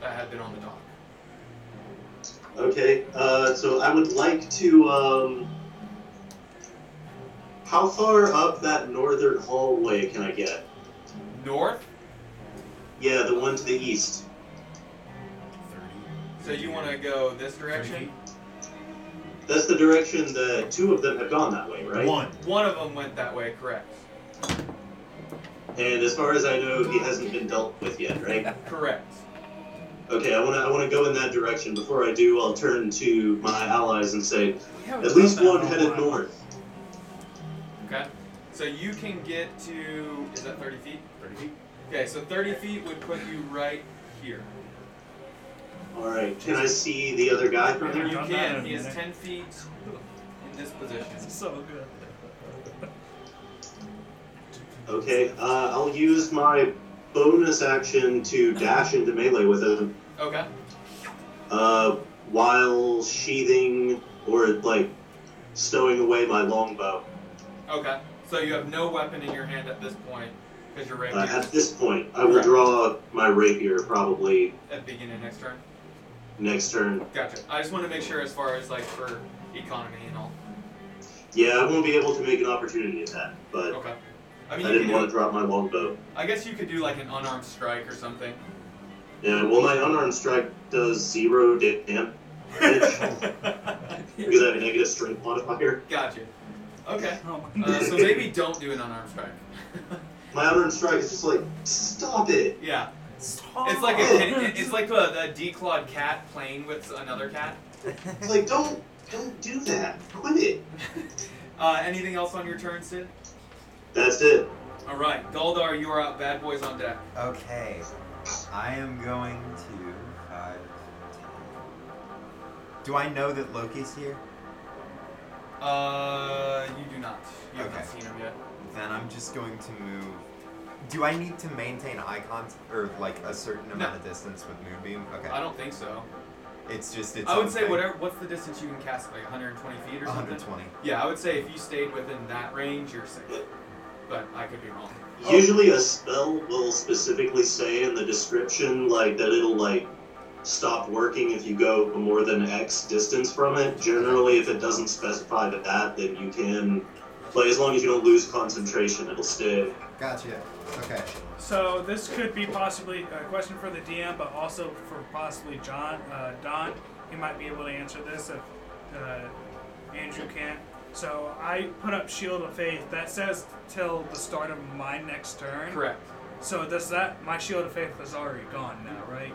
Speaker 3: that had been on the dock.
Speaker 4: Okay, uh, so I would like to. Um, how far up that northern hallway can I get?
Speaker 3: North.
Speaker 4: Yeah, the one to the east.
Speaker 3: So you want to go this direction?
Speaker 4: That's the direction that two of them have gone that way, right?
Speaker 8: One.
Speaker 3: One of them went that way, correct?
Speaker 4: And as far as I know, he hasn't been dealt with yet, right?
Speaker 3: Correct.
Speaker 4: Okay, I want to I want to go in that direction. Before I do, I'll turn to my allies and say,
Speaker 5: We haven't
Speaker 4: at least
Speaker 5: done that
Speaker 4: one
Speaker 5: in a
Speaker 4: headed
Speaker 5: while.
Speaker 4: north.
Speaker 3: Okay. So you can get to is that thirty feet?
Speaker 8: 30 feet.
Speaker 3: Okay, so 30 feet would put you right here.
Speaker 4: All right, can I see the other guy from
Speaker 3: You
Speaker 4: there?
Speaker 5: Done that in
Speaker 3: can.
Speaker 5: a
Speaker 3: He is
Speaker 5: minute.
Speaker 3: 10 feet in this position.
Speaker 5: It's so good.
Speaker 4: Okay, uh, I'll use my bonus action to dash into melee with him
Speaker 3: Okay.
Speaker 4: uh, while sheathing or like stowing away my longbow.
Speaker 3: Okay. So you have no weapon in your hand at this point because you're right
Speaker 4: Uh,
Speaker 3: here
Speaker 4: at this point, I will draw my rapier probably
Speaker 3: at beginning of next turn.
Speaker 4: next turn.
Speaker 3: Gotcha. I just want to make sure as far as like for economy and all.
Speaker 4: Yeah, I won't be able to make an opportunity attack, but
Speaker 3: Okay. I
Speaker 4: I
Speaker 3: mean, you
Speaker 4: didn't want
Speaker 3: can
Speaker 4: to
Speaker 3: do,
Speaker 4: drop my longbow.
Speaker 3: I guess you could do like an unarmed strike or something.
Speaker 4: Yeah, well, my unarmed strike does zero da- damage because I have a negative strength modifier.
Speaker 3: Gotcha. Okay.
Speaker 5: Oh my
Speaker 3: Uh, so maybe don't do an unarmed strike.
Speaker 4: My unarmed strike is just like, stop it.
Speaker 3: yeah. It's like a, it's like a, a declawed cat playing with another cat.
Speaker 4: It's like, don't, don't do that. Quit it.
Speaker 3: Uh, anything else on your turn, Sid?
Speaker 4: That's it.
Speaker 3: All right, Goldar, you are up. Bad boys on deck.
Speaker 7: Okay. I am going to. Five, ten. Do I know that Loki's here?
Speaker 3: Uh, you do not. You
Speaker 7: Okay.
Speaker 3: haven't seen him yet.
Speaker 7: Then I'm just going to move. Do I need to maintain icons or like a certain amount of distance with Moonbeam? Okay.
Speaker 3: I don't think so.
Speaker 7: It's just it's.
Speaker 3: I would say
Speaker 7: something.
Speaker 3: whatever. What's the distance you can cast? Like 120 feet or something.
Speaker 7: 120.
Speaker 3: Yeah, I would say if you stayed within that range, you're safe. But I could be wrong.
Speaker 4: Usually, a spell will specifically say in the description like that it'll like stop working if you go more than X distance from it. Generally, if it doesn't specify that, then you can play as long as you don't lose concentration. It'll stay.
Speaker 10: Gotcha. Okay.
Speaker 5: So this could be possibly a question for the DM, but also for possibly John, uh, Don. He might be able to answer this if uh, Andrew can't. So I put up Shield of Faith. That says till the start of my next turn.
Speaker 3: Correct.
Speaker 5: So does that my Shield of Faith is already gone now, right?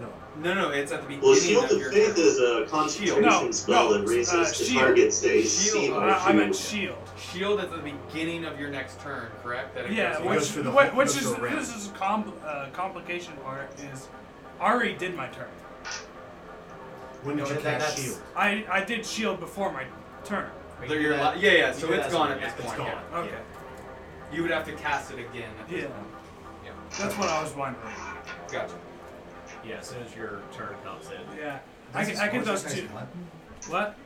Speaker 3: No. No, no, it's at the beginning
Speaker 4: Well, Shield
Speaker 3: of
Speaker 4: of
Speaker 3: your
Speaker 4: Faith is a concentration
Speaker 5: No,
Speaker 4: spell
Speaker 5: no,
Speaker 4: that raises
Speaker 5: uh,
Speaker 4: the
Speaker 5: shield.
Speaker 4: target's AC
Speaker 3: Shield.
Speaker 4: by
Speaker 3: I- I meant
Speaker 4: two.
Speaker 5: Shield.
Speaker 3: Oh, Shield at the beginning of your next turn, correct? That it
Speaker 5: Yeah,
Speaker 3: goes-
Speaker 5: which, whi- which is this is com- uh, complication part is I already did my turn.
Speaker 8: When did
Speaker 5: No,
Speaker 8: you
Speaker 5: that-
Speaker 8: cast
Speaker 5: that's-
Speaker 8: shield?
Speaker 5: I I did shield before my turn.
Speaker 3: They're your li- yeah, yeah. So it's gone at this point. yeah.
Speaker 5: Okay,
Speaker 3: Yeah. You would have to cast it again. At this
Speaker 5: Yeah.
Speaker 3: Point. Yeah.
Speaker 5: that's what I was wondering.
Speaker 3: Gotcha.
Speaker 6: Yeah, as soon as your turn comes in.
Speaker 5: Yeah, I
Speaker 6: This
Speaker 5: get,
Speaker 6: is
Speaker 5: I get
Speaker 6: Forza
Speaker 5: those two.
Speaker 6: Horizon,
Speaker 5: What?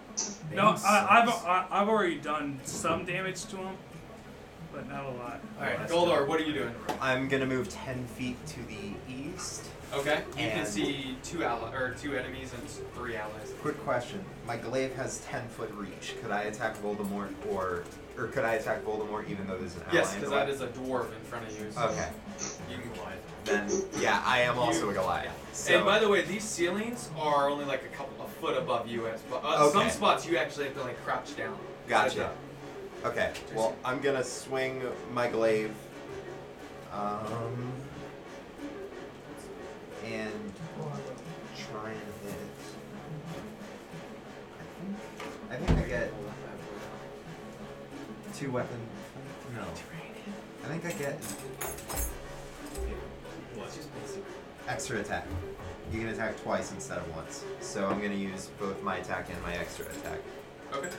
Speaker 5: No, I, I've I, I've already done some damage to him, but not a lot.
Speaker 3: All right, Goldar, what are you doing?
Speaker 10: I'm gonna move ten feet to the east.
Speaker 3: Okay. You can
Speaker 10: And-
Speaker 3: see two ally or two enemies and s- three allies.
Speaker 10: Quick question: My glaive has ten foot reach. Could I attack Voldemort, or or could I attack Voldemort even though there's an ally?
Speaker 3: Yes,
Speaker 10: in
Speaker 3: because
Speaker 10: the way?
Speaker 3: that is a dwarf in front of you. so
Speaker 10: Okay.
Speaker 3: You can glide.
Speaker 10: Then yeah, I am also
Speaker 3: You-
Speaker 10: a Goliath. So
Speaker 3: And by the way, these ceilings are only like a couple a foot above you. At sp- uh, some
Speaker 10: Okay.
Speaker 3: spots you actually have to like crouch down.
Speaker 10: gotcha. Okay. Well, I'm gonna swing my glaive. Um. And try and hit. I think I get two weapon. No. I think I get extra attack. You can attack twice instead of once. So I'm gonna use both my attack and my extra attack
Speaker 3: Okay.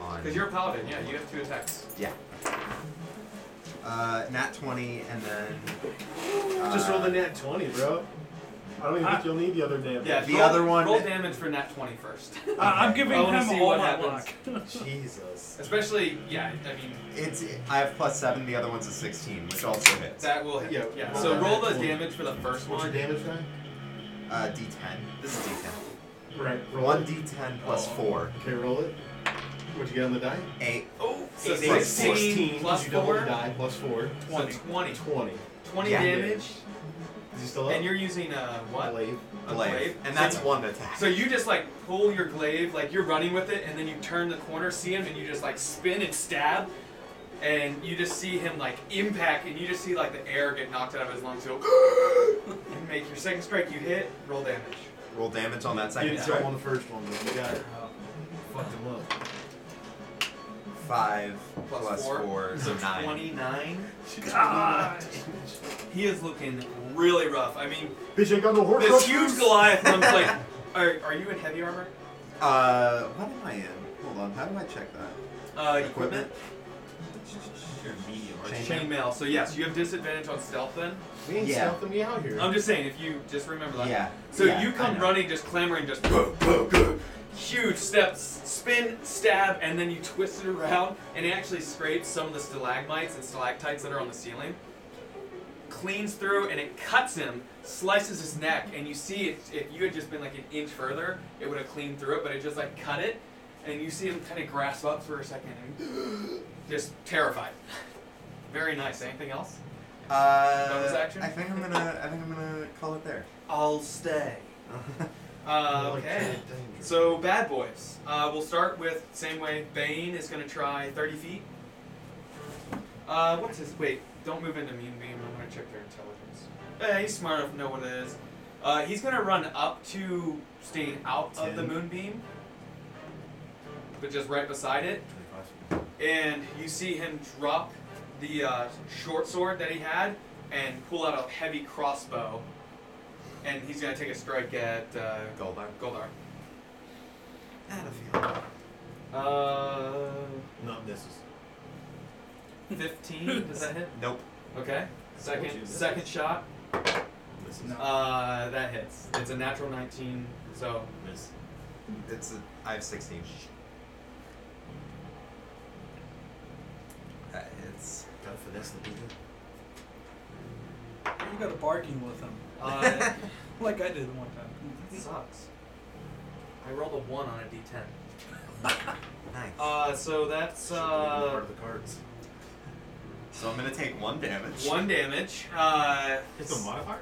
Speaker 10: on.
Speaker 3: Because you're a paladin, yeah. You have two attacks.
Speaker 10: Yeah. Uh, nat 20, and then.
Speaker 9: Just
Speaker 10: uh,
Speaker 9: roll the nat 20, bro. I don't even think you'll need the other damage.
Speaker 3: Yeah.
Speaker 10: The
Speaker 3: roll-
Speaker 10: other one-
Speaker 3: Roll damage for nat twenty first.
Speaker 5: I'm giving
Speaker 3: I wanna
Speaker 5: him
Speaker 3: see
Speaker 5: all
Speaker 3: what
Speaker 5: my
Speaker 3: happens.
Speaker 5: luck.
Speaker 10: Jesus.
Speaker 3: Especially, yeah. I mean,
Speaker 10: It's. I have plus 7, the other one's a 16, which also hits.
Speaker 3: that will hit. Yeah.
Speaker 9: Yeah, roll
Speaker 3: So
Speaker 9: that nat
Speaker 3: roll the
Speaker 9: 20.
Speaker 3: damage for the first
Speaker 9: What's
Speaker 3: one.
Speaker 9: your damage then?
Speaker 10: Uh, d10. This is d10.
Speaker 9: Right. Roll
Speaker 10: 1
Speaker 9: it.
Speaker 10: d10 plus
Speaker 9: Oh.
Speaker 10: 4.
Speaker 9: Okay, roll it. What'd you get on the die?
Speaker 10: 8.
Speaker 3: Oh, so
Speaker 10: Eight, eight,
Speaker 3: 16
Speaker 9: 16,
Speaker 3: plus
Speaker 9: you double
Speaker 3: four.
Speaker 9: the die, plus 4.
Speaker 3: So 20.
Speaker 9: 20.
Speaker 3: 20
Speaker 10: Yeah.
Speaker 3: damage,
Speaker 9: Is he still up?
Speaker 3: and you're using a what?
Speaker 9: Glaive.
Speaker 3: A
Speaker 10: Glaive.
Speaker 3: glaive.
Speaker 10: And that's
Speaker 3: So-
Speaker 10: one attack.
Speaker 3: So you just like pull your glaive, like you're running with it, and then you turn the corner, see him, and you just like spin and stab, and you just see him like impact, and you just see like the air get knocked out of his lungs. He'll and make your second strike. You hit, roll damage.
Speaker 10: Roll damage on that
Speaker 9: You
Speaker 10: second
Speaker 9: didn't throw
Speaker 10: strike.
Speaker 9: on the first one, but you got it. Fucked him up.
Speaker 10: 5
Speaker 3: Plus
Speaker 10: plus
Speaker 3: four.
Speaker 10: 4, so 9.
Speaker 3: 29.
Speaker 5: God.
Speaker 3: He is looking really rough. I mean,
Speaker 9: Bitch, you ain't got no horse
Speaker 3: this huge Goliath comes like, are, are you in heavy armor?
Speaker 10: Uh, what am I in? Hold on, how do I check that?
Speaker 3: Uh, equipment?
Speaker 10: You're medium,
Speaker 3: Chainmail. So yes, you have disadvantage on stealth then.
Speaker 9: We ain't
Speaker 10: Yeah.
Speaker 9: stuffing me out here.
Speaker 3: I'm just saying, if you just remember that.
Speaker 10: Yeah,
Speaker 3: So
Speaker 10: yeah,
Speaker 3: you
Speaker 10: I
Speaker 3: come
Speaker 10: know.
Speaker 3: running, just clamoring, just go, go, go. Huge steps, spin, stab, and then you twist it around, and it actually scrapes some of the stalagmites and stalactites that are on the ceiling. Cleans through, and it cuts him, slices his neck, and you see it, if you had just been like an inch further, it would have cleaned through it, but it just like cut it, and you see him kind of grasp up for a second, and just terrified. Very nice. Anything else?
Speaker 10: Uh,
Speaker 3: Bonus action?
Speaker 10: I think I'm gonna. I think I'm gonna call it there.
Speaker 3: I'll stay. Uh, okay. So bad boys. Uh, we'll start with same way. Bane is gonna try 30 feet. Uh, what's his? Wait, don't move into mean beam. I'm gonna check their intelligence. Yeah, he's smart enough to know what it is. Uh, he's gonna run up to staying out of the
Speaker 10: Ten.
Speaker 3: moonbeam, but just right beside it and you see him drop the uh, short sword that he had and pull out a heavy crossbow, and he's gonna take a strike at uh,
Speaker 10: Goldar.
Speaker 3: Goldar.
Speaker 10: Battlefield.
Speaker 3: Uh,
Speaker 9: Not misses.
Speaker 3: 15. Does that hit?
Speaker 10: Nope.
Speaker 3: Okay. Second, second shot.
Speaker 9: Misses.
Speaker 3: Uh, that hits. It's a natural 19, so
Speaker 9: Miss.
Speaker 10: It's. A, I have 16. Uh, it's
Speaker 9: Gotta finesse the people.
Speaker 5: could go to barking with them. Uh, like I did one time.
Speaker 3: sucks. I rolled a one on a d10.
Speaker 7: nice.
Speaker 3: Uh, so that's uh,
Speaker 8: the cards.
Speaker 7: So I'm gonna take one damage.
Speaker 3: one damage. Uh,
Speaker 8: It's a modifier?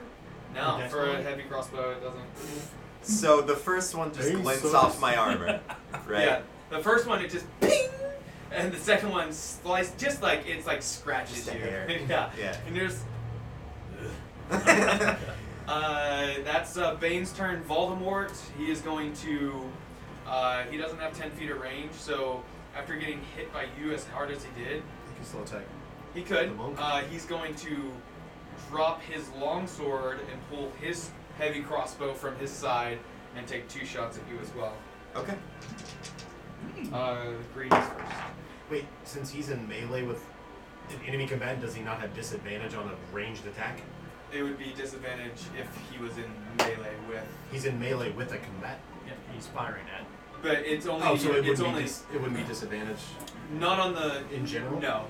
Speaker 3: No,
Speaker 8: Okay.
Speaker 3: for a heavy crossbow, it doesn't.
Speaker 7: So the first one just
Speaker 8: Hey,
Speaker 7: glints
Speaker 8: so-
Speaker 7: off my armor, right?
Speaker 3: Yeah. The first one, it just ping, and the second one sliced, just like it's like scratches
Speaker 7: Just a
Speaker 3: you.
Speaker 7: hair.
Speaker 3: yeah.
Speaker 7: Yeah.
Speaker 3: And there's. uh, that's uh, Bane's turn. Voldemort. He is going to. Uh, he doesn't have ten feet of range, so after getting hit by you as hard as he did,
Speaker 8: You can still attack.
Speaker 3: he could.
Speaker 8: The monk?
Speaker 3: Uh, he's going to drop his longsword and pull his heavy crossbow from his side and take two shots at you as well.
Speaker 7: Okay.
Speaker 8: Hmm.
Speaker 3: Uh, green is first.
Speaker 8: Wait, since he's in melee with an enemy combatant, does he not have disadvantage on a ranged attack?
Speaker 3: It would be disadvantage if he was in melee with.
Speaker 8: He's in melee with a combatant.
Speaker 3: Yeah.
Speaker 8: He's firing at.
Speaker 3: But it's only.
Speaker 8: oh, so it
Speaker 3: it's
Speaker 8: wouldn't,
Speaker 3: only
Speaker 8: be dis- it wouldn't be disadvantage.
Speaker 3: not on the.
Speaker 8: In general?
Speaker 3: No.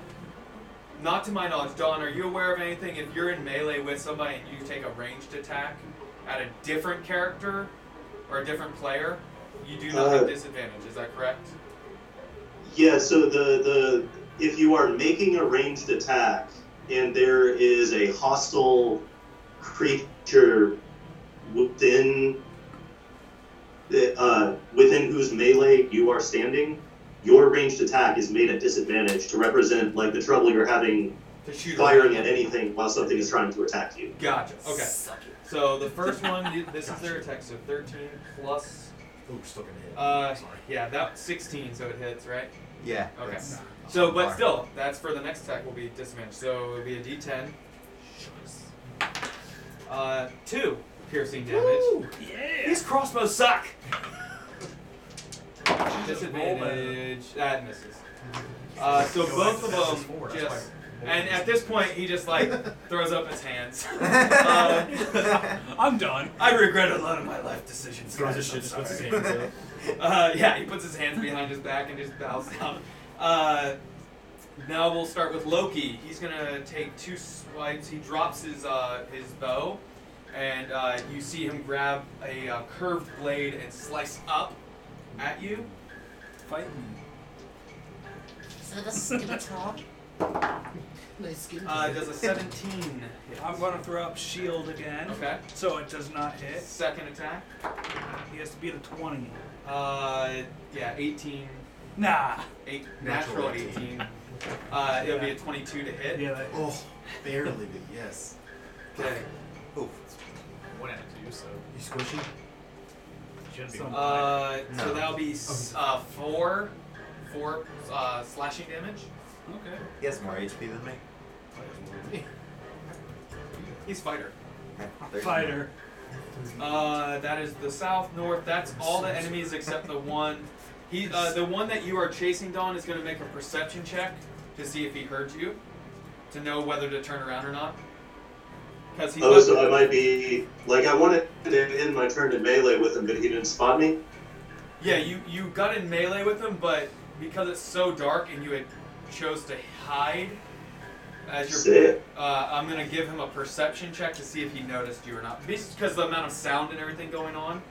Speaker 3: Not to my knowledge, Don. Are you aware of anything? If you're in melee with somebody and you take a ranged attack at a different character or a different player, you do not
Speaker 4: Uh,
Speaker 3: have disadvantage. Is that correct?
Speaker 4: Yeah, so the, the if you are making a ranged attack and there is a hostile creature within the, uh, within whose melee you are standing, your ranged attack is made at disadvantage to represent like the trouble you're having
Speaker 3: To shoot. a-
Speaker 4: firing at anything while something is trying to attack you.
Speaker 3: Gotcha. Okay. So the first one, th- this is their attack. So 13 plus.
Speaker 8: Ooh, still gonna hit.
Speaker 3: Uh,
Speaker 8: Sorry.
Speaker 3: yeah, that 16, so it hits, right?
Speaker 10: Yeah.
Speaker 3: Okay.
Speaker 10: that's-
Speaker 3: So, but
Speaker 10: Fire.
Speaker 3: still, that's for the next attack will be disadvantage. So it'll be a D10. Uh, two piercing damage.
Speaker 5: Yeah.
Speaker 3: These crossbows suck.
Speaker 5: roll
Speaker 3: Disadvantage. That misses. Uh, so
Speaker 8: Go
Speaker 3: both
Speaker 8: back to Texas
Speaker 3: of them
Speaker 8: forward, that's
Speaker 3: just.
Speaker 8: why
Speaker 3: And at this point, he just like throws up his hands. Uh,
Speaker 5: I'm done.
Speaker 3: I regret a lot of my life decisions.
Speaker 8: Throws his
Speaker 3: guys,
Speaker 8: shit,
Speaker 3: I'm
Speaker 8: just puts his
Speaker 3: sorry.
Speaker 8: hands up.
Speaker 3: Uh, yeah, he puts his hands behind his back and just bows down. Uh, now we'll start with Loki. He's gonna take two swipes. He drops his uh, his bow, and uh, you see him grab a uh, curved blade and slice up at you.
Speaker 5: Fight me.
Speaker 15: So this is gonna talk. Let's get
Speaker 3: Uh, does a 17 hit?
Speaker 5: I'm gonna throw up shield again.
Speaker 3: Okay.
Speaker 5: So it does not hit.
Speaker 3: Second attack.
Speaker 5: He has to beat a twenty.
Speaker 3: Uh, yeah, 18.
Speaker 5: Nah.
Speaker 3: Eight, natural, 18.
Speaker 8: Natural 18.
Speaker 3: Uh, it'll be a 22 to hit.
Speaker 5: Yeah. That,
Speaker 8: Oh, barely, but yes.
Speaker 3: Okay.
Speaker 7: Oof.
Speaker 6: One out of two, so
Speaker 8: You squishy?
Speaker 6: should be.
Speaker 5: Some-
Speaker 3: Uh, so
Speaker 7: No.
Speaker 3: that'll be s- uh, four, four uh, slashing damage.
Speaker 5: okay.
Speaker 7: He has more HP than me.
Speaker 3: He's fighter.
Speaker 7: There's-
Speaker 5: Fighter.
Speaker 3: Uh, that is the south, north. That's all the enemies except the one. He, uh, the one that you are chasing, Don, is going to make a perception check to see if he heard you, to know whether to turn around or not. Because he's
Speaker 4: Oh,
Speaker 3: not-
Speaker 4: so I might be like I wanted to end my turn in melee with him, but he didn't spot me.
Speaker 3: Yeah, you you got in melee with him, but because it's so dark and you had chose to hide, as your
Speaker 4: Sick.
Speaker 3: uh, I'm gonna give him a perception check to see if he noticed you or not, because the amount of sound and everything going on.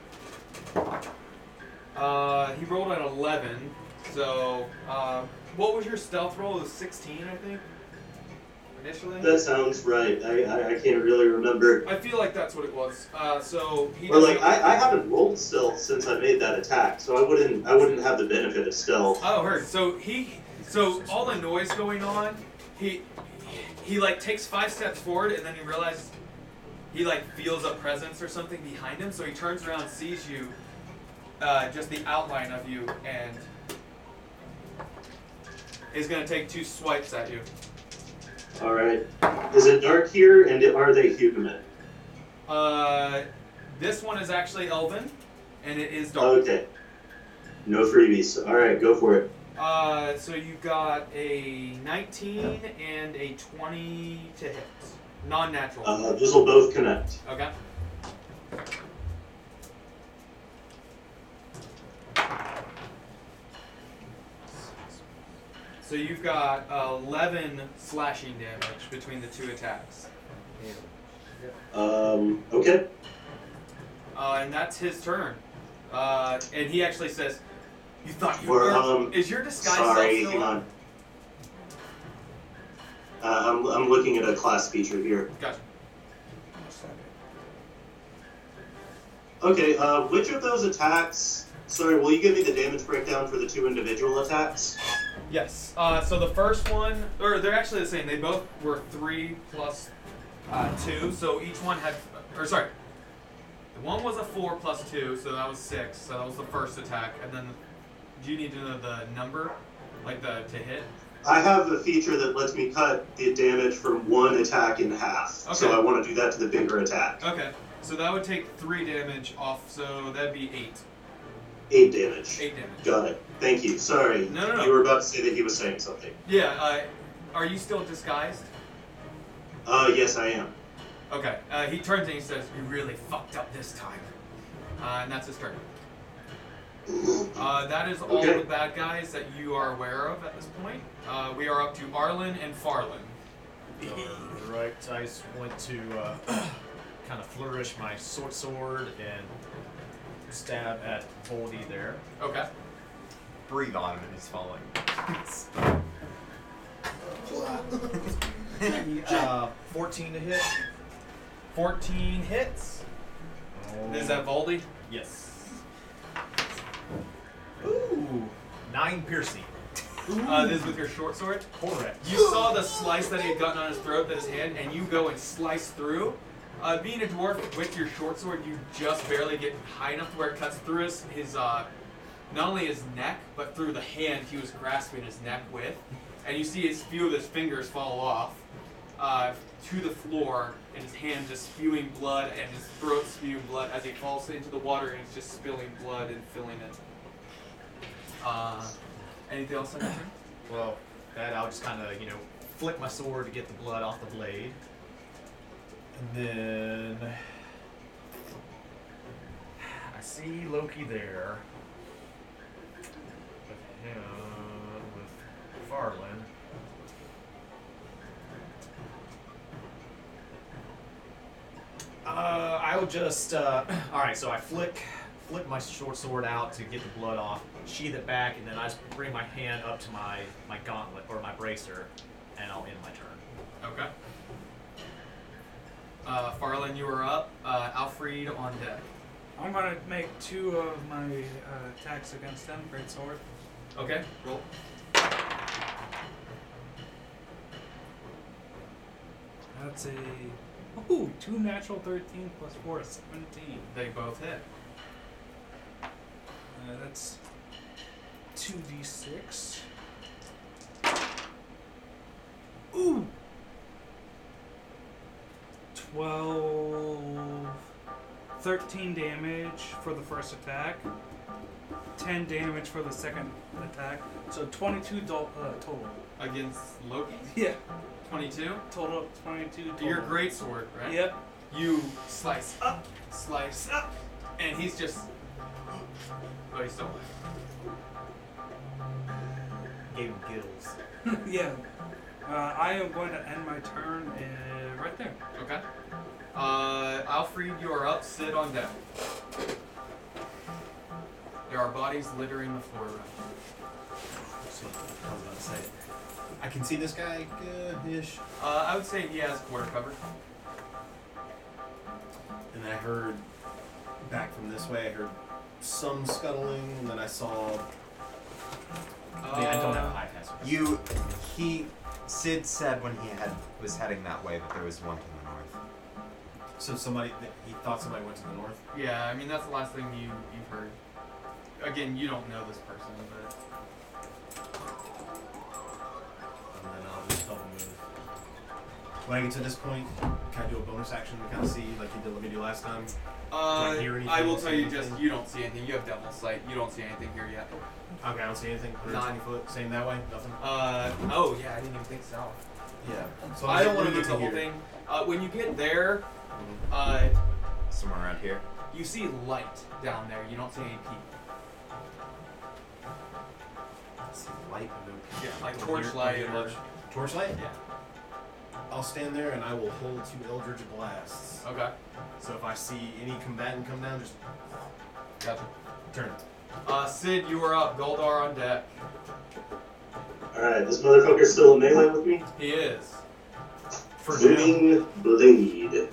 Speaker 3: Uh, he rolled an 11, so uh, what was your stealth roll? It was 16, I think, initially.
Speaker 4: That sounds right. I, I, I can't really remember.
Speaker 3: I feel like that's what it was. Uh, so he
Speaker 4: Or like
Speaker 3: doesn't-
Speaker 4: I, I haven't rolled stealth since I made that attack, so I wouldn't I wouldn't have the benefit of stealth.
Speaker 3: Oh, heard. So he, so all the noise going on, he, he like takes five steps forward and then he realizes, he like feels a presence or something behind him. So he turns around, sees you, uh, just the outline of you, and is gonna take two swipes at you.
Speaker 4: All right. Is it dark here, and are they human?
Speaker 3: Uh, this one is actually Elven, and it is dark.
Speaker 4: Okay. No freebies. All right, go for it.
Speaker 3: Uh, so you got a 19 and a 20 to hit, non-natural.
Speaker 4: Uh, those will both connect.
Speaker 3: Okay. So you've got 11 slashing damage between the two attacks.
Speaker 4: Um, okay.
Speaker 3: Uh, and that's his turn. Uh, and he actually says, "You thought you were?
Speaker 4: We're, um,
Speaker 3: is your disguise
Speaker 4: Sorry,
Speaker 3: self
Speaker 4: hang
Speaker 3: still
Speaker 4: on. Uh, I'm, I'm looking at a class feature here.
Speaker 3: Gotcha.
Speaker 4: Okay, uh, which of those attacks? Sorry, will you give me the damage breakdown for the two individual attacks?
Speaker 3: Yes. Uh, so the first one, or they're actually the same. They both were three plus uh, two, so each one had, or sorry, the one was a four plus two, so that was six. So that was the first attack, and then do you need to know the number, like the to hit?
Speaker 4: I have a feature that lets me cut the damage from one attack in half, so
Speaker 3: Okay.
Speaker 4: I want to do that to the bigger attack.
Speaker 3: Okay. So that would take three damage off. So that'd be eight.
Speaker 4: Eight damage.
Speaker 3: Eight damage.
Speaker 4: Got it. Thank you. Sorry,
Speaker 3: No, no, no.
Speaker 4: you were about to say that he was saying something.
Speaker 3: Yeah. Uh, are you still disguised?
Speaker 4: Uh, yes, I am.
Speaker 3: Okay. Uh, he turns and he says, "You really fucked up this time," uh, and that's his turn. Uh, that is all
Speaker 4: Okay.
Speaker 3: the bad guys that you are aware of at this point. Uh, we are up to Arlen and Farlin.
Speaker 6: Right, I just want to uh, kind of flourish my sword, sword and stab at Voldy there.
Speaker 3: Okay.
Speaker 6: Breathe on him and he's falling. uh, 14 to hit.
Speaker 3: 14 hits. Is that Voldy?
Speaker 6: Yes. Ooh, nine piercing.
Speaker 3: Uh, this is with your short sword.
Speaker 6: Correct.
Speaker 3: You saw the slice that he had gotten on his throat, that his hand, and you go and slice through. Uh, being a dwarf with your short sword, you just barely get high enough to where it cuts through his, his uh, not only his neck, but through the hand he was grasping his neck with. And you see his few of his fingers fall off uh, to the floor, and his hand just spewing blood, and his throat spewing blood as he falls into the water, and it's just spilling blood and filling it. Uh, anything else on your turn?
Speaker 6: Well, that I'll just kind of, you know, flick my sword to get the blood off the blade. And then. I see Loki there. With him, with Farland. Uh, I will just. Uh, all right, so I flick, flick my short sword out to get the blood off, sheath it back, and then I just bring my hand up to my my gauntlet or my bracer, and I'll end my turn.
Speaker 3: Okay. Uh, Farland, you are up. Uh, Alfred on deck.
Speaker 5: I'm gonna make two of my uh, attacks against them. Great sword.
Speaker 3: Okay, roll.
Speaker 5: That's a ooh, two natural thirteen plus four is seventeen.
Speaker 3: They both hit.
Speaker 5: Uh, that's two d six. Ooh. Twelve. 13 damage for the first attack, 10 damage for the second attack, so 22 do- uh, total.
Speaker 3: Against Loki?
Speaker 5: Yeah.
Speaker 3: 22?
Speaker 5: Total of 22 total.
Speaker 3: Your great sword, right?
Speaker 5: Yep.
Speaker 3: You slice up, slice up, and he's just. Oh, he's still alive.
Speaker 6: Gave him gills.
Speaker 5: yeah. Uh, I am going to end my turn uh, right there.
Speaker 3: Okay. Uh, Alfred, you are up. Sit on deck. There are bodies littering the floor around you.
Speaker 6: So, I was about to say.
Speaker 8: I can see this guy uh, ish.
Speaker 3: Uh, I would say he has quarter cover.
Speaker 8: And I heard back from this way, I heard some scuttling, and then I saw.
Speaker 3: Yeah,
Speaker 6: I don't have a high pass.
Speaker 10: You, he, Sid said when he had was heading that way that there was one to the north.
Speaker 8: So somebody, he thought somebody went to the north.
Speaker 3: Yeah, I mean that's the last thing you you've heard. Again, you don't know this person, but
Speaker 8: And then I'll just double move. When I get to this point, can I do a bonus action to kind of see, like you did let me do last time?
Speaker 3: uh,
Speaker 8: Do I hear anything?
Speaker 3: I will tell you
Speaker 8: See
Speaker 3: just
Speaker 8: anything?
Speaker 3: you don't see anything. You have devil's sight. You don't see anything here yet.
Speaker 8: Okay, I don't see anything. 120 foot, same that way, nothing.
Speaker 3: Uh, oh yeah, I didn't even think so.
Speaker 8: Yeah. So
Speaker 3: I don't want to
Speaker 8: get
Speaker 3: move
Speaker 8: Mm-hmm.
Speaker 3: the whole
Speaker 8: here.
Speaker 3: thing. Uh, when you get there, uh,
Speaker 10: Somewhere around here.
Speaker 3: you see light down there. You don't see any people.
Speaker 8: It's light. no-
Speaker 3: Yeah, like
Speaker 8: Over here,
Speaker 3: torchlight
Speaker 8: over here.
Speaker 3: or
Speaker 8: Torchlight?
Speaker 3: yeah.
Speaker 8: I'll stand there and I will hold two Eldritch blasts.
Speaker 3: Okay.
Speaker 8: So if I see any combatant come down, just
Speaker 3: gotcha.
Speaker 8: Turn.
Speaker 3: Uh, Sid, you are up. Goldar on deck.
Speaker 4: Alright, this motherfucker's still in melee with me?
Speaker 3: He is. For now.
Speaker 4: Booming Blade.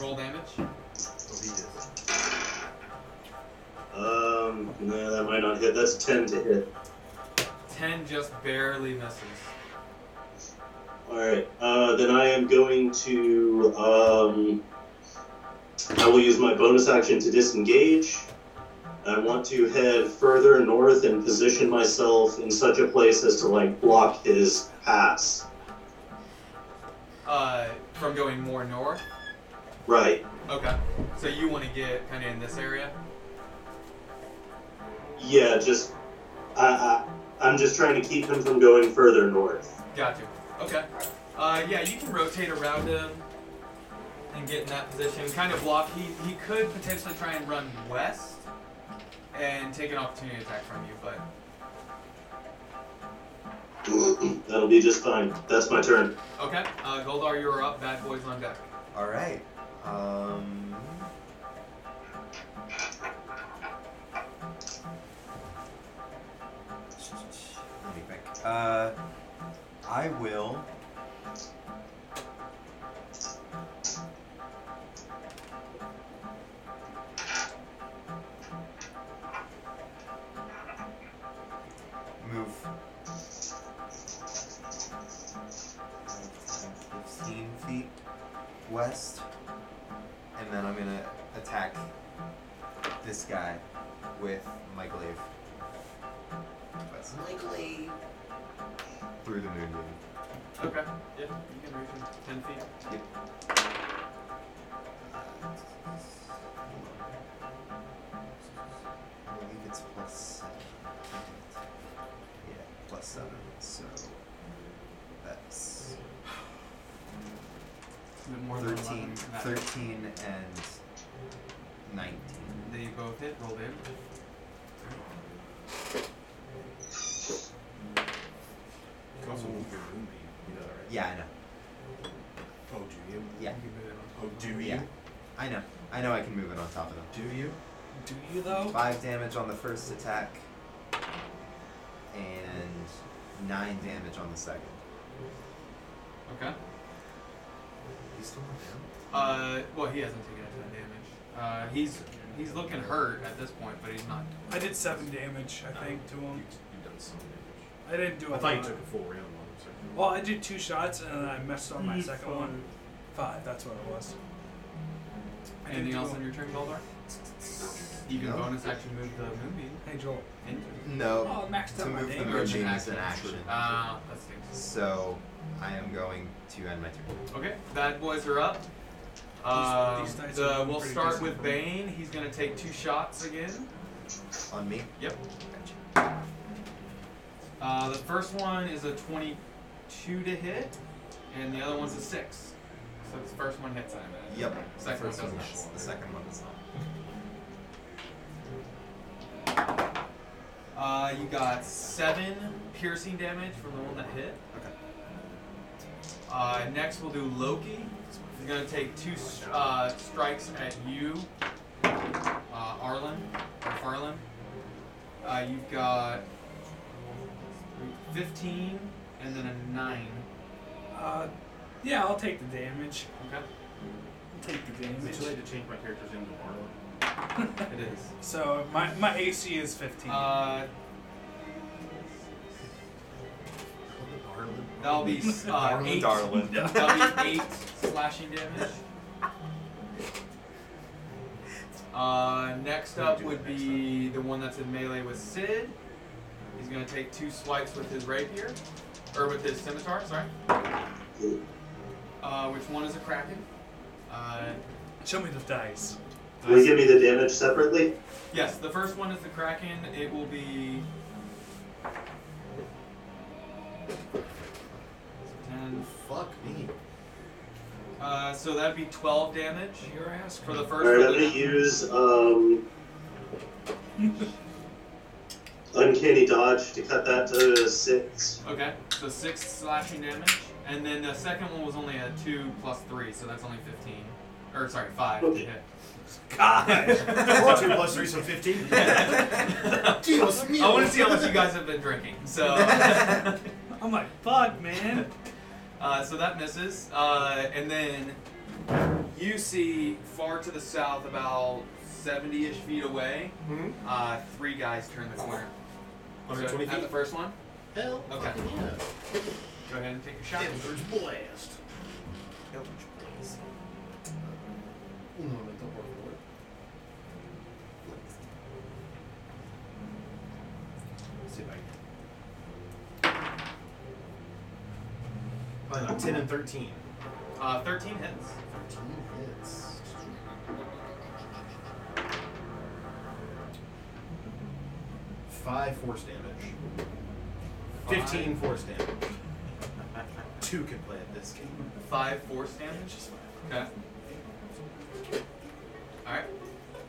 Speaker 3: Roll damage.
Speaker 4: Um, no, that might not hit. That's 10 to hit.
Speaker 3: 10 just barely misses.
Speaker 4: Alright, uh, then I am going to. Um, I will use my bonus action to disengage. I want to head further north and position myself in such a place as to, like, block his pass.
Speaker 3: Uh, from going more north.
Speaker 4: Right.
Speaker 3: Okay. So you want to get kind of in this area?
Speaker 4: Yeah, just. I, I, I'm just trying to keep him from going further north.
Speaker 3: Got you. Okay. Uh, yeah, you can rotate around him and get in that position. Kind of block. He, he could potentially try and run west and take an opportunity attack from you, but
Speaker 4: That'll be just fine. That's my turn.
Speaker 3: okay. Uh, Goldar, you are up. Bad boys on deck.
Speaker 10: All right. Um. Let me think. Uh, I will. Move 15 feet west. And then I'm gonna attack this guy with my glaive. West.
Speaker 15: Likely.
Speaker 10: Through the moon moon.
Speaker 3: Okay. Yeah, you can reach him 10 feet.
Speaker 10: Yep. I believe it's plus seven. Yeah, plus seven. So that's
Speaker 3: A bit more than
Speaker 10: 13,
Speaker 3: 11.
Speaker 10: 13 and 19.
Speaker 3: They both hit. Roll damage.
Speaker 10: Yeah, I know.
Speaker 8: Oh, do you?
Speaker 10: Yeah.
Speaker 8: Oh, do you?
Speaker 10: Yeah. I know. I know I can move it on top of them.
Speaker 8: Do you?
Speaker 5: Do you though?
Speaker 10: Five damage on the first attack, and nine damage on the second.
Speaker 3: Okay.
Speaker 10: He's still down.
Speaker 3: Uh, well, he hasn't taken a ton of damage. Uh, he's he's looking hurt at this point, but he's not.
Speaker 5: I did seven damage, I think, to him.
Speaker 8: You've done some damage.
Speaker 5: I didn't do a
Speaker 8: I thought you
Speaker 5: lot.
Speaker 8: took a full round on him, so-
Speaker 5: Well, I did two shots and then I messed up my
Speaker 8: Mm,
Speaker 5: second
Speaker 8: fine.
Speaker 5: one. Five, that's what it was. I didn't
Speaker 3: Anything
Speaker 5: do
Speaker 3: else
Speaker 5: a-
Speaker 3: on your turn, Goldar? You can
Speaker 10: No.
Speaker 3: bonus action move the moonbeam.
Speaker 5: Hey Joel.
Speaker 3: into.
Speaker 10: No,
Speaker 5: Oh, I maxed
Speaker 10: to
Speaker 5: out my
Speaker 10: move the
Speaker 5: damage.
Speaker 10: moonbeam is an action.
Speaker 3: Ah, that stinks.
Speaker 10: So I am going to end my turn.
Speaker 3: Okay, bad boys are up. Uh,
Speaker 5: These- these dice
Speaker 3: the,
Speaker 5: are
Speaker 3: we'll
Speaker 5: pretty
Speaker 3: start
Speaker 5: decent
Speaker 3: with
Speaker 5: for me.
Speaker 3: Bane. He's gonna take two shots again.
Speaker 10: On me?
Speaker 3: Yep.
Speaker 10: Gotcha.
Speaker 3: Uh, the first one is a 22 to hit, and the other one's a six. So the first one hits him.
Speaker 10: Yep.
Speaker 3: Second
Speaker 10: First
Speaker 3: one
Speaker 10: one
Speaker 3: does
Speaker 10: is-
Speaker 3: not.
Speaker 10: The second one is not.
Speaker 3: Uh, you got seven piercing damage from the one that hit.
Speaker 10: Okay.
Speaker 3: Uh, next we'll do Loki. He's gonna take two s- uh, strikes at you, uh, Arlen, or Farlin. Uh, you've got 15 and then a nine.
Speaker 5: Uh, yeah, I'll take the damage.
Speaker 3: Okay.
Speaker 5: I'll take the
Speaker 8: Is it too
Speaker 5: damage.
Speaker 8: late to change my character's name to Marlon?
Speaker 3: It is.
Speaker 5: So my, my AC is 15.
Speaker 3: Uh, that'll be s- uh, eight.
Speaker 7: Darlin.
Speaker 3: That'll be eight slashing damage. Uh, next up would be the one that's in melee with Sid. He's gonna take two swipes with his rapier, or with his scimitar. Sorry. Uh, which one is a kraken? Uh,
Speaker 5: Show me the dice.
Speaker 4: Will you give me the damage separately?
Speaker 3: yes, the first one is the kraken. It will be. 10,
Speaker 8: Fuck me.
Speaker 3: Uh, so that'd be 12 damage
Speaker 5: Your ass.
Speaker 3: for the first
Speaker 4: Alright,
Speaker 3: one.
Speaker 4: I'm gonna use um, uncanny uncanny dodge to cut that to six.
Speaker 3: Okay, so six slashing damage, and then the second one was only a two plus three, so that's only fifteen. Or sorry, five to hit.
Speaker 8: God! Two plus three, so 15? Dios mio.
Speaker 3: I want to see how much you guys have been drinking. So
Speaker 5: I'm like, fuck, man.
Speaker 3: Uh, so that misses, uh, and then you see far to the south, about seventy-ish feet away,
Speaker 8: Mhm.
Speaker 3: uh, three guys turn the corner. So
Speaker 8: 120
Speaker 3: at
Speaker 8: feet?
Speaker 3: the first one.
Speaker 8: Hell
Speaker 3: Okay.
Speaker 8: fucking yeah.
Speaker 3: Go ahead and take your shot.
Speaker 8: Eldritch Blast. Eldritch Blast. Un momento, por favor. See if I can- Oh, no, 10 and 13.
Speaker 3: Uh, 13 hits.
Speaker 8: 13 hits. Five force damage. Fifteen force damage. Two can play at this game.
Speaker 3: Five force damage. Okay. All right.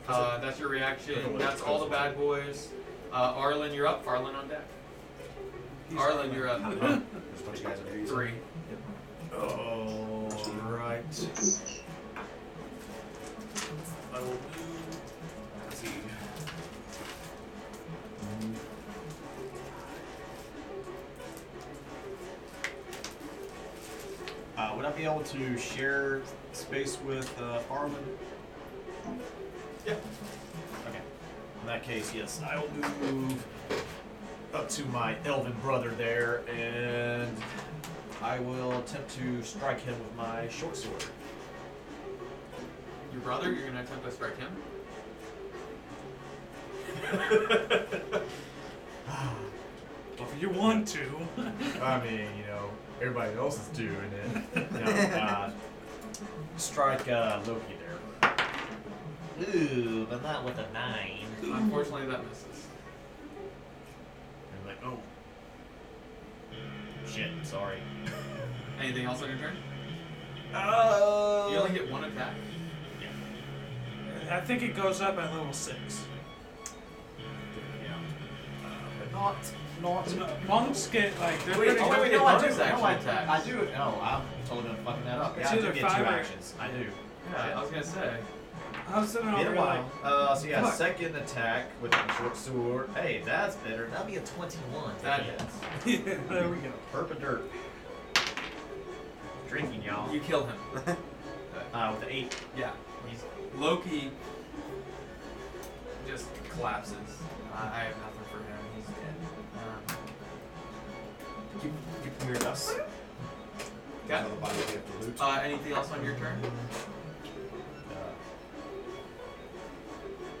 Speaker 3: Uh, that's your reaction. That's all the bad boys. Uh, Arlen, you're up. Farlin on deck. Arlen, you're up.
Speaker 8: There's a bunch of guys under here.
Speaker 3: Three.
Speaker 8: Alright. I will do. Let's see.
Speaker 6: Uh, would I be able to share space with uh, Arlen?
Speaker 8: Yeah.
Speaker 6: Okay. In that case, yes, I will move up to my elven brother there, and I will attempt to strike him with my short sword.
Speaker 3: Your brother, you're gonna attempt to strike him.
Speaker 5: If you want to.
Speaker 6: I mean, you know, everybody else is doing it. You know, uh, strike uh, Loki there. Ooh, but not with a nine.
Speaker 3: Unfortunately, that misses.
Speaker 6: I'm like, oh. Mm, Shit, sorry.
Speaker 3: Anything else on your turn?
Speaker 6: Uh,
Speaker 3: You only get one attack.
Speaker 5: I think it goes up at level six.
Speaker 6: Yeah. Uh, But not, not.
Speaker 5: No, Monks get like they're
Speaker 6: Wait,
Speaker 5: pretty
Speaker 6: oh,
Speaker 5: good
Speaker 6: wait,
Speaker 5: at
Speaker 6: no, I do.
Speaker 5: bonus
Speaker 6: No, I,
Speaker 5: action.
Speaker 6: I do. No, I'm totally gonna fucking that up.
Speaker 5: It's
Speaker 6: Yeah, I do
Speaker 5: either
Speaker 6: get two
Speaker 5: five or-
Speaker 6: actions. I do.
Speaker 3: Yeah, I was gonna say.
Speaker 5: I was sitting
Speaker 6: Been
Speaker 5: over
Speaker 6: a
Speaker 5: here like,
Speaker 6: while. Uh, so yeah,
Speaker 5: Fuck.
Speaker 6: second attack with the short sword. Hey, that's better. That'll be a 21.
Speaker 3: That
Speaker 6: Yes.
Speaker 5: yeah, there we go.
Speaker 6: Purple dirt. Drinking, y'all.
Speaker 3: You kill him.
Speaker 6: Uh, with the eight.
Speaker 3: Yeah. He's Loki. Just collapses. I I have nothing for him. He's dead. Um,
Speaker 8: You, you can hear us.
Speaker 3: Okay.
Speaker 8: Another body we have to loot.
Speaker 3: Uh, anything else on your turn?
Speaker 6: Uh,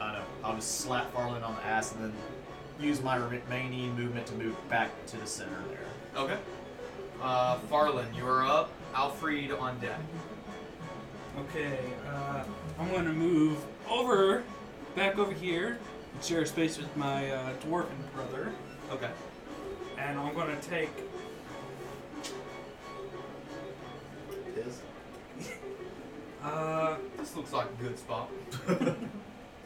Speaker 6: I know. I'll just slap Farland on the ass and then use my remaining movement to move back to the center there.
Speaker 3: Okay. Uh, Farland, you are up. Alfred on deck.
Speaker 5: Okay, uh, I'm gonna move over, back over here, and share space with my uh, dwarven brother,
Speaker 3: Okay.
Speaker 5: and I'm gonna take.
Speaker 8: Yes.
Speaker 5: Uh,
Speaker 3: This looks like a good spot.
Speaker 8: The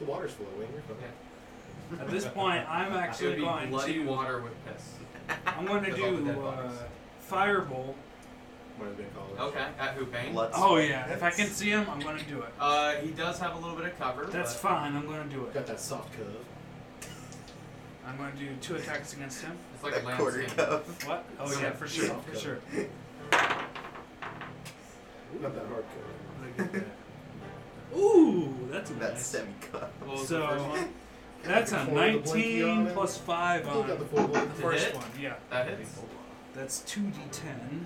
Speaker 8: water's flowing. You're fine.
Speaker 5: at this point, I'm
Speaker 3: It would
Speaker 5: actually
Speaker 3: be
Speaker 5: going
Speaker 3: bloody
Speaker 5: to.
Speaker 3: water with piss.
Speaker 5: I'm gonna
Speaker 3: with all the
Speaker 5: do
Speaker 3: dead
Speaker 5: uh,
Speaker 3: bodies.
Speaker 5: firebolt.
Speaker 8: What I'm gonna call it.
Speaker 3: Okay. At who Bane?
Speaker 10: Blood
Speaker 5: Oh yeah, if I can see him, I'm gonna do it.
Speaker 3: Uh, he does have a little bit of cover.
Speaker 5: That's
Speaker 3: but-
Speaker 5: fine. I'm gonna do it.
Speaker 8: Got that soft curve.
Speaker 5: I'm gonna do two attacks against him.
Speaker 3: It's like a
Speaker 10: that quarter
Speaker 3: lance.
Speaker 10: cup.
Speaker 5: What? Oh yeah, for sure, for sure.
Speaker 8: Not that hard curve.
Speaker 5: Ooh, that's a
Speaker 10: That
Speaker 5: nice.
Speaker 10: semi cup.
Speaker 3: What was the first
Speaker 5: So uh,
Speaker 3: one?
Speaker 5: that's a
Speaker 8: Before the blinky on
Speaker 5: 19
Speaker 8: it.
Speaker 5: plus five
Speaker 8: Still
Speaker 5: on
Speaker 8: got the full
Speaker 5: the
Speaker 8: one.
Speaker 3: To
Speaker 5: first
Speaker 3: hit?
Speaker 5: one. Yeah,
Speaker 3: That hits.
Speaker 5: that's 2d10.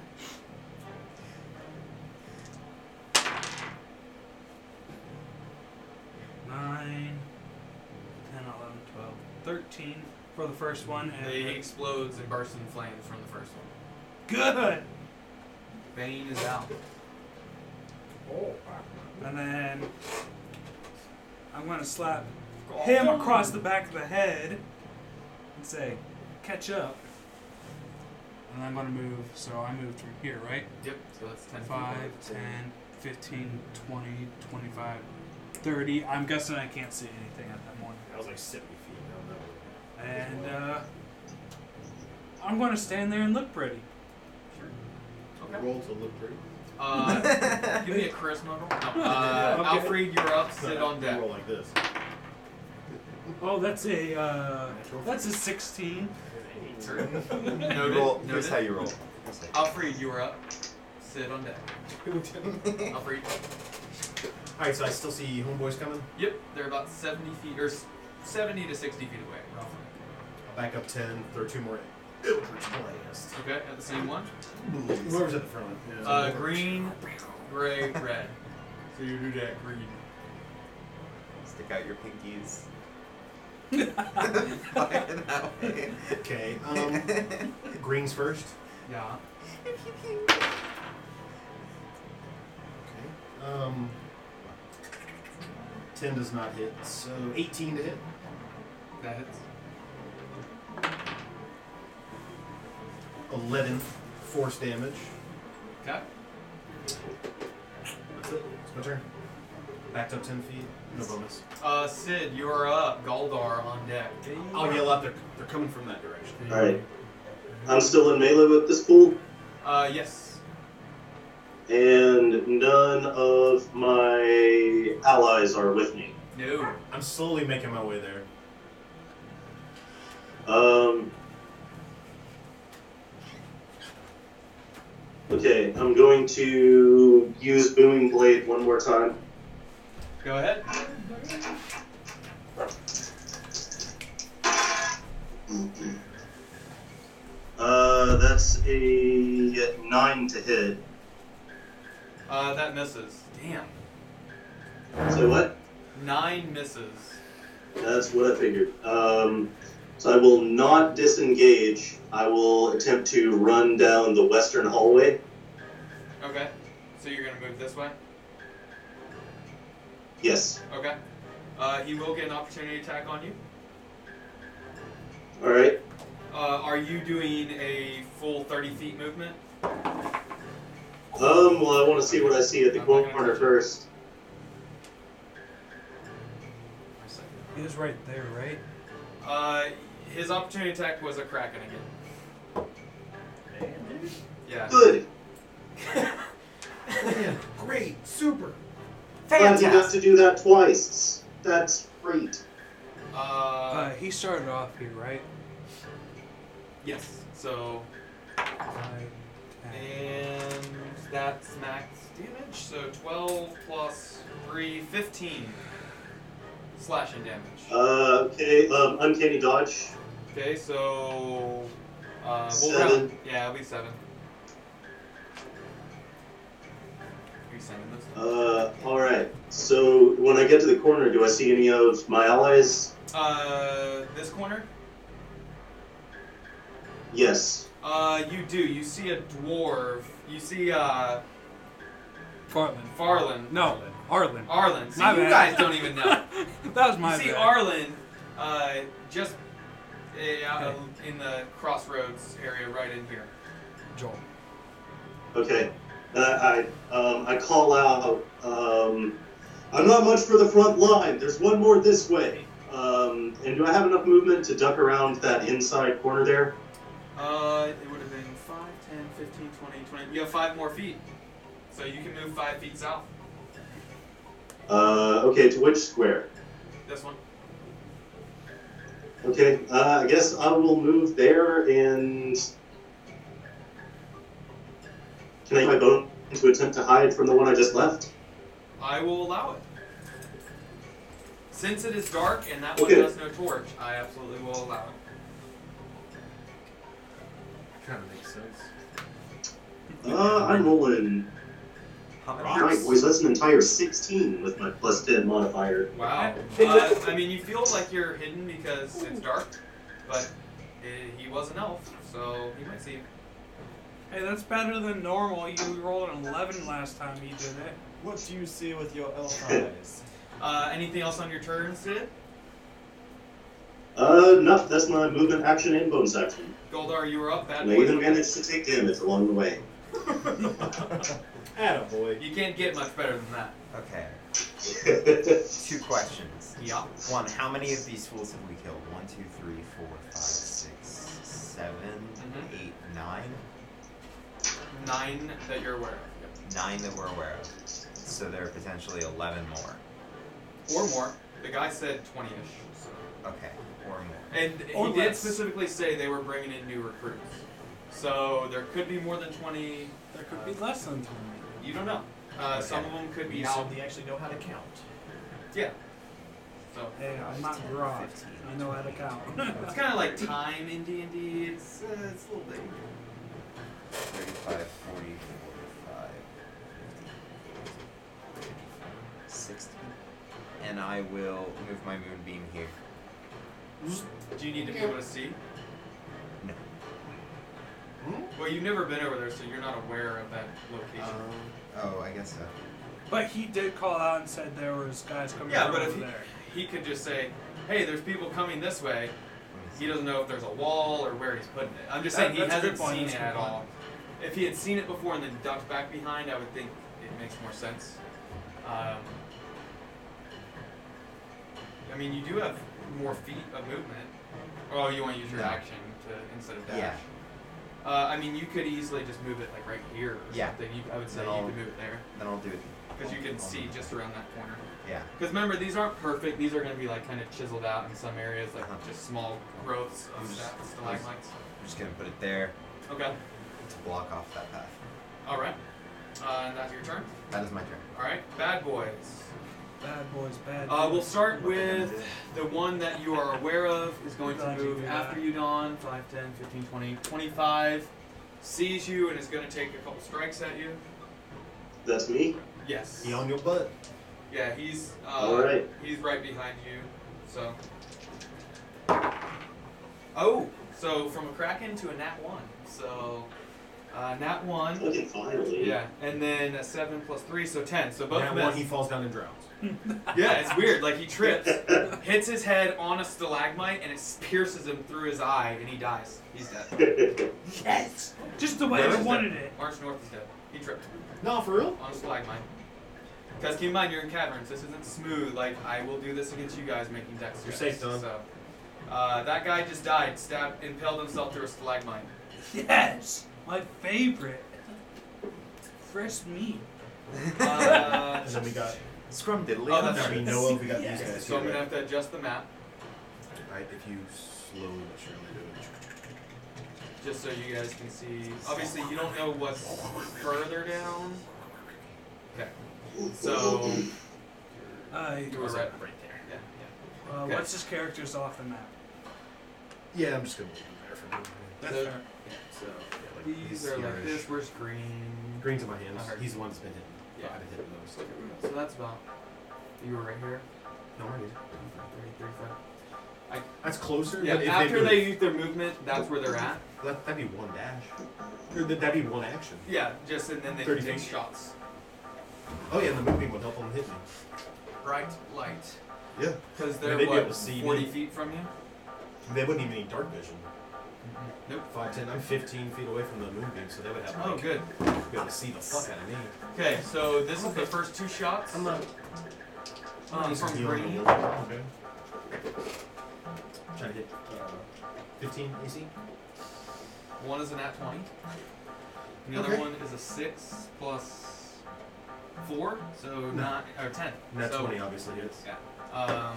Speaker 5: Nine, 10, 11, 12, 13 for the first one. And
Speaker 3: He explodes and bursts in flames from the first one.
Speaker 5: good.
Speaker 3: Bane is out.
Speaker 5: And then I'm gonna slap
Speaker 3: Oh.
Speaker 5: him across the back of the head and say, "Catch up." And I'm gonna move. So I moved from here, right?
Speaker 3: Yep. So that's ten. feet.
Speaker 5: 5, 10, 15, 20, 25, 30. I'm guessing I can't see anything at that point.
Speaker 8: That was like 70 feet. I don't know.
Speaker 5: And uh, I'm going to stand there and look pretty.
Speaker 8: Roll to look pretty.
Speaker 3: Uh, give me a charisma roll. No, uh,
Speaker 8: Okay.
Speaker 3: Alfred, you're up.
Speaker 8: No,
Speaker 3: Sit on deck.
Speaker 8: Roll like this.
Speaker 5: Oh, that's a uh, that's a 16.
Speaker 3: Noted.
Speaker 7: roll-
Speaker 3: Noted.
Speaker 7: here's how you roll.
Speaker 3: Alfred, you are up. Sit on deck. Alfred.
Speaker 8: Alright, so I still see homeboys coming.
Speaker 3: Yep, they're about 70 feet, or s- 70 to 60 feet away, roughly.
Speaker 8: I'll back up 10. There are two more.
Speaker 3: Okay, at the same one.
Speaker 8: Whoever's at the front. Yeah.
Speaker 3: Uh, green, gray, red. So you do that green.
Speaker 7: Stick out your pinkies.
Speaker 8: Okay. Um, greens first.
Speaker 3: Yeah.
Speaker 8: Okay. Um, 10 does not hit, so 18 to hit.
Speaker 3: That hits.
Speaker 8: 11 force damage.
Speaker 3: Okay.
Speaker 8: That's it. It's my turn. Backed up 10 feet. No bonus.
Speaker 3: Uh, Sid, you are up. Goldar on deck.
Speaker 8: I'll yell out. They're, they're coming from that direction.
Speaker 4: Alright. I'm still in melee with this fool,
Speaker 3: Uh, yes.
Speaker 4: and none of my allies are with me.
Speaker 3: No.
Speaker 8: I'm slowly making my way there.
Speaker 4: Um. Okay, I'm going to use Booming Blade one more time.
Speaker 3: Go ahead.
Speaker 4: Uh, that's a nine to hit.
Speaker 3: Uh, that misses. Damn.
Speaker 4: Say what?
Speaker 3: Nine misses.
Speaker 4: That's what I figured. Um, so I will not disengage. I will attempt to run down the western hallway.
Speaker 3: Okay. So you're gonna move this way?
Speaker 4: Yes.
Speaker 3: Okay. Uh, he will get an opportunity attack on you.
Speaker 4: All right.
Speaker 3: Uh, are you doing a full 30 feet movement?
Speaker 4: Um, well, I want to see what I see at the corner first.
Speaker 5: He was right there, right?
Speaker 3: Uh, his opportunity attack was a Kraken again. Yeah.
Speaker 4: Good.
Speaker 8: Great. Super.
Speaker 4: Glad you got to do that twice. That's great.
Speaker 3: Uh,
Speaker 5: Uh, he started off here, right?
Speaker 3: yes. So, and that's max damage. So 12 plus 3, 15 slashing damage.
Speaker 4: Uh, okay, um, uncanny dodge.
Speaker 3: Okay, so uh, we'll round.
Speaker 4: Seven.
Speaker 3: Yeah, it'll be seven. Are you sending this?
Speaker 4: Uh, alright. So when I get to the corner, do I see any of my allies?
Speaker 3: Uh, this corner.
Speaker 4: Yes.
Speaker 3: Uh, you do. You see a dwarf. You see uh
Speaker 5: Farland.
Speaker 3: Farland.
Speaker 5: No, Arlen.
Speaker 3: Arlen. See,
Speaker 5: My
Speaker 3: you
Speaker 5: bad.
Speaker 3: guys don't even know.
Speaker 5: that was my
Speaker 3: you see
Speaker 5: bad.
Speaker 3: Arlen, uh, just uh, out of- in the crossroads area, right in here.
Speaker 5: Joel.
Speaker 4: Okay. And I, I, um, I call out, um, I'm not much for the front line. There's one more this way. Um, and do I have enough movement to duck around that inside corner there?
Speaker 3: Uh, it would have been 5, 10, 15, 20, 20. You have five more feet, so you can move five feet south.
Speaker 4: Uh, okay, to which square?
Speaker 3: This one.
Speaker 4: Okay, uh, I guess I will move there and. Can I use my bone to attempt to hide from the one I just left?
Speaker 3: I will allow it. Since it is dark and that
Speaker 4: Okay.
Speaker 3: one has no torch, I absolutely will allow it.
Speaker 8: Kind of makes sense.
Speaker 4: Uh, I'm rolling. Alright, boys, that's an entire 16 with my plus 10 modifier.
Speaker 3: Wow. Uh, I mean, you feel like you're hidden because it's dark, but uh, he was an elf, so he might see you.
Speaker 5: Hey, that's better than normal. You rolled an 11 last time you did it.
Speaker 17: What do you see with your elf eyes?
Speaker 3: Uh, anything else on your turn, Sid?
Speaker 4: Uh, no, that's my movement action and bonus action.
Speaker 3: Goldar, you were up. Bad
Speaker 4: And I
Speaker 3: boy.
Speaker 4: even managed to take damage along the way.
Speaker 8: Attaboy.
Speaker 3: You can't get much better than that.
Speaker 10: Okay. Two questions.
Speaker 3: Yeah.
Speaker 10: One, how many of these fools have we killed? One, two, three, four, five, six, seven. eight, nine,
Speaker 3: Nine that you're aware of.
Speaker 10: nine that we're aware of. So there are potentially eleven more.
Speaker 3: Yep. Or more. The guy said 20 ish.
Speaker 10: Okay, or more.
Speaker 3: And
Speaker 5: Or
Speaker 3: he did
Speaker 5: less.
Speaker 3: specifically say they were bringing in new recruits. So there could be more than 20.
Speaker 5: There could be less than 20.
Speaker 3: You don't know. Uh, Some of them could be
Speaker 6: Now
Speaker 3: some-
Speaker 6: they actually know how to count.
Speaker 3: Yeah. So
Speaker 5: Hey, I'm not raw. I know how to count.
Speaker 3: it's kind of like time in D and D. It's uh, it's a little bit.
Speaker 10: 35, 40, 45, 50, 60. And I will move my moonbeam here.
Speaker 5: Hmm?
Speaker 3: Do you need to be able to see?
Speaker 10: No.
Speaker 5: Hmm?
Speaker 3: Well, you've never been over there, so you're not aware of that location.
Speaker 10: Oh, I guess so.
Speaker 5: But he did call out and said there was guys coming
Speaker 3: yeah,
Speaker 5: from
Speaker 3: but
Speaker 5: over
Speaker 3: if he,
Speaker 5: there.
Speaker 3: he could just say, "Hey, there's people coming this way," he doesn't know if there's a wall or where he's putting it. I'm just
Speaker 5: That-
Speaker 3: saying he
Speaker 5: that's a good
Speaker 3: hasn't
Speaker 5: point,
Speaker 3: seen
Speaker 5: that's
Speaker 3: it
Speaker 5: a good
Speaker 3: at
Speaker 5: point.
Speaker 3: all. If he had seen it before and then ducked back behind, I would think it makes more sense. Um, I mean, you do have more feet of movement. Oh, you want to use your
Speaker 10: No.
Speaker 3: action to instead of dash.
Speaker 10: Yeah.
Speaker 3: Uh, I mean, you could easily just move it like right here or
Speaker 10: Yeah.
Speaker 3: something. You, I would say
Speaker 10: Then
Speaker 3: you
Speaker 10: I'll-
Speaker 3: could move it there
Speaker 10: Then I'll do it.
Speaker 3: because you can see just around that corner.
Speaker 10: Yeah.
Speaker 3: Because remember, these aren't perfect. These are going to be like kind of chiseled out in some areas, like just small growths
Speaker 10: Uh-huh. I'm
Speaker 3: of
Speaker 10: just-
Speaker 3: sta- stalagmites.
Speaker 10: I'm just gonna put it there
Speaker 3: Okay.
Speaker 10: to block off that path.
Speaker 3: All right. Uh, and that's your turn.
Speaker 10: That is my turn.
Speaker 3: All right. Bad boys.
Speaker 5: Bad boys, bad
Speaker 3: Uh, we'll
Speaker 5: boys.
Speaker 3: start with the one that you are aware of is going to
Speaker 5: Glad you
Speaker 3: move
Speaker 5: do
Speaker 3: after
Speaker 5: that.
Speaker 3: you, Dawn. 5, 10, 15, 20, 25. Sees you and is going to take a couple strikes at you.
Speaker 4: That's me.
Speaker 3: Yes.
Speaker 8: Be on your butt.
Speaker 3: Yeah, he's uh,
Speaker 4: All right.
Speaker 3: he's right behind you. So. Oh, so from a kraken to a nat one. So, uh, nat one.
Speaker 4: Fucking finally.
Speaker 3: Yeah, and then a seven plus three, so ten. So both
Speaker 8: That
Speaker 3: miss.
Speaker 8: one, he falls down and drowns.
Speaker 3: yeah, it's weird. Like he trips, hits his head on a stalagmite, and it pierces him through his eye, and he dies. He's dead.
Speaker 5: Yes! Just the way
Speaker 3: March
Speaker 5: I
Speaker 3: is
Speaker 5: wanted
Speaker 3: dead.
Speaker 5: it.
Speaker 3: March North is dead. He tripped
Speaker 8: No, for real?
Speaker 3: on a stalagmite. Because keep in mind, you're in caverns. This isn't smooth. Like, I will do this against you guys making dex
Speaker 8: You're
Speaker 3: checks.
Speaker 8: safe, Don.
Speaker 3: So, uh, that guy just died, stabbed, impaled himself through a stalagmite.
Speaker 5: Yes! My favorite. Fresh meat.
Speaker 3: Uh,
Speaker 8: And then we got
Speaker 10: Scrum diddly.
Speaker 3: Oh, that's
Speaker 8: that we
Speaker 3: right.
Speaker 8: know of. We got these guys
Speaker 3: So I'm
Speaker 8: here.
Speaker 3: going to have
Speaker 8: Right?
Speaker 3: to adjust the map,
Speaker 8: Right, if you slowly but surely do
Speaker 3: just so you guys can see. Obviously, you don't know what's further down. Okay. So,
Speaker 5: Uh,
Speaker 3: you were
Speaker 8: it.
Speaker 3: right.
Speaker 8: Right there.
Speaker 3: Yeah, yeah.
Speaker 5: uh,
Speaker 3: Okay.
Speaker 5: What's his character's off the map?
Speaker 8: Yeah, I'm just gonna leave him there for now.
Speaker 5: That's
Speaker 3: So-
Speaker 5: fair.
Speaker 3: So,
Speaker 8: Yeah, like,
Speaker 3: these
Speaker 8: he's
Speaker 3: are like
Speaker 8: here-ish.
Speaker 3: this. Where's green?
Speaker 8: Green to my hands.
Speaker 3: I heard
Speaker 8: He's the one that's been hit.
Speaker 3: Yeah.
Speaker 8: I've been hit the most.
Speaker 3: So that's about. You were right here.
Speaker 8: No, I did.
Speaker 3: 33,
Speaker 8: That's closer.
Speaker 3: Yeah,
Speaker 8: but if
Speaker 3: after
Speaker 8: move-
Speaker 3: they use their movement, that's where they're at.
Speaker 8: That, that'd be one dash. Or that- that'd be one action.
Speaker 3: Yeah, just and then they
Speaker 8: 30
Speaker 3: can take
Speaker 8: feet.
Speaker 3: shots.
Speaker 8: Oh, yeah, and the moving would help them hit me.
Speaker 3: Bright light.
Speaker 8: Yeah.
Speaker 3: Because
Speaker 8: They
Speaker 3: they're
Speaker 8: may be
Speaker 3: what,
Speaker 8: able to see
Speaker 3: 40
Speaker 8: me.
Speaker 3: feet from you?
Speaker 8: They wouldn't even need dark vision.
Speaker 3: Nope.
Speaker 8: 5, 10, I'm 15 feet away from the moonbeam, so they would have
Speaker 3: Mm-hmm. Oh,
Speaker 8: like,
Speaker 3: good.
Speaker 8: be able to see the fuck out of me.
Speaker 3: Okay, so this is the first two shots.
Speaker 8: I'm not.
Speaker 3: um,
Speaker 8: just
Speaker 3: from
Speaker 8: dealing
Speaker 3: green.
Speaker 8: with it. Okay. Trying to hit uh, 15 AC.
Speaker 3: One is an at 20. And the other
Speaker 8: Okay.
Speaker 3: one is a 6 plus 4, so 9, or 10.
Speaker 8: And that
Speaker 3: so,
Speaker 8: 20 obviously hits.
Speaker 3: Yeah. Um,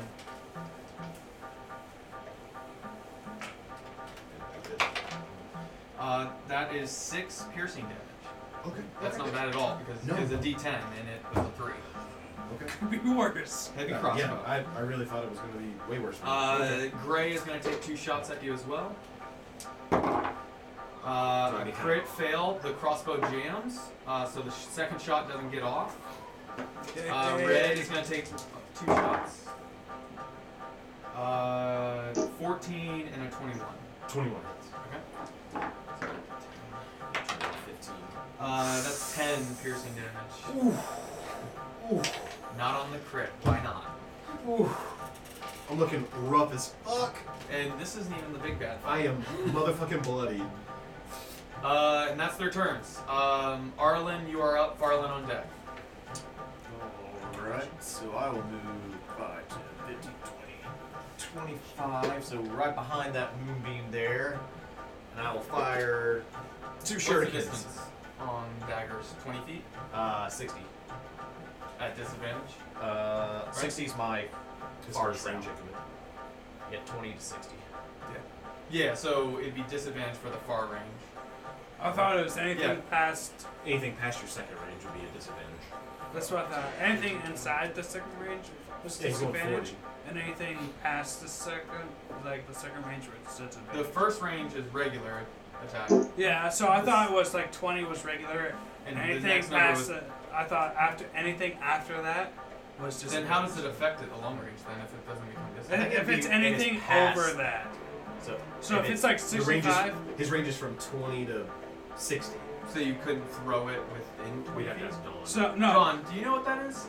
Speaker 3: uh, that is 6 piercing damage.
Speaker 8: Okay.
Speaker 3: That's not bad at all because
Speaker 8: No.
Speaker 3: it's a D10 and it was a three.
Speaker 8: Okay.
Speaker 5: Could be worse.
Speaker 3: Heavy
Speaker 8: Uh,
Speaker 3: crossbow.
Speaker 8: yeah, I, I really thought it was going to be way worse. than that.
Speaker 3: uh,
Speaker 8: Okay.
Speaker 3: Gray is going to take two shots at you as well.
Speaker 8: Do
Speaker 3: Uh,
Speaker 8: I
Speaker 3: a
Speaker 8: need
Speaker 3: crit fail. The crossbow jams, uh, so the sh- second shot doesn't get off. Uh, red is going to take two shots. Uh, 14 and a 21.
Speaker 8: 21 hits.
Speaker 3: Okay.
Speaker 8: 15.
Speaker 3: Uh, that's 10 piercing damage. Not on the crit. Why not?
Speaker 8: I'm looking rough as fuck.
Speaker 3: And this isn't even the big bad fight.
Speaker 8: I am motherfucking bloody.
Speaker 3: Uh, and that's their turns. Um, Arlen, you are up. Farlan on deck.
Speaker 8: Alright,
Speaker 6: So I will move 5, 10, 15, 20, 25. So right behind that moonbeam there. and I will fire two
Speaker 3: What's the
Speaker 6: shurikens.
Speaker 3: distance on daggers? 20 feet?
Speaker 6: Uh, 60.
Speaker 3: At disadvantage?
Speaker 6: Uh,
Speaker 3: Right.
Speaker 6: 60 is my
Speaker 3: As far as
Speaker 6: farthest
Speaker 3: range
Speaker 6: range. Yeah, 20 to 60.
Speaker 3: Yeah. Yeah, so it'd be disadvantage for the far range.
Speaker 5: I thought it was anything
Speaker 3: Yeah.
Speaker 5: past.
Speaker 8: Anything past your second range would be a disadvantage.
Speaker 5: That's what I thought. Anything inside the second range was
Speaker 8: Yeah, he's going
Speaker 5: disadvantage,
Speaker 8: 40.
Speaker 5: and anything past the second, like the second range, was disadvantage.
Speaker 3: The first range is regular attack.
Speaker 5: Yeah, so I thought it was like 20 was regular,
Speaker 3: And
Speaker 5: and,
Speaker 3: the
Speaker 5: anything
Speaker 3: next number
Speaker 5: past
Speaker 3: was-
Speaker 5: the, I thought after anything after that was just.
Speaker 3: Then how does it affect it, the long range, then, if it doesn't become disadvantage?
Speaker 5: If it's anything over that,
Speaker 8: So,
Speaker 5: So if it's like
Speaker 8: the range is-
Speaker 5: 65?
Speaker 8: his range is from 20 to 60.
Speaker 3: So you couldn't throw it within 20
Speaker 8: We'd have to
Speaker 3: feet?
Speaker 8: ask Dawn.
Speaker 5: So, no.
Speaker 3: Dawn, do you know what that is?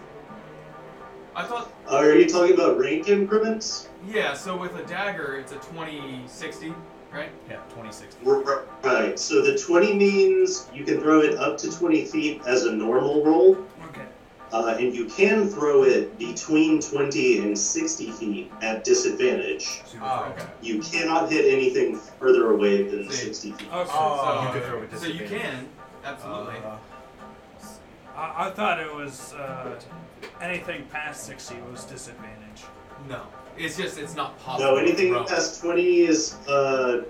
Speaker 3: I thought.
Speaker 4: Are you talking about rank increments?
Speaker 3: Yeah, so with a dagger, it's a 20 60, right?
Speaker 6: Yeah, 20 60.
Speaker 4: R- Right. So the 20 means you can throw it up to 20 feet as a normal roll,
Speaker 5: Okay.
Speaker 4: uh, and you can throw it between 20 and 60 feet at disadvantage.
Speaker 3: Oh, okay.
Speaker 4: You cannot hit anything further away than 60 feet.
Speaker 5: Okay.
Speaker 3: Oh,
Speaker 8: you could throw it with
Speaker 3: so you
Speaker 8: disadvantage.
Speaker 3: can, absolutely.
Speaker 8: Uh,
Speaker 5: I, I thought it was uh, anything past 60 was disadvantage.
Speaker 3: no, it's just it's not possible.
Speaker 4: No, anything
Speaker 3: to throw.
Speaker 4: past 20 is uh,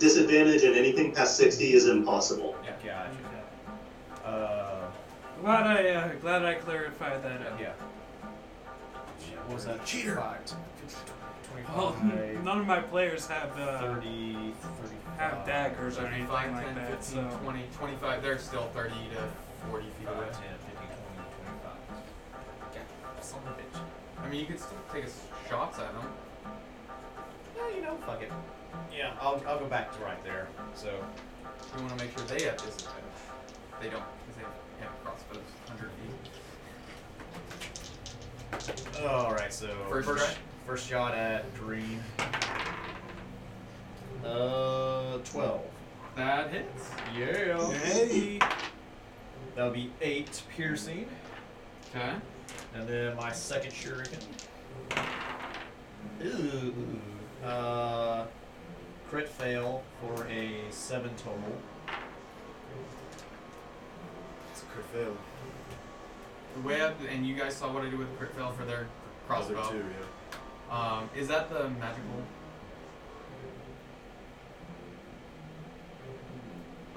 Speaker 4: disadvantage, and anything past 60 is impossible.
Speaker 6: Yeah, gotcha. Uh,
Speaker 5: Glad I uh, glad I clarified that up.
Speaker 6: yeah. What was that?
Speaker 5: Cheater.
Speaker 6: Five,
Speaker 8: Oh,
Speaker 5: Well,
Speaker 6: 25,
Speaker 5: none of my players have uh,
Speaker 6: 30,
Speaker 5: have
Speaker 6: 35.
Speaker 5: daggers or anything
Speaker 3: 35, 10,
Speaker 5: like that.
Speaker 3: 15,
Speaker 5: So
Speaker 3: 20, 25, they're still 30 to 40 feet away.
Speaker 6: 10, 15, 20,
Speaker 3: Yeah, son of a bitch. I mean, you could still take s- shots at them.
Speaker 6: 25. Yeah, you know, fuck it. Yeah, I'll, I'll go back to right there. So,
Speaker 3: You want to make sure they have disadvantage. They don't, because they have crossbows 100 feet.
Speaker 6: alright, so
Speaker 3: First
Speaker 6: first,
Speaker 3: strike?
Speaker 6: first shot at green. Uh, 12.
Speaker 3: That hits.
Speaker 6: Yeah.
Speaker 5: hey,
Speaker 6: That'll be 8 piercing.
Speaker 3: Okay.
Speaker 6: And then my second shuriken. Ooh. Uh, crit fail for a 7 total.
Speaker 8: It's a crit fail.
Speaker 3: The way up, and you guys saw what I did with the crit fail for their
Speaker 8: Those are
Speaker 3: crossbow.
Speaker 8: two, yeah.
Speaker 3: Um, is that the magical?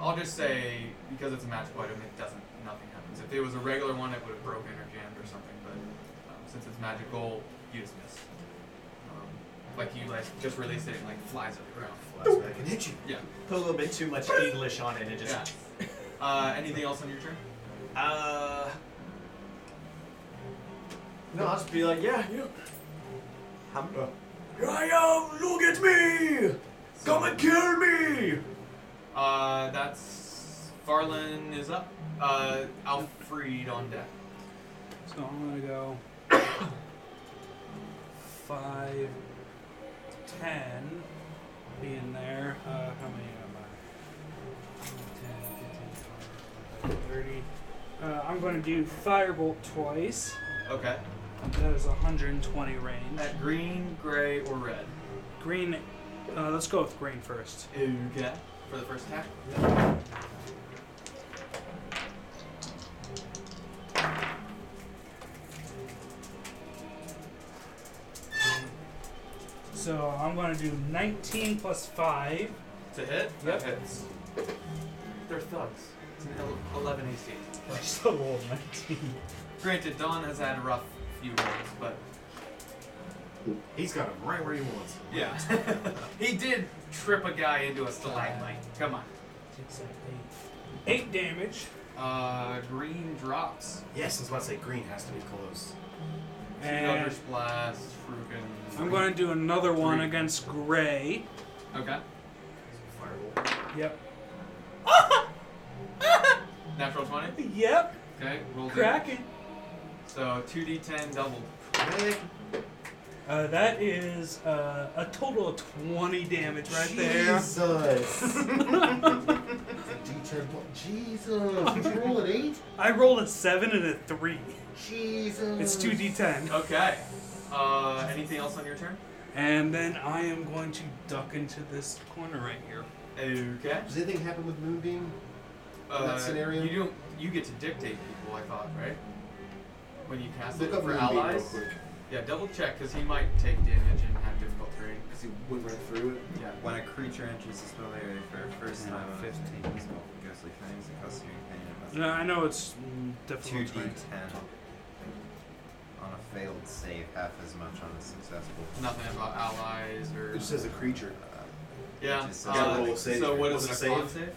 Speaker 3: I'll just say because it's a magical item, it doesn't. Nothing happens. If it was a regular one, it would have broken or jammed or something. But um, since it's magical, you just miss. Um, like you like just released it and like flies up the ground.
Speaker 8: Flies back and hit you.
Speaker 3: Yeah.
Speaker 6: Put a little bit too much English on it and just.
Speaker 3: Yeah. Uh, anything else on your turn?
Speaker 6: Uh. No, I'll just be like, yeah, you.
Speaker 10: How,
Speaker 6: Uh, Here I am! Look at me! Come and kill me!
Speaker 3: Uh, that's Farlan is up. Uh, Alfred on deck.
Speaker 5: so I'm gonna go five, ten, be in there. Uh, how many am I? 10, 15, 20, 30. Uh, I'm going to do firebolt twice.
Speaker 3: Okay.
Speaker 5: That is 120 range.
Speaker 3: At green, gray, or red.
Speaker 5: Green. Uh, let's go with green first.
Speaker 3: Okay. For the first attack.
Speaker 5: So I'm going to do 19 plus 5.
Speaker 3: To hit? That hits. They're thugs. It's an ele- 11 AC.
Speaker 5: Just a roll 19.
Speaker 3: Granted, Dawn has had a rough few rolls, but.
Speaker 8: He's got him right where he wants. him.
Speaker 3: Yeah. he did trip a guy into a stalagmite. Come on.
Speaker 5: Six, seven, eight. 8 damage.
Speaker 3: Uh, green drops.
Speaker 8: Yes, I was about to say green has to be close.
Speaker 5: And
Speaker 3: Eldritch Blast, Frugen.
Speaker 5: I'm going to do another one
Speaker 3: Three.
Speaker 5: against gray.
Speaker 3: Okay.
Speaker 8: Fireball.
Speaker 5: Yep.
Speaker 3: Natural 20.
Speaker 5: Yep.
Speaker 3: Okay, roll damage.
Speaker 5: Cracking.
Speaker 3: So 2d10 doubled.
Speaker 5: Uh, that is uh, a total of 20 damage right there.
Speaker 10: Jesus. D10 blo- Jesus. Did you roll an eight?
Speaker 5: I rolled a 7 and a 3.
Speaker 10: Jesus.
Speaker 5: It's 2d10.
Speaker 3: Okay. Uh, anything else on your turn?
Speaker 5: And then I am going to duck into this corner right here.
Speaker 3: Okay. Uh,
Speaker 8: Does anything happen with Moonbeam? in that scenario?
Speaker 3: You don't. You get to dictate people. I thought, right? When you cast
Speaker 8: Look
Speaker 3: it
Speaker 8: up
Speaker 3: for
Speaker 8: Moonbeam real
Speaker 3: allies.
Speaker 8: quick.
Speaker 3: Yeah, double check because he might take damage and have difficult terrain.
Speaker 8: Because he went right through it.
Speaker 3: Yeah.
Speaker 10: When a creature enters the spell area for the first time, 15 is called Ghostly Fangs and costs you companion.
Speaker 5: No, I know it's mm,
Speaker 10: Two
Speaker 5: difficult.
Speaker 10: D ten. On a failed save, half as much on a successful.
Speaker 3: Nothing about allies or.
Speaker 8: It says a creature.
Speaker 3: Yeah.
Speaker 10: Just says-
Speaker 3: Uh,
Speaker 8: roll a save.
Speaker 3: so what
Speaker 8: What's
Speaker 3: is it? A
Speaker 8: the
Speaker 3: con
Speaker 8: save?
Speaker 3: save?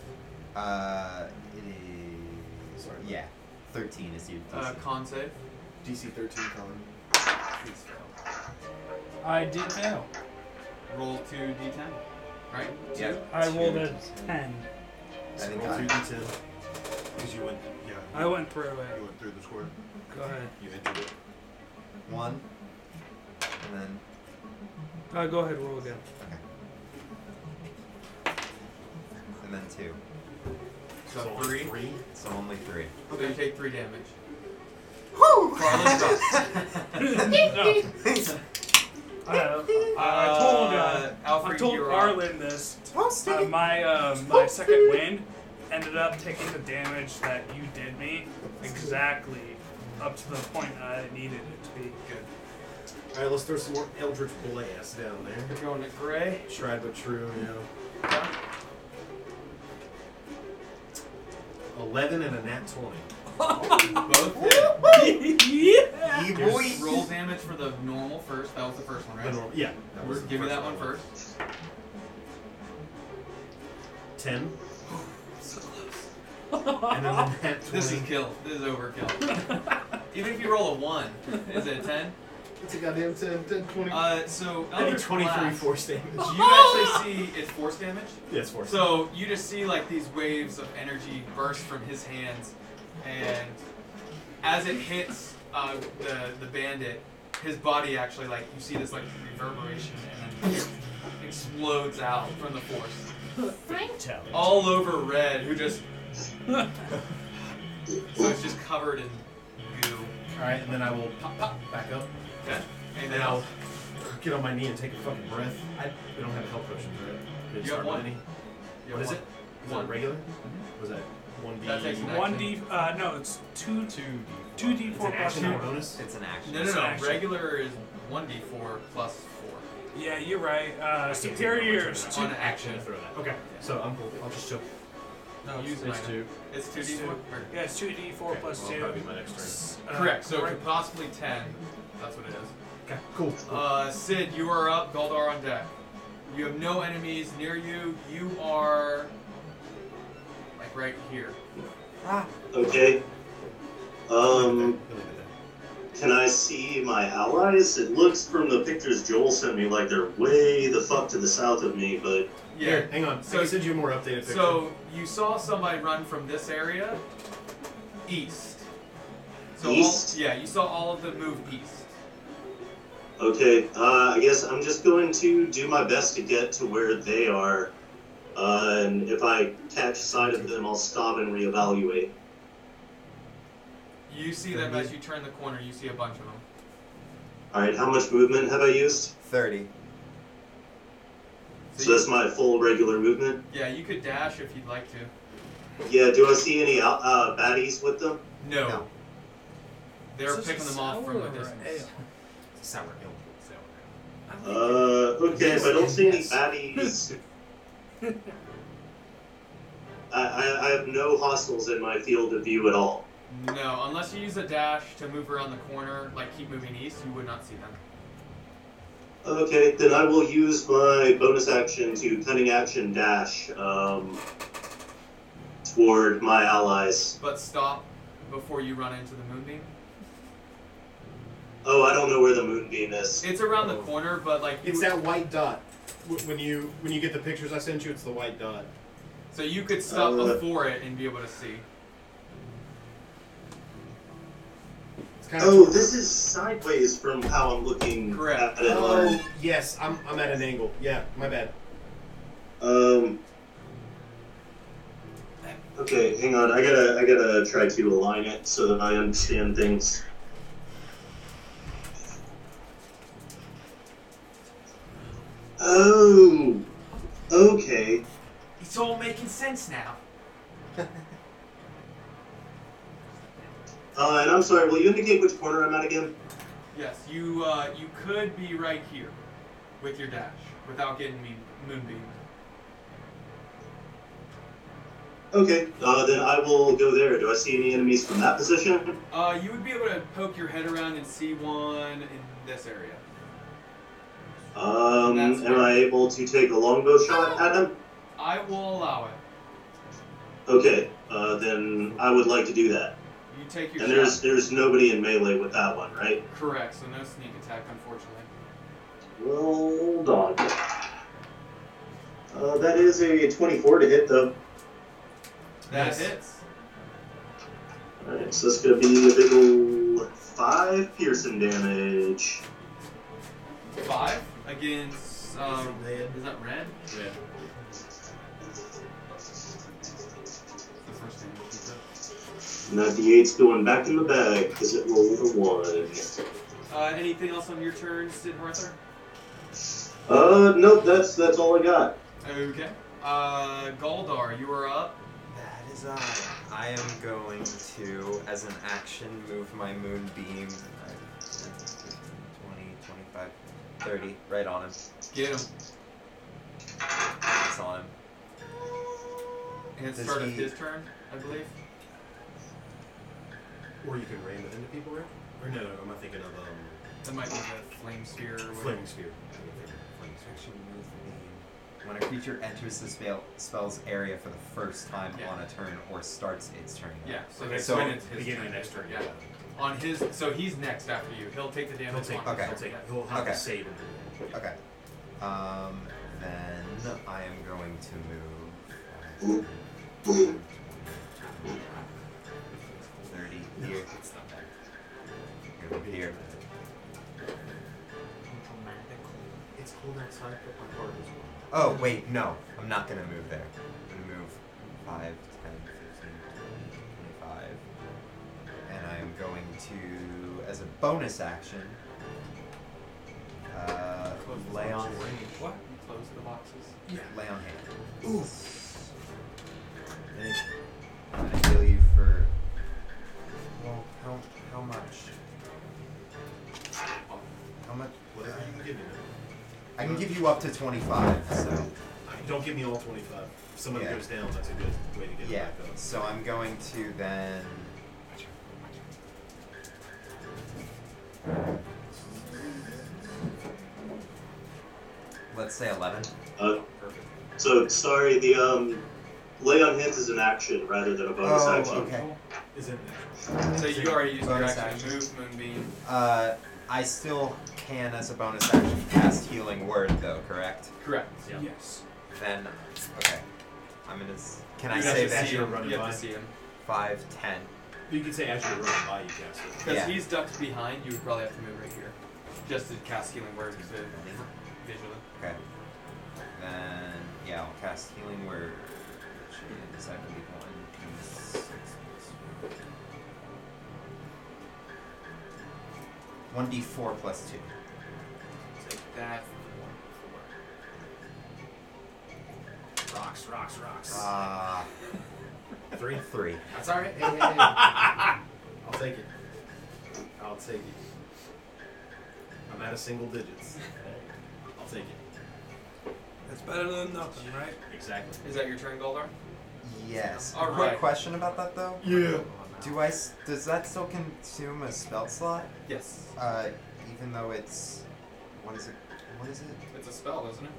Speaker 10: Uh, it is.
Speaker 8: Sorry.
Speaker 10: Yeah, thirteen is your
Speaker 3: Uh,
Speaker 10: DC.
Speaker 3: con save.
Speaker 8: DC 13 con.
Speaker 5: I did fail.
Speaker 3: Roll two d10. Right.
Speaker 10: Yeah.
Speaker 5: I
Speaker 10: two.
Speaker 5: rolled a ten.
Speaker 10: I think
Speaker 8: Roll
Speaker 10: I-
Speaker 8: 2d10. Because you went, yeah.
Speaker 5: I went through
Speaker 8: You
Speaker 5: it.
Speaker 8: went through the square.
Speaker 5: Go ahead.
Speaker 8: You entered it.
Speaker 10: one, and then
Speaker 5: Uh, go ahead, roll again.
Speaker 10: and then two.
Speaker 3: So
Speaker 8: So
Speaker 3: three.
Speaker 8: Three.
Speaker 10: So only three.
Speaker 3: So you take three damage.
Speaker 14: Whew!
Speaker 3: Carlos stops.
Speaker 5: No. Uh, I I told
Speaker 3: Uh,
Speaker 5: uh,
Speaker 3: Alfred,
Speaker 5: I told
Speaker 3: you're up.
Speaker 5: Arlen this. Uh,
Speaker 10: Um,
Speaker 5: my uh, my second win ended up taking the damage that you did me exactly up to the point that I needed it to be.
Speaker 8: Alright, let's throw some more Eldritch Blast down there.
Speaker 3: You're going to gray.
Speaker 8: Tried but true, you know.
Speaker 3: Yeah.
Speaker 8: 11 and a nat 20.
Speaker 3: Both hit.
Speaker 5: yeah.
Speaker 3: There's Roll damage for the normal first. That was the first one,
Speaker 8: The
Speaker 3: right?
Speaker 8: normal- yeah. was the
Speaker 3: Give me
Speaker 8: first
Speaker 3: that one first.
Speaker 8: 10.
Speaker 3: So close.
Speaker 8: And then the nat 20.
Speaker 3: This is kill. This is overkill. Even if you roll a one, is it a ten?
Speaker 8: It's a goddamn 10, 10 20.
Speaker 3: Uh, so
Speaker 8: I need
Speaker 3: Eldritch
Speaker 8: 23
Speaker 3: Blast,
Speaker 8: force damage.
Speaker 3: You actually see it's force damage.
Speaker 8: Yes, force.
Speaker 3: So you just see like these waves of energy burst from his hands, and as it hits uh, the the bandit, his body actually like you see this like reverberation and then explodes out from the force.
Speaker 6: Tell.
Speaker 3: all over red who just so it's just covered in goo.
Speaker 8: Alright, and then I will pop, pop, back up.
Speaker 3: Okay.
Speaker 8: And
Speaker 3: Anything
Speaker 8: then I'll
Speaker 3: else?
Speaker 8: get on my knee and take a fucking breath. I, we don't have health potions, right? Did it
Speaker 3: You have
Speaker 8: start with
Speaker 3: one.
Speaker 8: any?
Speaker 3: You have
Speaker 8: What is
Speaker 3: one.
Speaker 8: it? Is
Speaker 3: One. Mm-hmm.
Speaker 8: it regular? Was that 1D?
Speaker 3: That takes an
Speaker 5: One D. Uh, no, it's two two two D
Speaker 8: It's
Speaker 5: four
Speaker 8: an
Speaker 5: plus
Speaker 8: action
Speaker 5: two.
Speaker 8: or a bonus?
Speaker 10: It's an action.
Speaker 3: No, no, no.
Speaker 5: Action.
Speaker 3: Regular is one d four plus four.
Speaker 5: Yeah, you're right. Uh, superiors
Speaker 3: much of
Speaker 5: two.
Speaker 3: it. On action. Oh,
Speaker 8: Throw that. Okay, so I'm cool. I'll just choke.
Speaker 3: No, use
Speaker 8: It's
Speaker 3: it.
Speaker 8: two.
Speaker 3: It's two d four.
Speaker 5: Yeah, it's two D four
Speaker 8: Okay, well,
Speaker 5: two.
Speaker 8: Probably my next
Speaker 5: Uh,
Speaker 3: Correct. So it
Speaker 5: correct.
Speaker 3: could possibly ten. That's what it is.
Speaker 8: turn. Okay, cool.
Speaker 3: Uh, Sid, you are up. Goldar on deck. You have no enemies near you. You are like right here.
Speaker 4: Okay. Um, can I see my allies? It looks from the pictures Joel sent me like they're way the fuck to the south of me, but
Speaker 3: Yeah.
Speaker 8: Here, hang on.
Speaker 3: So-
Speaker 8: So I can send you a more updated picture.
Speaker 3: So you saw somebody run from this area east. So all-
Speaker 4: East?
Speaker 3: yeah, you saw all of them move east.
Speaker 4: okay. Uh, I guess I'm just going to do my best to get to where they are. Uh, and if I catch sight of them, I'll stop and reevaluate.
Speaker 3: You see them as you turn the corner. You see a bunch of them.
Speaker 4: All right, how much movement have I used?
Speaker 10: Thirty.
Speaker 3: So
Speaker 4: So
Speaker 3: you-
Speaker 4: that's my full regular movement.
Speaker 3: yeah, you could dash if you'd like to.
Speaker 4: Yeah, do I see any uh, uh, baddies with them?
Speaker 3: No.
Speaker 10: No.
Speaker 3: They're
Speaker 5: Such
Speaker 3: picking
Speaker 5: a
Speaker 3: them off from a
Speaker 5: sour
Speaker 3: distance.
Speaker 5: ale.
Speaker 8: sour ale.
Speaker 4: Uh, okay, if I don't see any
Speaker 5: Yes.
Speaker 4: baddies. I, I, I have no hostiles in my field of view at all.
Speaker 3: No, unless you use a dash to move around the corner, like keep moving east, you would not see them.
Speaker 4: Okay, then I will use my bonus action to cunning action dash um, toward my allies.
Speaker 3: But stop before you run into the moonbeam.
Speaker 4: Oh, I don't know where the moonbeam is.
Speaker 3: It's around the corner, but like you
Speaker 8: It's that white dot. Wh- When you when you get the pictures I sent you, it's the white dot.
Speaker 3: So you could stop
Speaker 4: Uh.
Speaker 3: before it and be able to see.
Speaker 8: It's kind of
Speaker 4: Oh, this is sideways from how I'm looking
Speaker 3: Correct.
Speaker 4: at it.
Speaker 8: Oh, yes, I'm, I'm at an angle. Yeah, my bad.
Speaker 4: Um. Okay, hang on. I gotta, I gotta try to align it so that I understand things. Oh, okay.
Speaker 3: It's all making sense now.
Speaker 4: Uh, and I'm sorry, will you indicate which corner I'm at again?
Speaker 3: Yes, you uh, you could be right here with your dash without getting me moonbeam.
Speaker 4: Okay, uh, then I will go there. Do I see any enemies from that position?
Speaker 3: Uh, you would be able to poke your head around and see one in this area.
Speaker 4: Um, am I able to take a longbow shot at them?
Speaker 3: I will allow it.
Speaker 4: Okay, uh, then I would like to do that.
Speaker 3: You take your
Speaker 4: And
Speaker 3: shot.
Speaker 4: there's there's nobody in melee with that one, right?
Speaker 3: Correct. So no sneak attack, unfortunately.
Speaker 4: Well, hold on. Uh, that is a 24 to hit, though.
Speaker 3: That hits.
Speaker 4: Alright, so that's gonna be a big ol' 5 piercing damage.
Speaker 3: Five against um, is that red?
Speaker 8: Yeah.
Speaker 3: The first damage you took.
Speaker 4: And that d8's going back in the bag because it rolled a 1.
Speaker 3: Uh, anything else on your turn, Sid Arthur?
Speaker 4: Uh, nope, that's, that's all I got.
Speaker 3: Okay. Uh, Goldar, you are up.
Speaker 10: That is I. I am going to, as an action, move my moonbeam. 20, 25, 30, right on him.
Speaker 3: Get him.
Speaker 10: It's on him.
Speaker 3: And it's
Speaker 10: Does
Speaker 3: start of
Speaker 10: he-
Speaker 3: his turn, I believe.
Speaker 8: Or you can rain it into people, right? Or no, am I thinking of um?
Speaker 3: That might be the flame sphere. or whatever.
Speaker 8: Flame sphere.
Speaker 10: Action move beam. When a creature enters the spell spell's area for the first time on a turn or starts its turn.
Speaker 3: Yeah. So that's when it's his turn. Next turn. Yeah. On his, so he's next after you. He'll take the damage.
Speaker 10: take-
Speaker 3: on
Speaker 10: okay.
Speaker 3: his turn.
Speaker 10: okay.
Speaker 8: save
Speaker 10: Okay. Um, then I am going to move. 30 here. It's not bad. Gonna be here.
Speaker 8: It's cold outside, but my heart is warm.
Speaker 10: Oh, wait, no. I'm not gonna move there. I'm gonna move 5, 10, 15, 20, 25. And I am going to, as a bonus action, uh,
Speaker 3: Close the
Speaker 10: lay on
Speaker 3: boxes. What? You close the boxes.
Speaker 10: Lay on hand. Ooh. And I'm gonna heal you for. Well, how how much? How much?
Speaker 8: Whatever you can give me.
Speaker 10: I can give you up to twenty-five. So
Speaker 8: Don't give me all twenty-five. If someone
Speaker 10: Yeah.
Speaker 8: goes down, that's a good way to get
Speaker 10: yeah.
Speaker 8: it back up.
Speaker 10: So I'm going to then. Let's say eleven.
Speaker 4: Uh, so, sorry, the um, lay on hands is an action rather than a bonus
Speaker 10: Oh,
Speaker 4: action.
Speaker 10: okay.
Speaker 8: Is it?
Speaker 3: So you already used your
Speaker 10: Bonus
Speaker 3: action,
Speaker 10: action.
Speaker 3: to move, moonbeam.
Speaker 10: Uh, I still can, as a bonus action, cast Healing Word, though. Correct.
Speaker 3: Correct.
Speaker 5: Yes.
Speaker 10: Then, okay. I'm gonna. s- Can I
Speaker 3: You have
Speaker 10: say
Speaker 3: to
Speaker 10: that
Speaker 3: see
Speaker 10: you're
Speaker 3: him.
Speaker 10: running
Speaker 3: You
Speaker 10: by?
Speaker 3: have to see him.
Speaker 10: Five, ten.
Speaker 8: You could say as you're running by, you cast it.
Speaker 3: Because
Speaker 10: Yeah.
Speaker 3: he's ducked behind, you would probably have to move right here, just to cast healing word to visually.
Speaker 10: Okay. Then yeah, I'll cast Healing Word, which is I believe one d six plus one d four plus two.
Speaker 3: Take that.
Speaker 8: Rocks, rocks, rocks.
Speaker 10: Ah. three, three.
Speaker 8: That's all right. Hey, hey, hey. I'll take it. I'll take it. I'm at a single digits. I'll take it.
Speaker 5: That's better than nothing, right?
Speaker 8: Exactly.
Speaker 3: Is that your turn, Goldar?
Speaker 10: Yes.
Speaker 3: All
Speaker 10: Quick
Speaker 3: right.
Speaker 10: question about that though.
Speaker 3: Yeah.
Speaker 10: Do I? s- Does that still consume a spell slot?
Speaker 3: Yes.
Speaker 10: Uh, even though it's what is it? What is it?
Speaker 3: It's a spell, isn't it?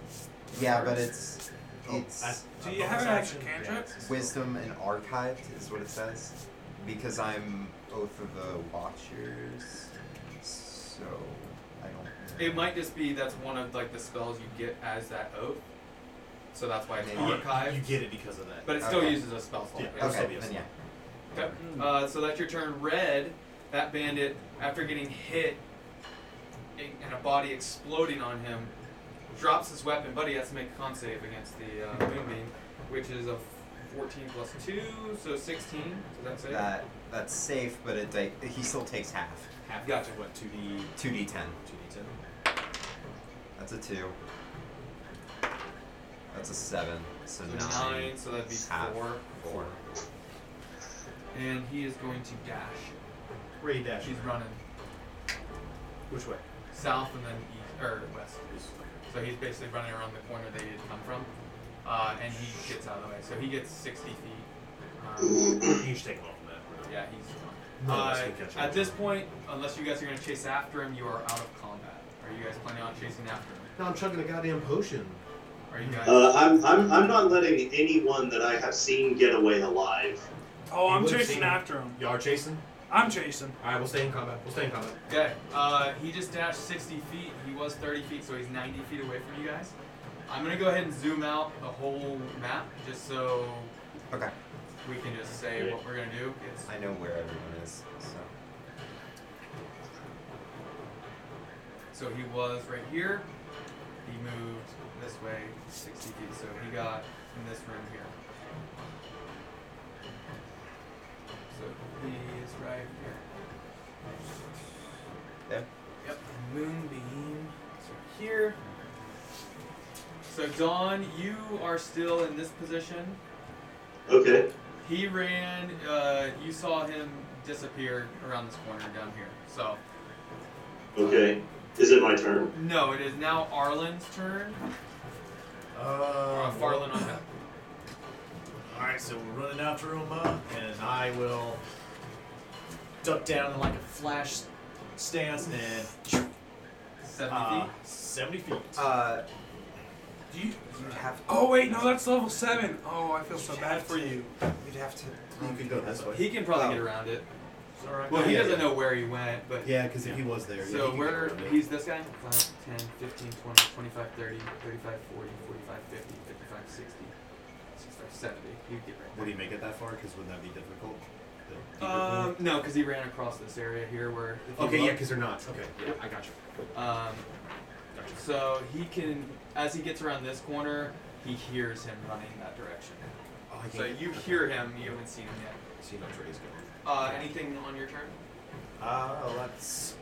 Speaker 10: Yeah, but it's
Speaker 3: Oh,
Speaker 5: I-
Speaker 10: it's
Speaker 5: Do you have an action cantrip?
Speaker 10: Oh, wisdom and archived is what it says, because I'm oath of the Watchers, so I don't.
Speaker 3: It might just be that's one of like the spells you get as that oath. So that's why it's
Speaker 10: Maybe.
Speaker 3: archived.
Speaker 8: You get it because of that.
Speaker 3: But it still
Speaker 10: Okay.
Speaker 3: uses a spell slot.
Speaker 8: Yeah,
Speaker 3: It'll
Speaker 10: okay,
Speaker 3: still be a
Speaker 10: then
Speaker 3: slot.
Speaker 10: yeah.
Speaker 3: Okay. Uh, so that's your turn. Red, that bandit, after getting hit a- and a body exploding on him, drops his weapon, but he has to make a con save against the uh, moonbeam, which is a 14 plus 2, so 16. Does that save?
Speaker 10: That that's safe, but it di- he still takes half.
Speaker 8: Half
Speaker 3: Gotcha.
Speaker 8: What? Two D.
Speaker 10: Two d ten.
Speaker 8: Two D ten.
Speaker 10: That's a two. That's a seven. So
Speaker 3: So
Speaker 10: nine.
Speaker 3: nine, so that'd be
Speaker 10: half
Speaker 3: four.
Speaker 10: Four.
Speaker 3: And he is going to dash.
Speaker 8: Where you dashing?
Speaker 3: He's running
Speaker 8: Which way?
Speaker 3: south and then east or west. So he's basically running around the corner they had come from, uh, and he gets out of the way. So he gets 60 feet. Um,
Speaker 8: He's taking off from that.
Speaker 3: yeah, he's
Speaker 8: No,
Speaker 3: gone.
Speaker 8: that's
Speaker 3: Uh,
Speaker 8: gonna catch up.
Speaker 3: at this point, unless you guys are going to chase after him, you are out of combat. Are you guys planning on chasing after him?
Speaker 8: No, I'm chugging a goddamn potion.
Speaker 3: Are you guys?
Speaker 4: Uh, I'm, I'm, I'm not letting anyone that I have seen get away alive.
Speaker 5: Oh,
Speaker 8: You
Speaker 5: I'm
Speaker 8: would've
Speaker 5: chasing
Speaker 8: seen-
Speaker 5: after him.
Speaker 8: Y'all are chasing?
Speaker 5: I'm chasing.
Speaker 8: Alright, we'll stay in combat. We'll stay in combat.
Speaker 3: Okay, uh, he just dashed 60 feet. He was 30 feet, so he's 90 feet away from you guys. I'm gonna go ahead and zoom out the whole map just so
Speaker 10: Okay.
Speaker 3: we can just say what we're gonna do. It's
Speaker 10: I know where everyone is, so.
Speaker 3: So he was right here. He moved this way 60 feet. So he got in this room here. So he is right here.
Speaker 10: There?
Speaker 3: Yep. Moonbeam. So here. So Dawn, you are still in this position.
Speaker 4: Okay.
Speaker 3: He ran. Uh, you saw him disappear around this corner down here. So.
Speaker 4: Okay. Is it my turn?
Speaker 3: No, it is now Arlen's turn.
Speaker 6: Um,
Speaker 3: Uh, Farland on that.
Speaker 6: Alright, so we're running after him, uh, and I will duck down in like a flash stance and
Speaker 3: 70
Speaker 6: uh,
Speaker 3: feet.
Speaker 6: 70 feet.
Speaker 10: Uh,
Speaker 6: do you,
Speaker 10: you'd have.
Speaker 5: Oh wait, no, that's level seven. Oh, I feel so bad for you.
Speaker 10: You'd have to.
Speaker 8: You could go this way.
Speaker 3: He can probably get around it.
Speaker 5: Sorry.
Speaker 3: Well, he
Speaker 8: Oh. yeah,
Speaker 3: doesn't
Speaker 8: yeah.
Speaker 3: know where he went, but.
Speaker 8: Yeah, because if he was there, yeah, he
Speaker 3: So
Speaker 8: could
Speaker 3: where
Speaker 8: get around it.
Speaker 3: he's this guy? 5, 10, 15, 20, 25, 30, 35, 40, 45, 50, 55, 60, 65, 70. He would get right there.
Speaker 8: Would he make it that far? Because wouldn't that be difficult? The-
Speaker 3: Um, no, because he ran across this area here where. if you
Speaker 8: okay, yeah,
Speaker 3: look-
Speaker 8: because they're not. Okay, yeah, I got you.
Speaker 3: Um, so he can, as he gets around this corner, he hears him running that direction.
Speaker 8: Oh, I
Speaker 3: so
Speaker 8: can't-
Speaker 3: you hear him, you haven't seen him yet.
Speaker 8: See how Trey's going.
Speaker 3: Uh, anything on your turn?
Speaker 6: Uh, let's.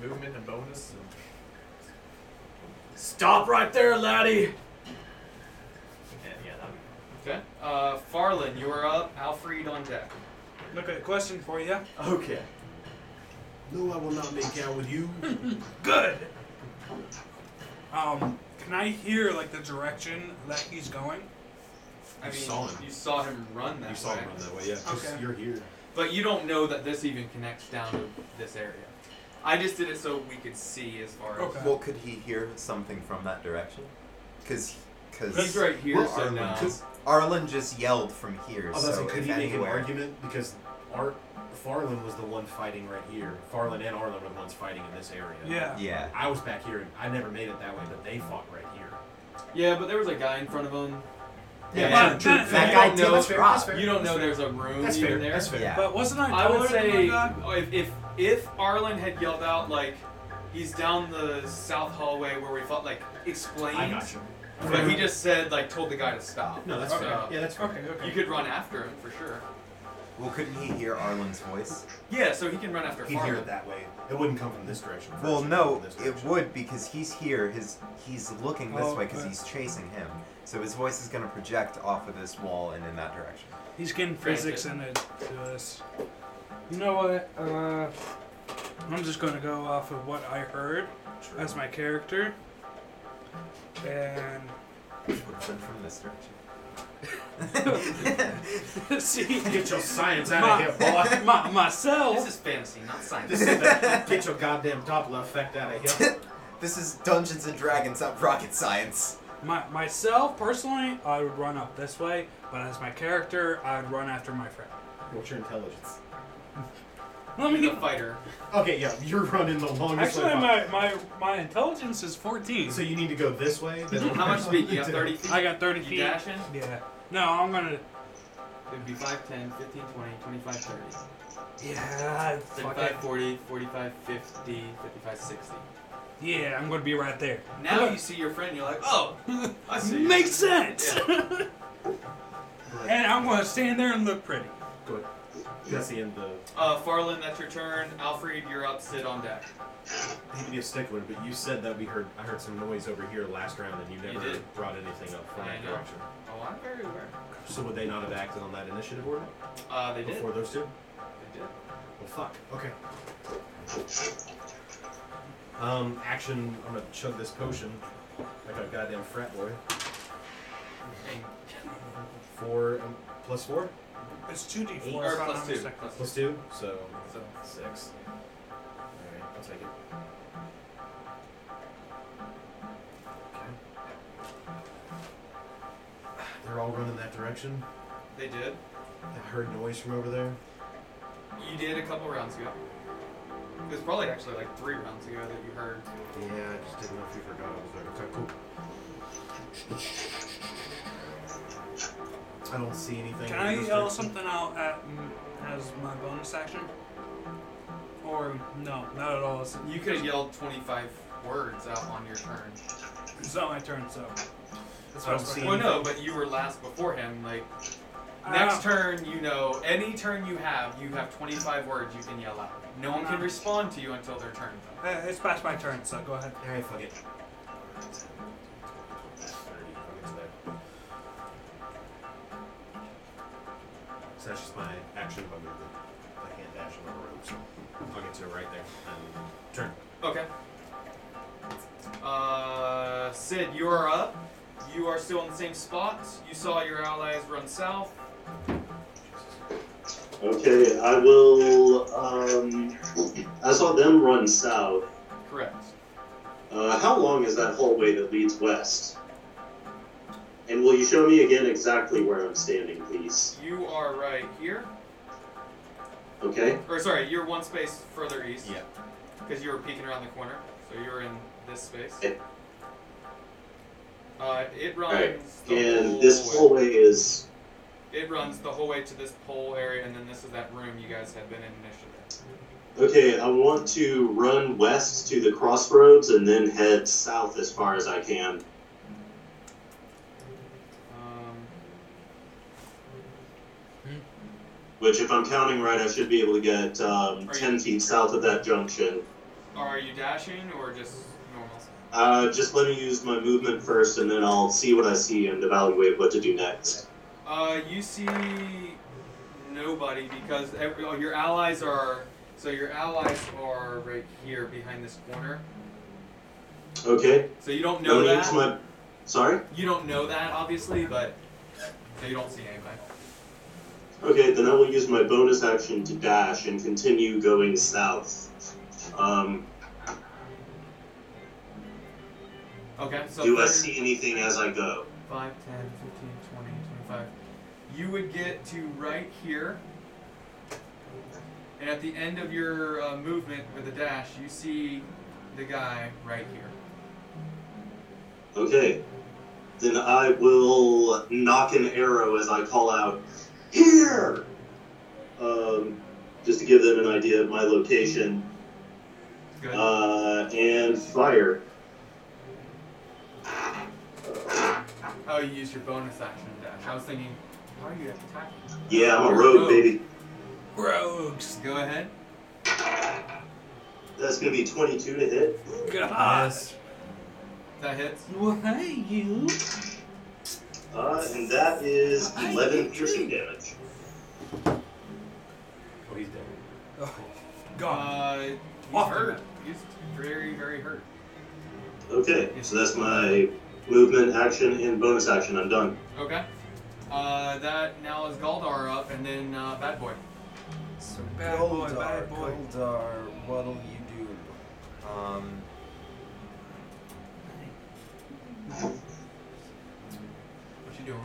Speaker 6: Movement and bonus. And... Stop right there, laddie! Yeah, yeah, that'd be
Speaker 3: Okay. Uh, Farland, you are up. Alfred on deck.
Speaker 5: Look at a question for you.
Speaker 6: Okay.
Speaker 8: No, I will not make out with you.
Speaker 5: Good. Um, can I hear like the direction that he's going?
Speaker 3: I
Speaker 8: You
Speaker 3: mean,
Speaker 8: saw him.
Speaker 3: you saw him run that
Speaker 8: you saw
Speaker 3: way.
Speaker 8: him run that way, yeah. 'cause
Speaker 5: Okay.
Speaker 8: You're here.
Speaker 3: But you don't know that this even connects down to this area. I just did it so we could see as far as.
Speaker 5: Okay.
Speaker 10: Well, could he hear something from that direction? Because. Cause
Speaker 3: He's right here,
Speaker 10: Well,
Speaker 3: so
Speaker 10: Arlen,
Speaker 3: no.
Speaker 10: 'cause Arlen just yelled from here,
Speaker 8: Oh, that's
Speaker 10: so
Speaker 8: like, could
Speaker 10: if
Speaker 8: he make an
Speaker 10: anywhere.
Speaker 8: argument? Because Art Farland was the one fighting right here. Farland and Arlen were the ones fighting in this area.
Speaker 5: Yeah.
Speaker 10: Yeah.
Speaker 8: I was back here, and I never made it that way, but they fought right here.
Speaker 3: Yeah, but there was a guy in front of him.
Speaker 10: Yeah,
Speaker 3: and
Speaker 5: true, true.
Speaker 3: you
Speaker 10: That
Speaker 3: don't
Speaker 10: guy did
Speaker 3: know-
Speaker 10: that's fair, that's
Speaker 8: fair,
Speaker 3: You don't
Speaker 8: that's
Speaker 3: know
Speaker 8: fair.
Speaker 3: there's a room
Speaker 8: That's
Speaker 3: even
Speaker 8: fair.
Speaker 3: there.
Speaker 8: That's fair.
Speaker 10: Yeah.
Speaker 5: But wasn't I
Speaker 3: I
Speaker 5: taller
Speaker 3: would
Speaker 5: than
Speaker 3: say
Speaker 5: my guy?
Speaker 3: if, if if Arlen had yelled out like he's down the south hallway where we fought, like explained,
Speaker 8: I got you.
Speaker 3: but he just said like told the guy to stop.
Speaker 8: No, that's
Speaker 3: so,
Speaker 8: fair. Yeah, that's fair.
Speaker 5: Okay, okay.
Speaker 3: You could run after him for sure.
Speaker 10: Well, couldn't he hear Arlen's voice?
Speaker 3: Yeah, so he can run after
Speaker 8: He'd hear
Speaker 3: Farland.
Speaker 8: it that way. It wouldn't come from this direction. first,
Speaker 10: Well,
Speaker 8: it'd come
Speaker 10: no,
Speaker 8: from this
Speaker 10: it
Speaker 8: direction.
Speaker 10: would because he's here. His he's looking this
Speaker 5: Oh,
Speaker 10: way because
Speaker 5: okay.
Speaker 10: he's chasing him. So his voice is going to project off of this wall and in that direction.
Speaker 5: He's getting
Speaker 3: Granted.
Speaker 5: physics into this. You know what? Uh, I'm just gonna go off of what I heard as my character, and
Speaker 10: Which would have been from this direction.
Speaker 5: see
Speaker 8: Get your science
Speaker 5: my,
Speaker 8: out of here, boy.
Speaker 5: my-
Speaker 3: This
Speaker 5: myself.
Speaker 3: is fantasy, not
Speaker 8: This
Speaker 3: science.
Speaker 8: is the- get your goddamn Doppler effect out of here.
Speaker 10: This is Dungeons and Dragons, not rocket science.
Speaker 5: My, myself personally, I would run up this way, but as my character, I would run after my friend.
Speaker 8: What's your intelligence?
Speaker 5: Let me
Speaker 3: He's a
Speaker 5: get.
Speaker 3: fighter.
Speaker 8: Okay, yeah, you're running the longest
Speaker 5: Actually,
Speaker 8: way.
Speaker 5: my,
Speaker 8: possible.
Speaker 5: my my intelligence is 14.
Speaker 8: So you need to go this way. Then
Speaker 3: How much speed? You got 30 feet?
Speaker 5: I got 30
Speaker 3: You
Speaker 5: feet.
Speaker 3: dashing?
Speaker 5: Yeah. No, I'm gonna.
Speaker 3: It'd be 5, 10, 15, 20, 25, 30,
Speaker 5: Yeah. Fuck it.
Speaker 3: 35, 40, 45, 50, 55, 60.
Speaker 5: Yeah, I'm gonna be right there.
Speaker 3: Now you see your friend, you're like, oh, I see. you."
Speaker 5: Makes sense. and I'm gonna stand there and look pretty.
Speaker 8: Good. That's the end of the.
Speaker 3: Uh, Farland, that's your turn. Alfred, you're up. Sit on deck.
Speaker 8: I hate to be a stickler, but you said that we heard. I heard some noise over here last round, and you
Speaker 3: You
Speaker 8: never
Speaker 3: did.
Speaker 8: brought anything up from
Speaker 3: I
Speaker 8: that
Speaker 3: know.
Speaker 8: direction.
Speaker 3: Oh, I'm very aware.
Speaker 8: So would they not have acted on that initiative order?
Speaker 3: Uh, they did.
Speaker 8: Before those two?
Speaker 3: They did.
Speaker 8: Well, fuck. Okay. Um, action. I'm gonna chug this potion like a goddamn frat boy. Four um, plus four.
Speaker 5: It's two d
Speaker 8: Eight.
Speaker 5: four.
Speaker 8: Or plus two. Plus two. So, six. All right, I'll take it. Okay. They're all running that direction.
Speaker 3: They did.
Speaker 8: I heard noise from over there.
Speaker 3: You did a couple rounds ago. It was probably actually like three rounds ago that you heard.
Speaker 8: Yeah, I just didn't know if you forgot I was there. Okay, cool. I don't see anything.
Speaker 5: Can I
Speaker 8: in this
Speaker 5: yell
Speaker 8: direction.
Speaker 5: something out at, as my bonus action? Or no, not at all. It's,
Speaker 3: You could have yelled 25 words out on your turn.
Speaker 5: it's not my turn, so. That's
Speaker 3: I
Speaker 5: what
Speaker 3: don't
Speaker 5: was
Speaker 3: see.
Speaker 5: saying.
Speaker 3: Well, Oh, no, but you were last before him. Like
Speaker 5: Ah.
Speaker 3: next turn, you know, any turn you have, you have 25 words you can yell out. No one can
Speaker 5: Ah.
Speaker 3: respond to you until their turn.
Speaker 5: Uh, it's past my turn, so go ahead.
Speaker 8: All right, fuck it. So that's just my action if I move the I can't dash on the rope, so I'll get to it right there. And turn.
Speaker 3: Okay. Uh, Sid, you are up. You are still in the same spot. You saw your allies run south.
Speaker 4: Okay, I will. Um, I saw them run south.
Speaker 3: Correct.
Speaker 4: Uh, how long is that hallway that leads west? And will you show me again exactly where I'm standing, please?
Speaker 3: You are right here.
Speaker 4: Okay.
Speaker 3: Or sorry, you're one space further east.
Speaker 8: Yeah.
Speaker 3: Because you were peeking around the corner, so you're in this space. Uh, it runs. the
Speaker 4: And
Speaker 3: whole
Speaker 4: this
Speaker 3: way-
Speaker 4: hallway is
Speaker 3: It runs the whole way to this pole area, and then this is that room you guys have been in initially.
Speaker 4: okay. I want to run west to the crossroads and then head south as far as I can.
Speaker 3: Um,
Speaker 4: Which, if I'm counting right, I should be able to get um,
Speaker 3: Are you-
Speaker 4: ten feet south of that junction.
Speaker 3: are you dashing or just normal?
Speaker 4: Uh, just let me use my movement first, and then I'll see what I see and evaluate what to do next.
Speaker 3: Uh, you see nobody because every, oh, your allies are. So your allies are right here behind this corner.
Speaker 4: Okay.
Speaker 3: So you don't know
Speaker 4: Let me
Speaker 3: that.
Speaker 4: use my- Sorry.
Speaker 3: You don't know that obviously, but so you don't see anybody.
Speaker 4: Okay, then I will use my bonus action to dash and continue going south. Um,
Speaker 3: Okay. So
Speaker 4: do I
Speaker 3: thirty-
Speaker 4: see anything as I go?
Speaker 3: 5, 10, 15, 20, 25. You would get to right here. And at the end of your uh, movement with a dash, you see the guy right here.
Speaker 4: Okay. Then I will knock an arrow as I call out, Here! Um, just to give them an idea of my location.
Speaker 3: Good.
Speaker 4: Uh, and fire.
Speaker 3: Oh, you used your bonus action to dash. I was thinking, how are you attacking?
Speaker 4: Yeah, I'm a
Speaker 3: You're
Speaker 4: rogue, baby.
Speaker 5: Rogues.
Speaker 3: Go ahead.
Speaker 4: That's gonna be 22 to hit.
Speaker 5: God.
Speaker 3: That hits.
Speaker 5: Well, hey, you.
Speaker 4: Uh, and that is 11 piercing damage.
Speaker 8: Oh, he's dead.
Speaker 3: Uh, he's
Speaker 5: Off the
Speaker 3: hurt. He's very, very hurt.
Speaker 4: Okay, so that's my movement action and bonus action. I'm done.
Speaker 3: Okay. Uh, that now is Galdar up, and then uh, Bad Boy.
Speaker 10: So
Speaker 5: Bad boy, bad boy.
Speaker 10: Goldar, what'll you do? Um,
Speaker 3: What you doing?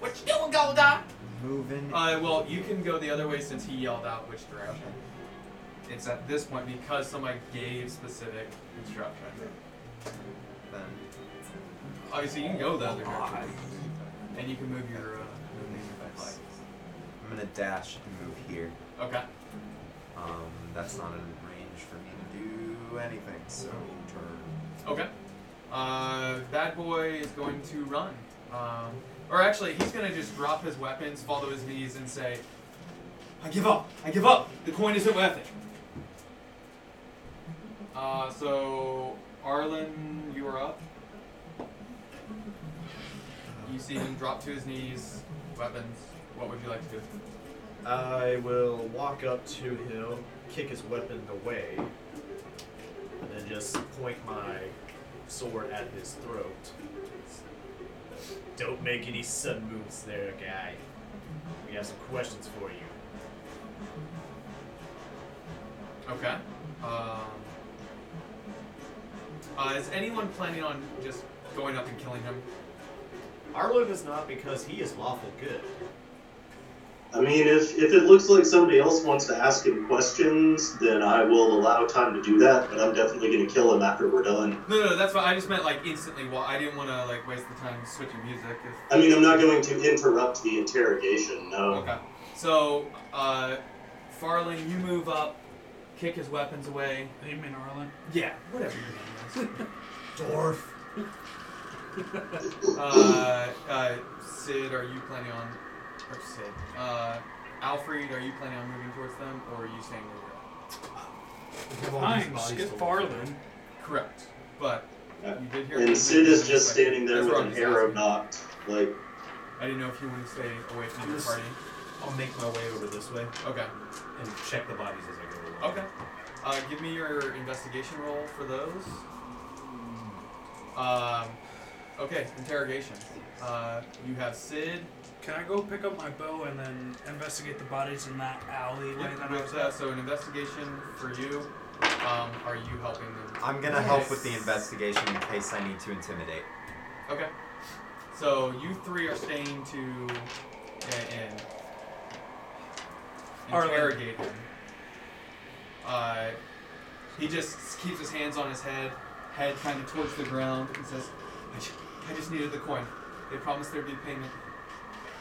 Speaker 3: What you doing, Goldar?
Speaker 10: moving.
Speaker 3: Uh, well, you can go the other way since he yelled out which direction. It's at this point because somebody gave specific instruction.
Speaker 10: then.
Speaker 3: Obviously, you can go the other direction, and you can move your uh, movement if you'd
Speaker 10: I'm gonna dash and move here.
Speaker 3: like. Okay.
Speaker 10: Um, that's not in range for me to do anything. So turn.
Speaker 3: Okay. Uh, bad boy is going to run. Um, or actually, he's going to just drop his weapons, fall to his knees, and say, I give up. I give up. The coin isn't worth it. Uh, so, Arlen, you are up. You see him drop to his knees, weapons. What would you like to do?
Speaker 6: I will walk up to him, kick his weapon away, and then just point my sword at his throat. Don't make any sudden moves there, guy. We have some questions for you.
Speaker 3: Okay. Um, uh, is anyone planning on just going up and killing him?
Speaker 6: Arlo is not because he is lawful good.
Speaker 4: I mean, if, if it looks like somebody else wants to ask him questions, then I will allow time to do that, but I'm definitely going to kill him after we're done.
Speaker 3: No, no, that's what I just meant. Like instantly. Well, I didn't want to like waste the time switching music. If,
Speaker 4: I mean, I'm not going to interrupt the interrogation, no.
Speaker 3: Okay. So, uh, Farling, you move up, kick his weapons away.
Speaker 5: You mean Arlen?
Speaker 3: Yeah, whatever your name is.
Speaker 5: Dwarf.
Speaker 3: uh, uh, Sid, are you planning on? Or Sid, uh, Alfred, are you planning on moving towards them, or are you staying where you're at?
Speaker 5: Fine, just get Farland.
Speaker 3: Correct, but you did hear.
Speaker 4: And Sid is just standing there
Speaker 3: That's
Speaker 4: with
Speaker 3: what I'm
Speaker 4: an
Speaker 3: just
Speaker 4: arrow
Speaker 3: asking.
Speaker 4: knocked. Like,
Speaker 3: I didn't know if you wanted to stay away from the
Speaker 8: Just-
Speaker 3: party.
Speaker 8: I'll make my way over this way.
Speaker 3: Okay.
Speaker 8: And check the bodies as I go along.
Speaker 3: Okay. Uh, give me your investigation roll for those. Um, okay, interrogation. Uh, you have Sid.
Speaker 5: Can I go pick up my bow and then investigate the bodies in that alleyway
Speaker 3: Yep,
Speaker 5: that I
Speaker 3: with,
Speaker 5: was
Speaker 3: uh,
Speaker 5: at?
Speaker 3: so an investigation for you. Um, are you helping them?
Speaker 10: I'm gonna help with the investigation in case I need to intimidate.
Speaker 3: Okay. So you three are staying to uh, in,
Speaker 5: Arlen.
Speaker 3: interrogate him. Uh, he just keeps his hands on his head, head kind of towards the ground, and says, I, ju- I just needed the coin. They promised there'd be payment.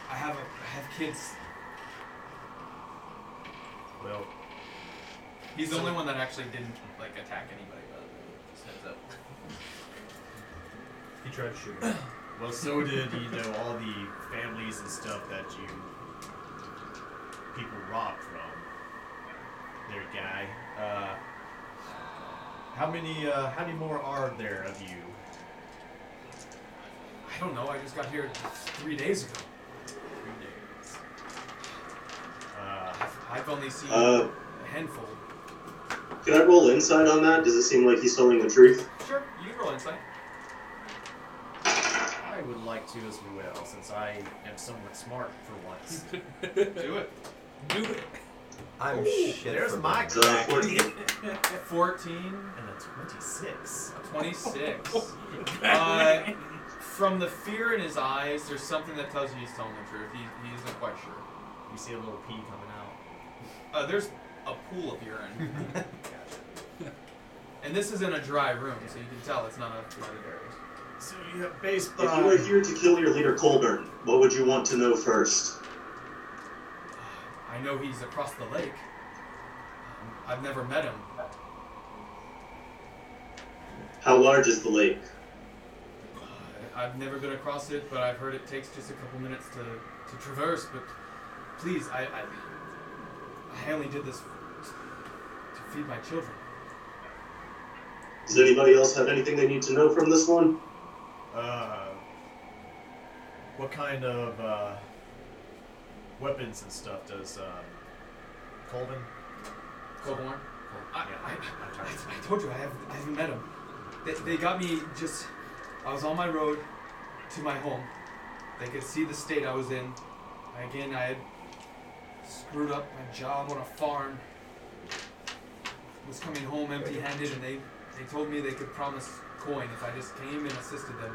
Speaker 3: I have a, I have kids.
Speaker 6: Well,
Speaker 3: He's the
Speaker 6: So-
Speaker 3: only one that actually didn't like attack anybody. By the way. Just heads up.
Speaker 6: He tried to shoot him. well, so did you know all the families and stuff that you people robbed from. There, guy. Uh, how many? Uh, how many more are there of you?
Speaker 3: I don't know. I just got here three days ago.
Speaker 6: Three days. Uh,
Speaker 3: I've only seen
Speaker 4: Uh,
Speaker 3: a handful.
Speaker 4: can I roll insight on that? Does it seem like he's telling the truth?
Speaker 3: Sure, you can roll insight.
Speaker 6: I would like to as well, since I am somewhat smart for once.
Speaker 3: Do it.
Speaker 5: Do it.
Speaker 10: I'm
Speaker 6: Ooh,
Speaker 10: shit.
Speaker 6: there's
Speaker 10: for
Speaker 6: my
Speaker 10: brains.
Speaker 4: So, 14.
Speaker 3: 14
Speaker 6: And a twenty-six.
Speaker 3: 26. uh, from the fear in his eyes, there's something that tells you he's telling the truth. He, he isn't quite sure.
Speaker 6: You see a little pee coming out.
Speaker 3: Uh, there's a pool of urine, and this is in a dry room, so you can tell it's not a flooded area.
Speaker 6: So you have base
Speaker 4: If you were here to kill your leader Colburn, what would you want to know first?
Speaker 3: I know he's across the lake. Um, I've never met him.
Speaker 4: How large is the lake?
Speaker 3: Uh, I've never been across it, but I've heard it takes just a couple minutes to, to traverse. But please, I, I I only did this to feed my children.
Speaker 4: Does anybody else have anything they need to know from this one?
Speaker 6: Uh, what kind of uh, weapons and stuff does um, Colvin?
Speaker 3: Coborn.
Speaker 6: Col-
Speaker 3: I,
Speaker 6: yeah,
Speaker 3: I,
Speaker 6: I'm
Speaker 3: I,
Speaker 6: trying to-
Speaker 3: I told you, I haven't, I haven't met him. They, they got me just. I was on my road to my home. They could see the state I was in. Again, I had screwed up my job on a farm. Was coming home empty handed, and they, they told me they could promise coin if I just came and assisted them.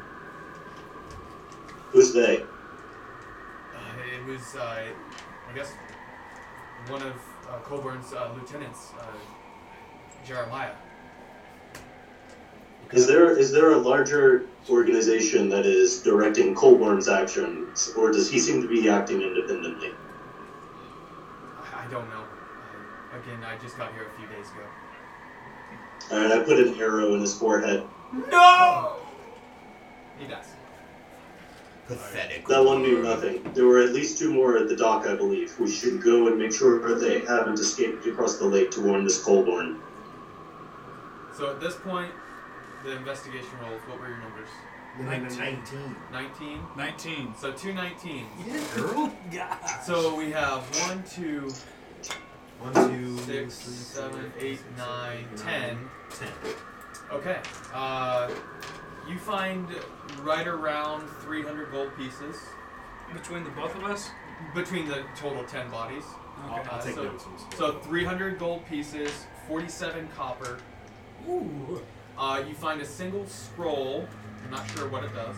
Speaker 4: Who's they?
Speaker 3: Uh, it was, uh, I guess, one of uh, Coburn's uh, lieutenants, uh, Jeremiah.
Speaker 4: Is there is there a larger organization that is directing Colburn's actions, or does he seem to be acting independently?
Speaker 3: I I don't know. Uh, again, I just got here a few days ago.
Speaker 4: All right, I put an arrow in his forehead.
Speaker 3: No! He does.
Speaker 10: Pathetic.
Speaker 4: That one knew nothing. There were at least two more at the dock, I believe. We should go and make sure they haven't escaped across the lake to warn this Colborn.
Speaker 3: So at this point, the investigation rolls. What were your numbers?
Speaker 8: Nineteen. Nineteen.
Speaker 3: 19?
Speaker 5: 19.
Speaker 3: So two 19s.
Speaker 8: Yeah, girl.
Speaker 3: So we have one, two,
Speaker 8: One, two,
Speaker 3: six,
Speaker 8: three,
Speaker 3: seven,
Speaker 8: four,
Speaker 3: eight,
Speaker 8: six,
Speaker 3: nine,
Speaker 8: seven,
Speaker 3: ten.
Speaker 8: nine,
Speaker 3: Okay. Uh, you find right around 300 gold pieces.
Speaker 5: Between the both of us?
Speaker 3: Between the total 10 bodies.
Speaker 5: Okay. I'll- I'll
Speaker 3: Uh,
Speaker 5: take
Speaker 3: so,
Speaker 5: notes and stuff.
Speaker 3: so 300 gold pieces, 47 copper.
Speaker 5: Ooh.
Speaker 3: Uh, you find a single scroll. I'm not sure what it does.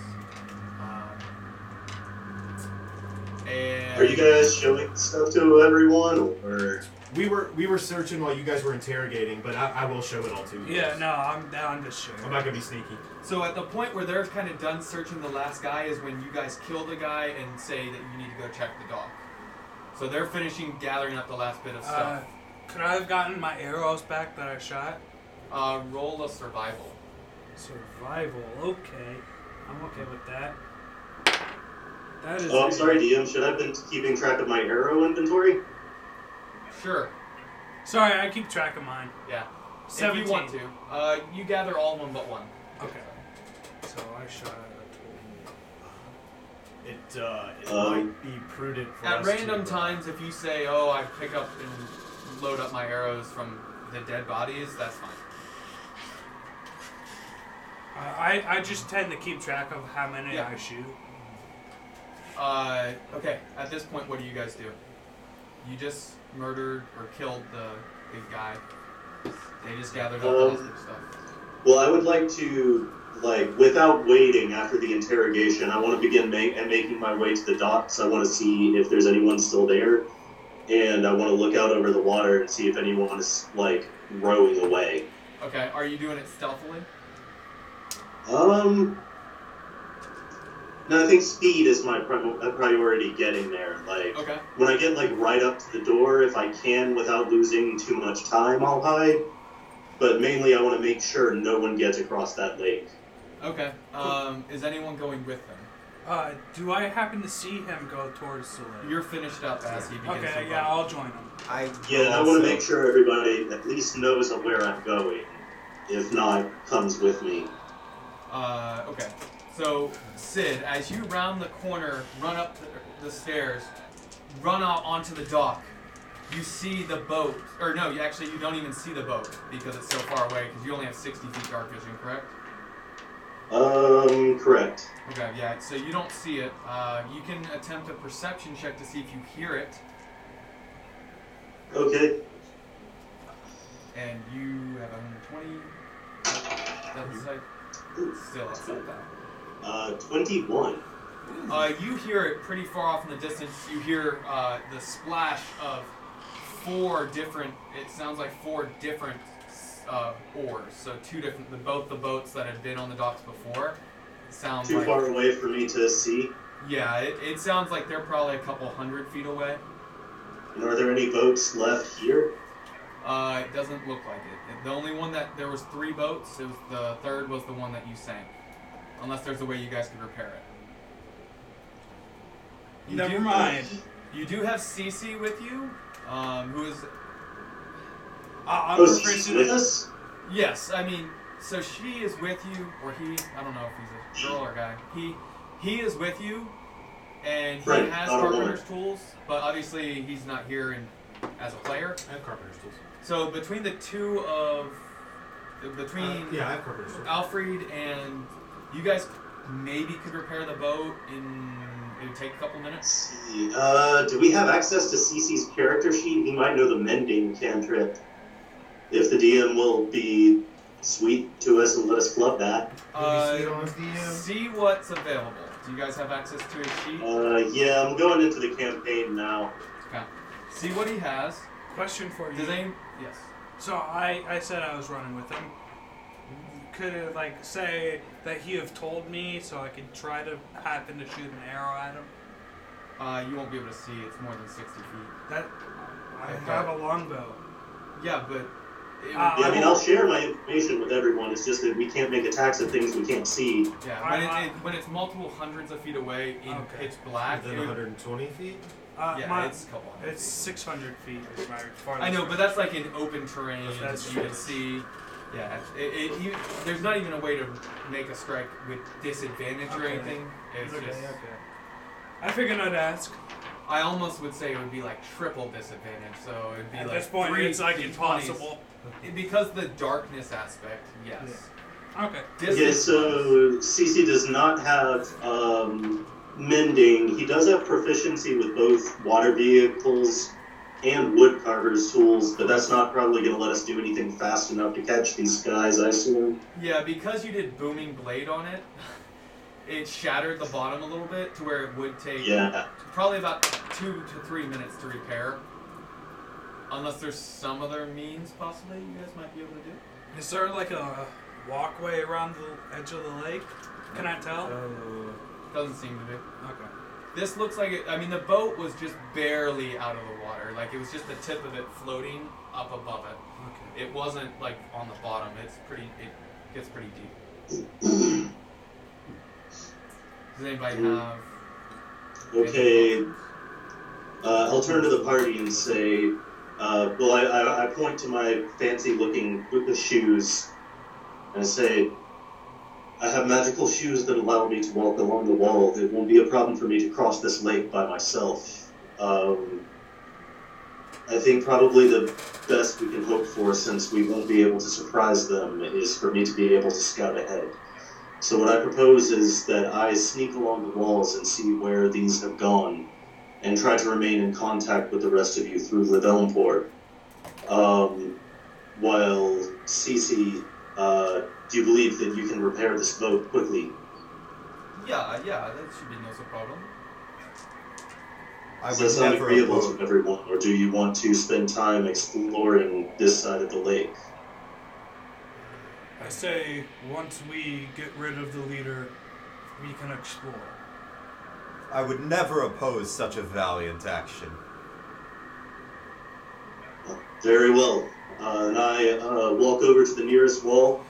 Speaker 3: Uh, and
Speaker 4: Are you guys showing stuff to everyone, or
Speaker 8: We were we were searching while you guys were interrogating, but I, I will show it all to you.
Speaker 5: Yeah,
Speaker 8: guys.
Speaker 5: no, I'm down to share.
Speaker 8: I'm not gonna be sneaky.
Speaker 3: So at the point where they're kind of done searching the last guy is when you guys kill the guy and say that you need to go check the dog. So they're finishing gathering up the last bit of
Speaker 5: Uh,
Speaker 3: stuff.
Speaker 5: could I have gotten my arrows back that I shot?
Speaker 3: Uh, roll a survival.
Speaker 5: Survival, okay. I'm okay with that. That is.
Speaker 4: Oh, I'm sorry, DM. Should I have been keeping track of my arrow inventory?
Speaker 3: Sure.
Speaker 5: Sorry, I keep track of mine.
Speaker 3: Yeah. If
Speaker 5: 17.
Speaker 3: you want to, uh, you gather all of them but one.
Speaker 5: Okay. So I shot
Speaker 8: It uh, it
Speaker 3: Um,
Speaker 8: might be prudent for
Speaker 3: At
Speaker 8: us
Speaker 3: random
Speaker 6: uh,
Speaker 8: to,
Speaker 3: times, if you say, "Oh, I pick up and load up my arrows from the dead bodies," that's fine.
Speaker 5: Uh, I, I just tend to keep track of how many
Speaker 3: Yeah.
Speaker 5: I shoot.
Speaker 3: Uh, okay. At this point, what do you guys do? You just murdered or killed the big guy. They just gathered up all
Speaker 4: Um,
Speaker 3: this stuff.
Speaker 4: Well, I would like to, like, without waiting after the interrogation, I want to begin ma- and making my way to the docks. I want to see if there's anyone still there, and I want to look out over the water and see if anyone is like rowing away.
Speaker 3: Okay. Are you doing it stealthily?
Speaker 4: Um, no, I think speed is my prim- uh, priority getting there. Like,
Speaker 3: Okay.
Speaker 4: when I get like right up to the door, if I can without losing too much time, I'll hide. But mainly, I want to make sure no one gets across that lake.
Speaker 3: Okay. Um, is anyone going with them?
Speaker 5: Uh, do I happen to see him go towards the lake?
Speaker 3: You're finished up as he begins.
Speaker 5: Okay,
Speaker 3: to
Speaker 5: yeah,
Speaker 3: run.
Speaker 5: I'll join him.
Speaker 10: I
Speaker 4: Yeah, I want to make sure everybody at least knows of where I'm going. If not, comes with me.
Speaker 3: Uh, okay. So, Sid, as you round the corner, run up the, the stairs, run out onto the dock, you see the boat. Or, no, you actually, you don't even see the boat because it's so far away because you only have 60 feet dark vision, correct?
Speaker 4: Um, correct.
Speaker 3: Okay, yeah, so you don't see it. Uh, you can attempt a perception check to see if you hear it,
Speaker 4: Okay.
Speaker 3: and you have 120. That's like still outside that.
Speaker 4: Uh, 21.
Speaker 3: Uh, you hear it pretty far off in the distance. You hear uh, the splash of four different. It sounds like four different uh, oars. So two different. The, both the boats that had been on the docks before. Sounds
Speaker 4: Too
Speaker 3: like,
Speaker 4: far away for me to see.
Speaker 3: Yeah, it, it sounds like they're probably a couple hundred feet away.
Speaker 4: And are there any boats left here?
Speaker 3: Uh, it doesn't look like it. The only one that there was three boats. It was the third was the one that you sank. Unless there's a way you guys could repair it. You
Speaker 5: Never
Speaker 3: do-
Speaker 5: mind.
Speaker 3: You do have Cece with you, um, who is.
Speaker 5: I- Uh, I'm
Speaker 4: Oh,
Speaker 5: referring
Speaker 4: she's
Speaker 5: to
Speaker 4: with
Speaker 5: the-
Speaker 4: us?
Speaker 3: Yes, I mean, so she is with you, or he. I don't know if he's a girl or guy. He, he is with you, and he
Speaker 4: Right,
Speaker 3: has
Speaker 4: not a woman.
Speaker 3: carpenter's tools, but obviously he's not here and as a player.
Speaker 8: I have carpenter's tools.
Speaker 3: So between the two of, between
Speaker 8: Uh, yeah, I have carpenter's tools.
Speaker 3: Alfred and you guys, maybe could repair the boat in. It would take a couple minutes.
Speaker 4: Uh, do we have access to CC's character sheet? He might know the mending cantrip. If the DM will be sweet to us and let us flub that.
Speaker 3: Uh, see what's available. Do you guys have access to his sheet?
Speaker 4: Uh, yeah, I'm going into the campaign now.
Speaker 3: Okay. See what he has.
Speaker 5: Question for you.
Speaker 3: Does any? Yes.
Speaker 5: So I, I said I was running with him. Could it, like, say that he have told me so I could try to happen to shoot an arrow at him?
Speaker 3: Uh, you won't be able to see. It's more than sixty feet.
Speaker 5: That I
Speaker 3: Okay.
Speaker 5: have a longbow.
Speaker 3: Yeah, but
Speaker 5: Uh,
Speaker 4: yeah, I mean, I'll share my information with everyone. It's just that we can't make attacks at things we can't see.
Speaker 3: Yeah, when, it, it, when it's multiple hundreds of feet away in pitch black,
Speaker 8: Within
Speaker 3: it would-
Speaker 8: 120 feet?
Speaker 5: Uh,
Speaker 3: yeah,
Speaker 5: my-
Speaker 3: it's a couple hundred.
Speaker 5: It's 600 feet is my
Speaker 3: I
Speaker 5: farthest.
Speaker 3: know, but that's like an open terrain.
Speaker 5: That's
Speaker 3: you
Speaker 5: true.
Speaker 3: can see. Yeah, it, it, you, there's not even a way to make a strike with disadvantage or
Speaker 5: Okay.
Speaker 3: anything. It's
Speaker 5: Okay,
Speaker 3: just.
Speaker 5: okay. I figured I'd ask.
Speaker 3: I almost would say it would be like triple disadvantage, so it'd be
Speaker 5: At
Speaker 3: like
Speaker 5: this point,
Speaker 3: three
Speaker 5: it's, like,
Speaker 3: D20s.
Speaker 5: impossible.
Speaker 3: It- because the darkness aspect. Yes.
Speaker 5: Okay.
Speaker 4: Okay, so CC does not have um, mending. He does have proficiency with both water vehicles and wood carver's tools, but that's not probably going to let us do anything fast enough to catch these guys, I assume.
Speaker 3: Yeah, because you did booming blade on it, it shattered the bottom a little bit to where it would take
Speaker 4: Yeah.
Speaker 3: probably about two to three minutes to repair. Unless there's some other means possibly you guys might be able to do.
Speaker 5: Is there like a walkway around the edge of the lake? Can I tell?
Speaker 3: Doesn't seem to be.
Speaker 5: Okay.
Speaker 3: This looks like it. I mean, the boat was just barely out of the water. Like it was just the tip of it floating up above it. It wasn't like on the bottom. It's pretty. It gets pretty deep. Does anybody have?
Speaker 4: Okay, uh, I'll turn to the party and say, uh, well, I, I, I point to my fancy looking shoes and say, I have magical shoes that allow me to walk along the wall. It won't be a problem for me to cross this lake by myself. Um, I think probably the best we can hope for, since we won't be able to surprise them, is for me to be able to scout ahead. So what I propose is that I sneak along the walls and see where these have gone, and try to remain in contact with the rest of you through Levelmport. Um, while Cece, uh, do you believe that you can repair this boat quickly?
Speaker 3: Yeah, uh, yeah. That should be no so problem.
Speaker 4: Does that sound agreeable to everyone, or do you want to spend time exploring this side of the lake?
Speaker 5: I say once we get rid of the leader, we can explore.
Speaker 7: I would never oppose such a valiant action.
Speaker 4: Very well. Uh, and I uh, walk over to the nearest wall,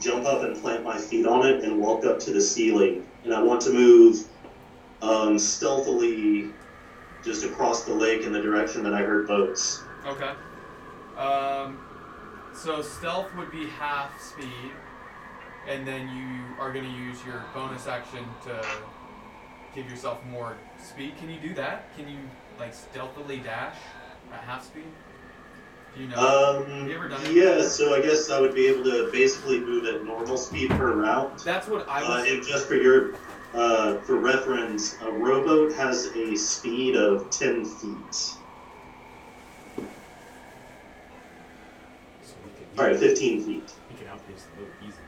Speaker 4: jump up and plant my feet on it, and walk up to the ceiling. And I want to move um, stealthily just across the lake in the direction that I heard boats.
Speaker 3: Okay. Um, so stealth would be half speed, and then you are going to use your bonus action to give yourself more speed. Can you do that? Can you like stealthily dash at half speed? Do you know?
Speaker 4: Um,
Speaker 3: you ever done it?
Speaker 4: yeah, so I guess I would be able to basically move at normal speed per route.
Speaker 3: That's what I
Speaker 4: Uh,
Speaker 3: was.
Speaker 4: and just for your uh, for reference, a rowboat has a speed of 10 feet. All right, 15 feet.
Speaker 8: He can outpace the boat easily.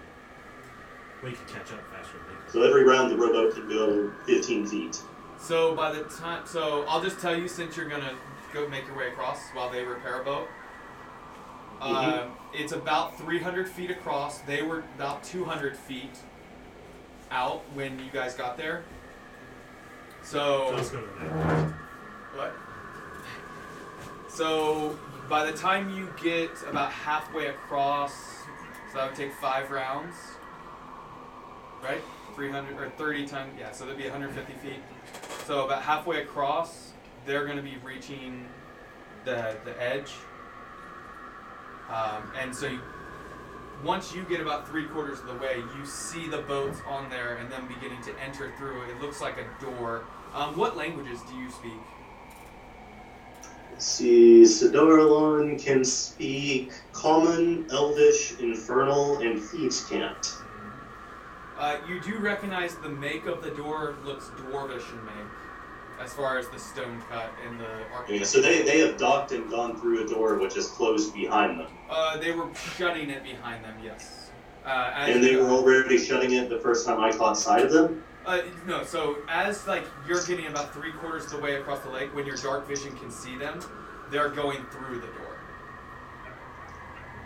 Speaker 8: Well, he can catch up faster than
Speaker 4: So every round the rowboat can go 15 feet.
Speaker 3: So by the time, so I'll just tell you since you're gonna go make your way across while they repair a boat. Uh,
Speaker 4: Mhm.
Speaker 3: it's about 300 feet across. They were about 200 feet out when you guys got there. So.
Speaker 8: let's go
Speaker 3: What? So by the time you get about halfway across, so that would take five rounds, right? 300 or 30 times, yeah. So that'd be 150 feet. So about halfway across, they're going to be reaching the the edge. Um, and so you, once you get about three quarters of the way, you see the boats on there and them beginning to enter through. It looks like a door. Um, what languages do you speak?
Speaker 4: Let's see, Sidoralon can speak Common, Elvish, Infernal, and Thieves can't.
Speaker 3: Uh, you do recognize the make of the door looks dwarvish in make, as far as the stone cut and the
Speaker 4: Okay,
Speaker 3: architecture.
Speaker 4: so they, they have docked and gone through a door which is closed behind them.
Speaker 3: Uh, they were shutting it behind them. Yes. Uh, as
Speaker 4: And they
Speaker 3: you-
Speaker 4: were already shutting it the first time I caught sight of them?
Speaker 3: Uh, no, so as like you're getting about three quarters of the way across the lake, when your dark vision can see them, they're going through the door.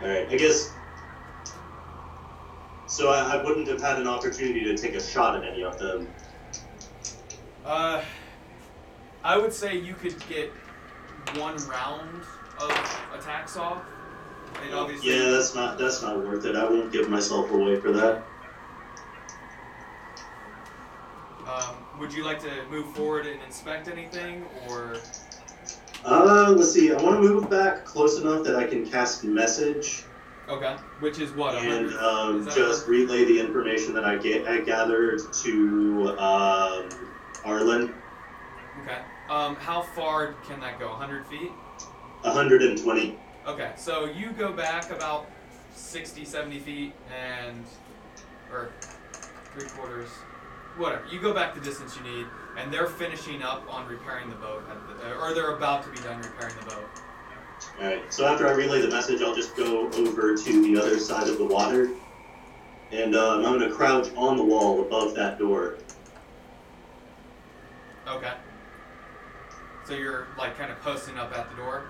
Speaker 4: Alright, I guess. So I, I wouldn't have had an opportunity to take a shot at any of them.
Speaker 3: Uh, I would say you could get one round of attacks off, And obviously,
Speaker 4: Yeah, that's not that's not worth it. I won't give myself away for that.
Speaker 3: um, would you like to move forward and inspect anything, or
Speaker 4: Uh, let's see. I want to move back close enough that I can cast message
Speaker 3: okay, which is what? a
Speaker 4: and
Speaker 3: hundred-
Speaker 4: um,
Speaker 3: that-
Speaker 4: just relay the information that I get I gathered to um, Arlen.
Speaker 3: okay. Um, how far can that go? 100 feet.
Speaker 4: 120.
Speaker 3: Okay, so you go back about 60, 70 feet and. or three quarters. Whatever. You go back the distance you need, and they're finishing up on repairing the boat, at the, or they're about to be done repairing the boat.
Speaker 4: All right. So after I relay the message, I'll just go over to the other side of the water, and um, I'm gonna crouch on the wall above that door.
Speaker 3: Okay. So you're like kind of posting up at the door.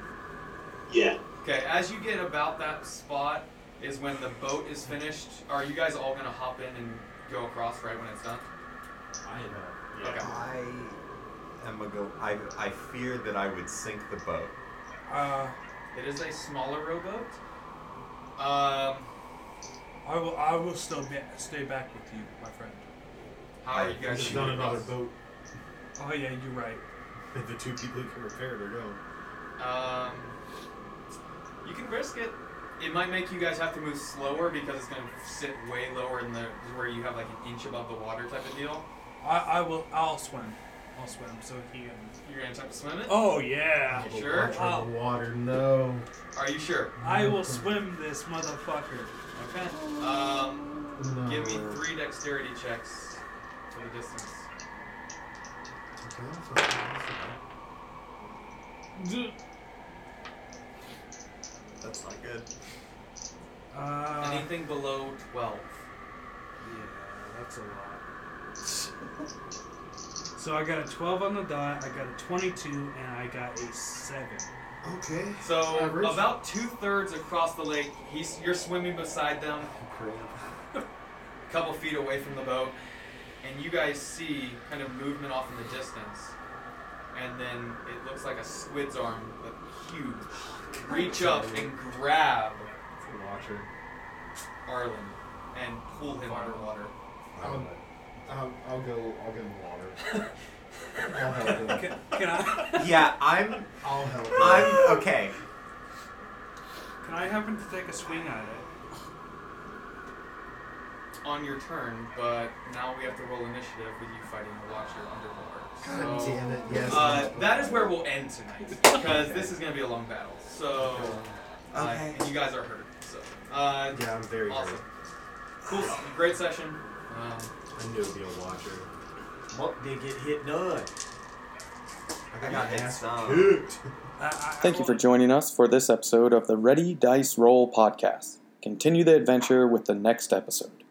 Speaker 4: Yeah.
Speaker 3: Okay, as you get about that spot is when the boat is finished. Are you guys all gonna hop in and go across right when it's done?
Speaker 8: I am.
Speaker 6: uh,
Speaker 3: Okay.
Speaker 10: I am a go. I, I fear that I would sink the boat.
Speaker 5: Uh,
Speaker 3: it is a smaller rowboat. Um,
Speaker 5: I will. I will still be, stay back with you, my friend.
Speaker 3: How are you guys?
Speaker 8: There's
Speaker 3: gonna
Speaker 8: not
Speaker 3: do
Speaker 8: another
Speaker 3: this?
Speaker 8: boat.
Speaker 5: Oh yeah, you're right.
Speaker 8: The two people who can repair it are gone.
Speaker 3: Um, you can risk it. It might make you guys have to move slower because it's gonna sit way lower in the where you have like an inch above the water type of deal.
Speaker 5: I, I will. I'll swim. I'll swim. So he. Um,
Speaker 3: You're gonna attempt to swim it.
Speaker 5: oh yeah.
Speaker 3: You sure?
Speaker 5: I'll-
Speaker 8: water, no.
Speaker 3: Are you sure?
Speaker 5: I will swim this motherfucker.
Speaker 3: Okay. Um, give me three dexterity checks for the distance.
Speaker 10: That's not good.
Speaker 5: Uh,
Speaker 3: Anything below twelve.
Speaker 5: Yeah, that's a lot. so I got a 12 on the dot, I got a 22, and I got a 7.
Speaker 8: Okay.
Speaker 3: So about two thirds across the lake, he's you're swimming beside them, a couple feet away from the boat, and you guys see kind of movement off in the distance, and then it looks like a squid's arm, but huge, reach up and grab
Speaker 6: Watcher.
Speaker 3: Arlen and pull him underwater.
Speaker 9: Um, um, I'll go. I'll get in the water. I'll help him.
Speaker 5: Can, can I?
Speaker 10: Yeah, I'm.
Speaker 9: I'll help him.
Speaker 10: I'm okay.
Speaker 5: Can I happen to take a swing at it?
Speaker 3: on your turn, but now we have to roll initiative with you fighting the Watcher underwater.
Speaker 9: God
Speaker 3: so,
Speaker 9: damn it, yes.
Speaker 3: Oh. Uh, that is where we'll end tonight because this is going to be a long battle. So, uh,
Speaker 9: Okay.
Speaker 3: and you guys are hurt. So, uh,
Speaker 9: Yeah, I'm very
Speaker 3: awesome.
Speaker 9: hurt.
Speaker 3: Cool, great session. Um,
Speaker 9: I knew it'd be a watcher.
Speaker 6: Muck didn't get hit none.
Speaker 10: I got hit some.
Speaker 9: Hoot.
Speaker 1: Thank you for joining us for this episode of the Ready Dice Roll podcast. Continue the adventure with the next episode.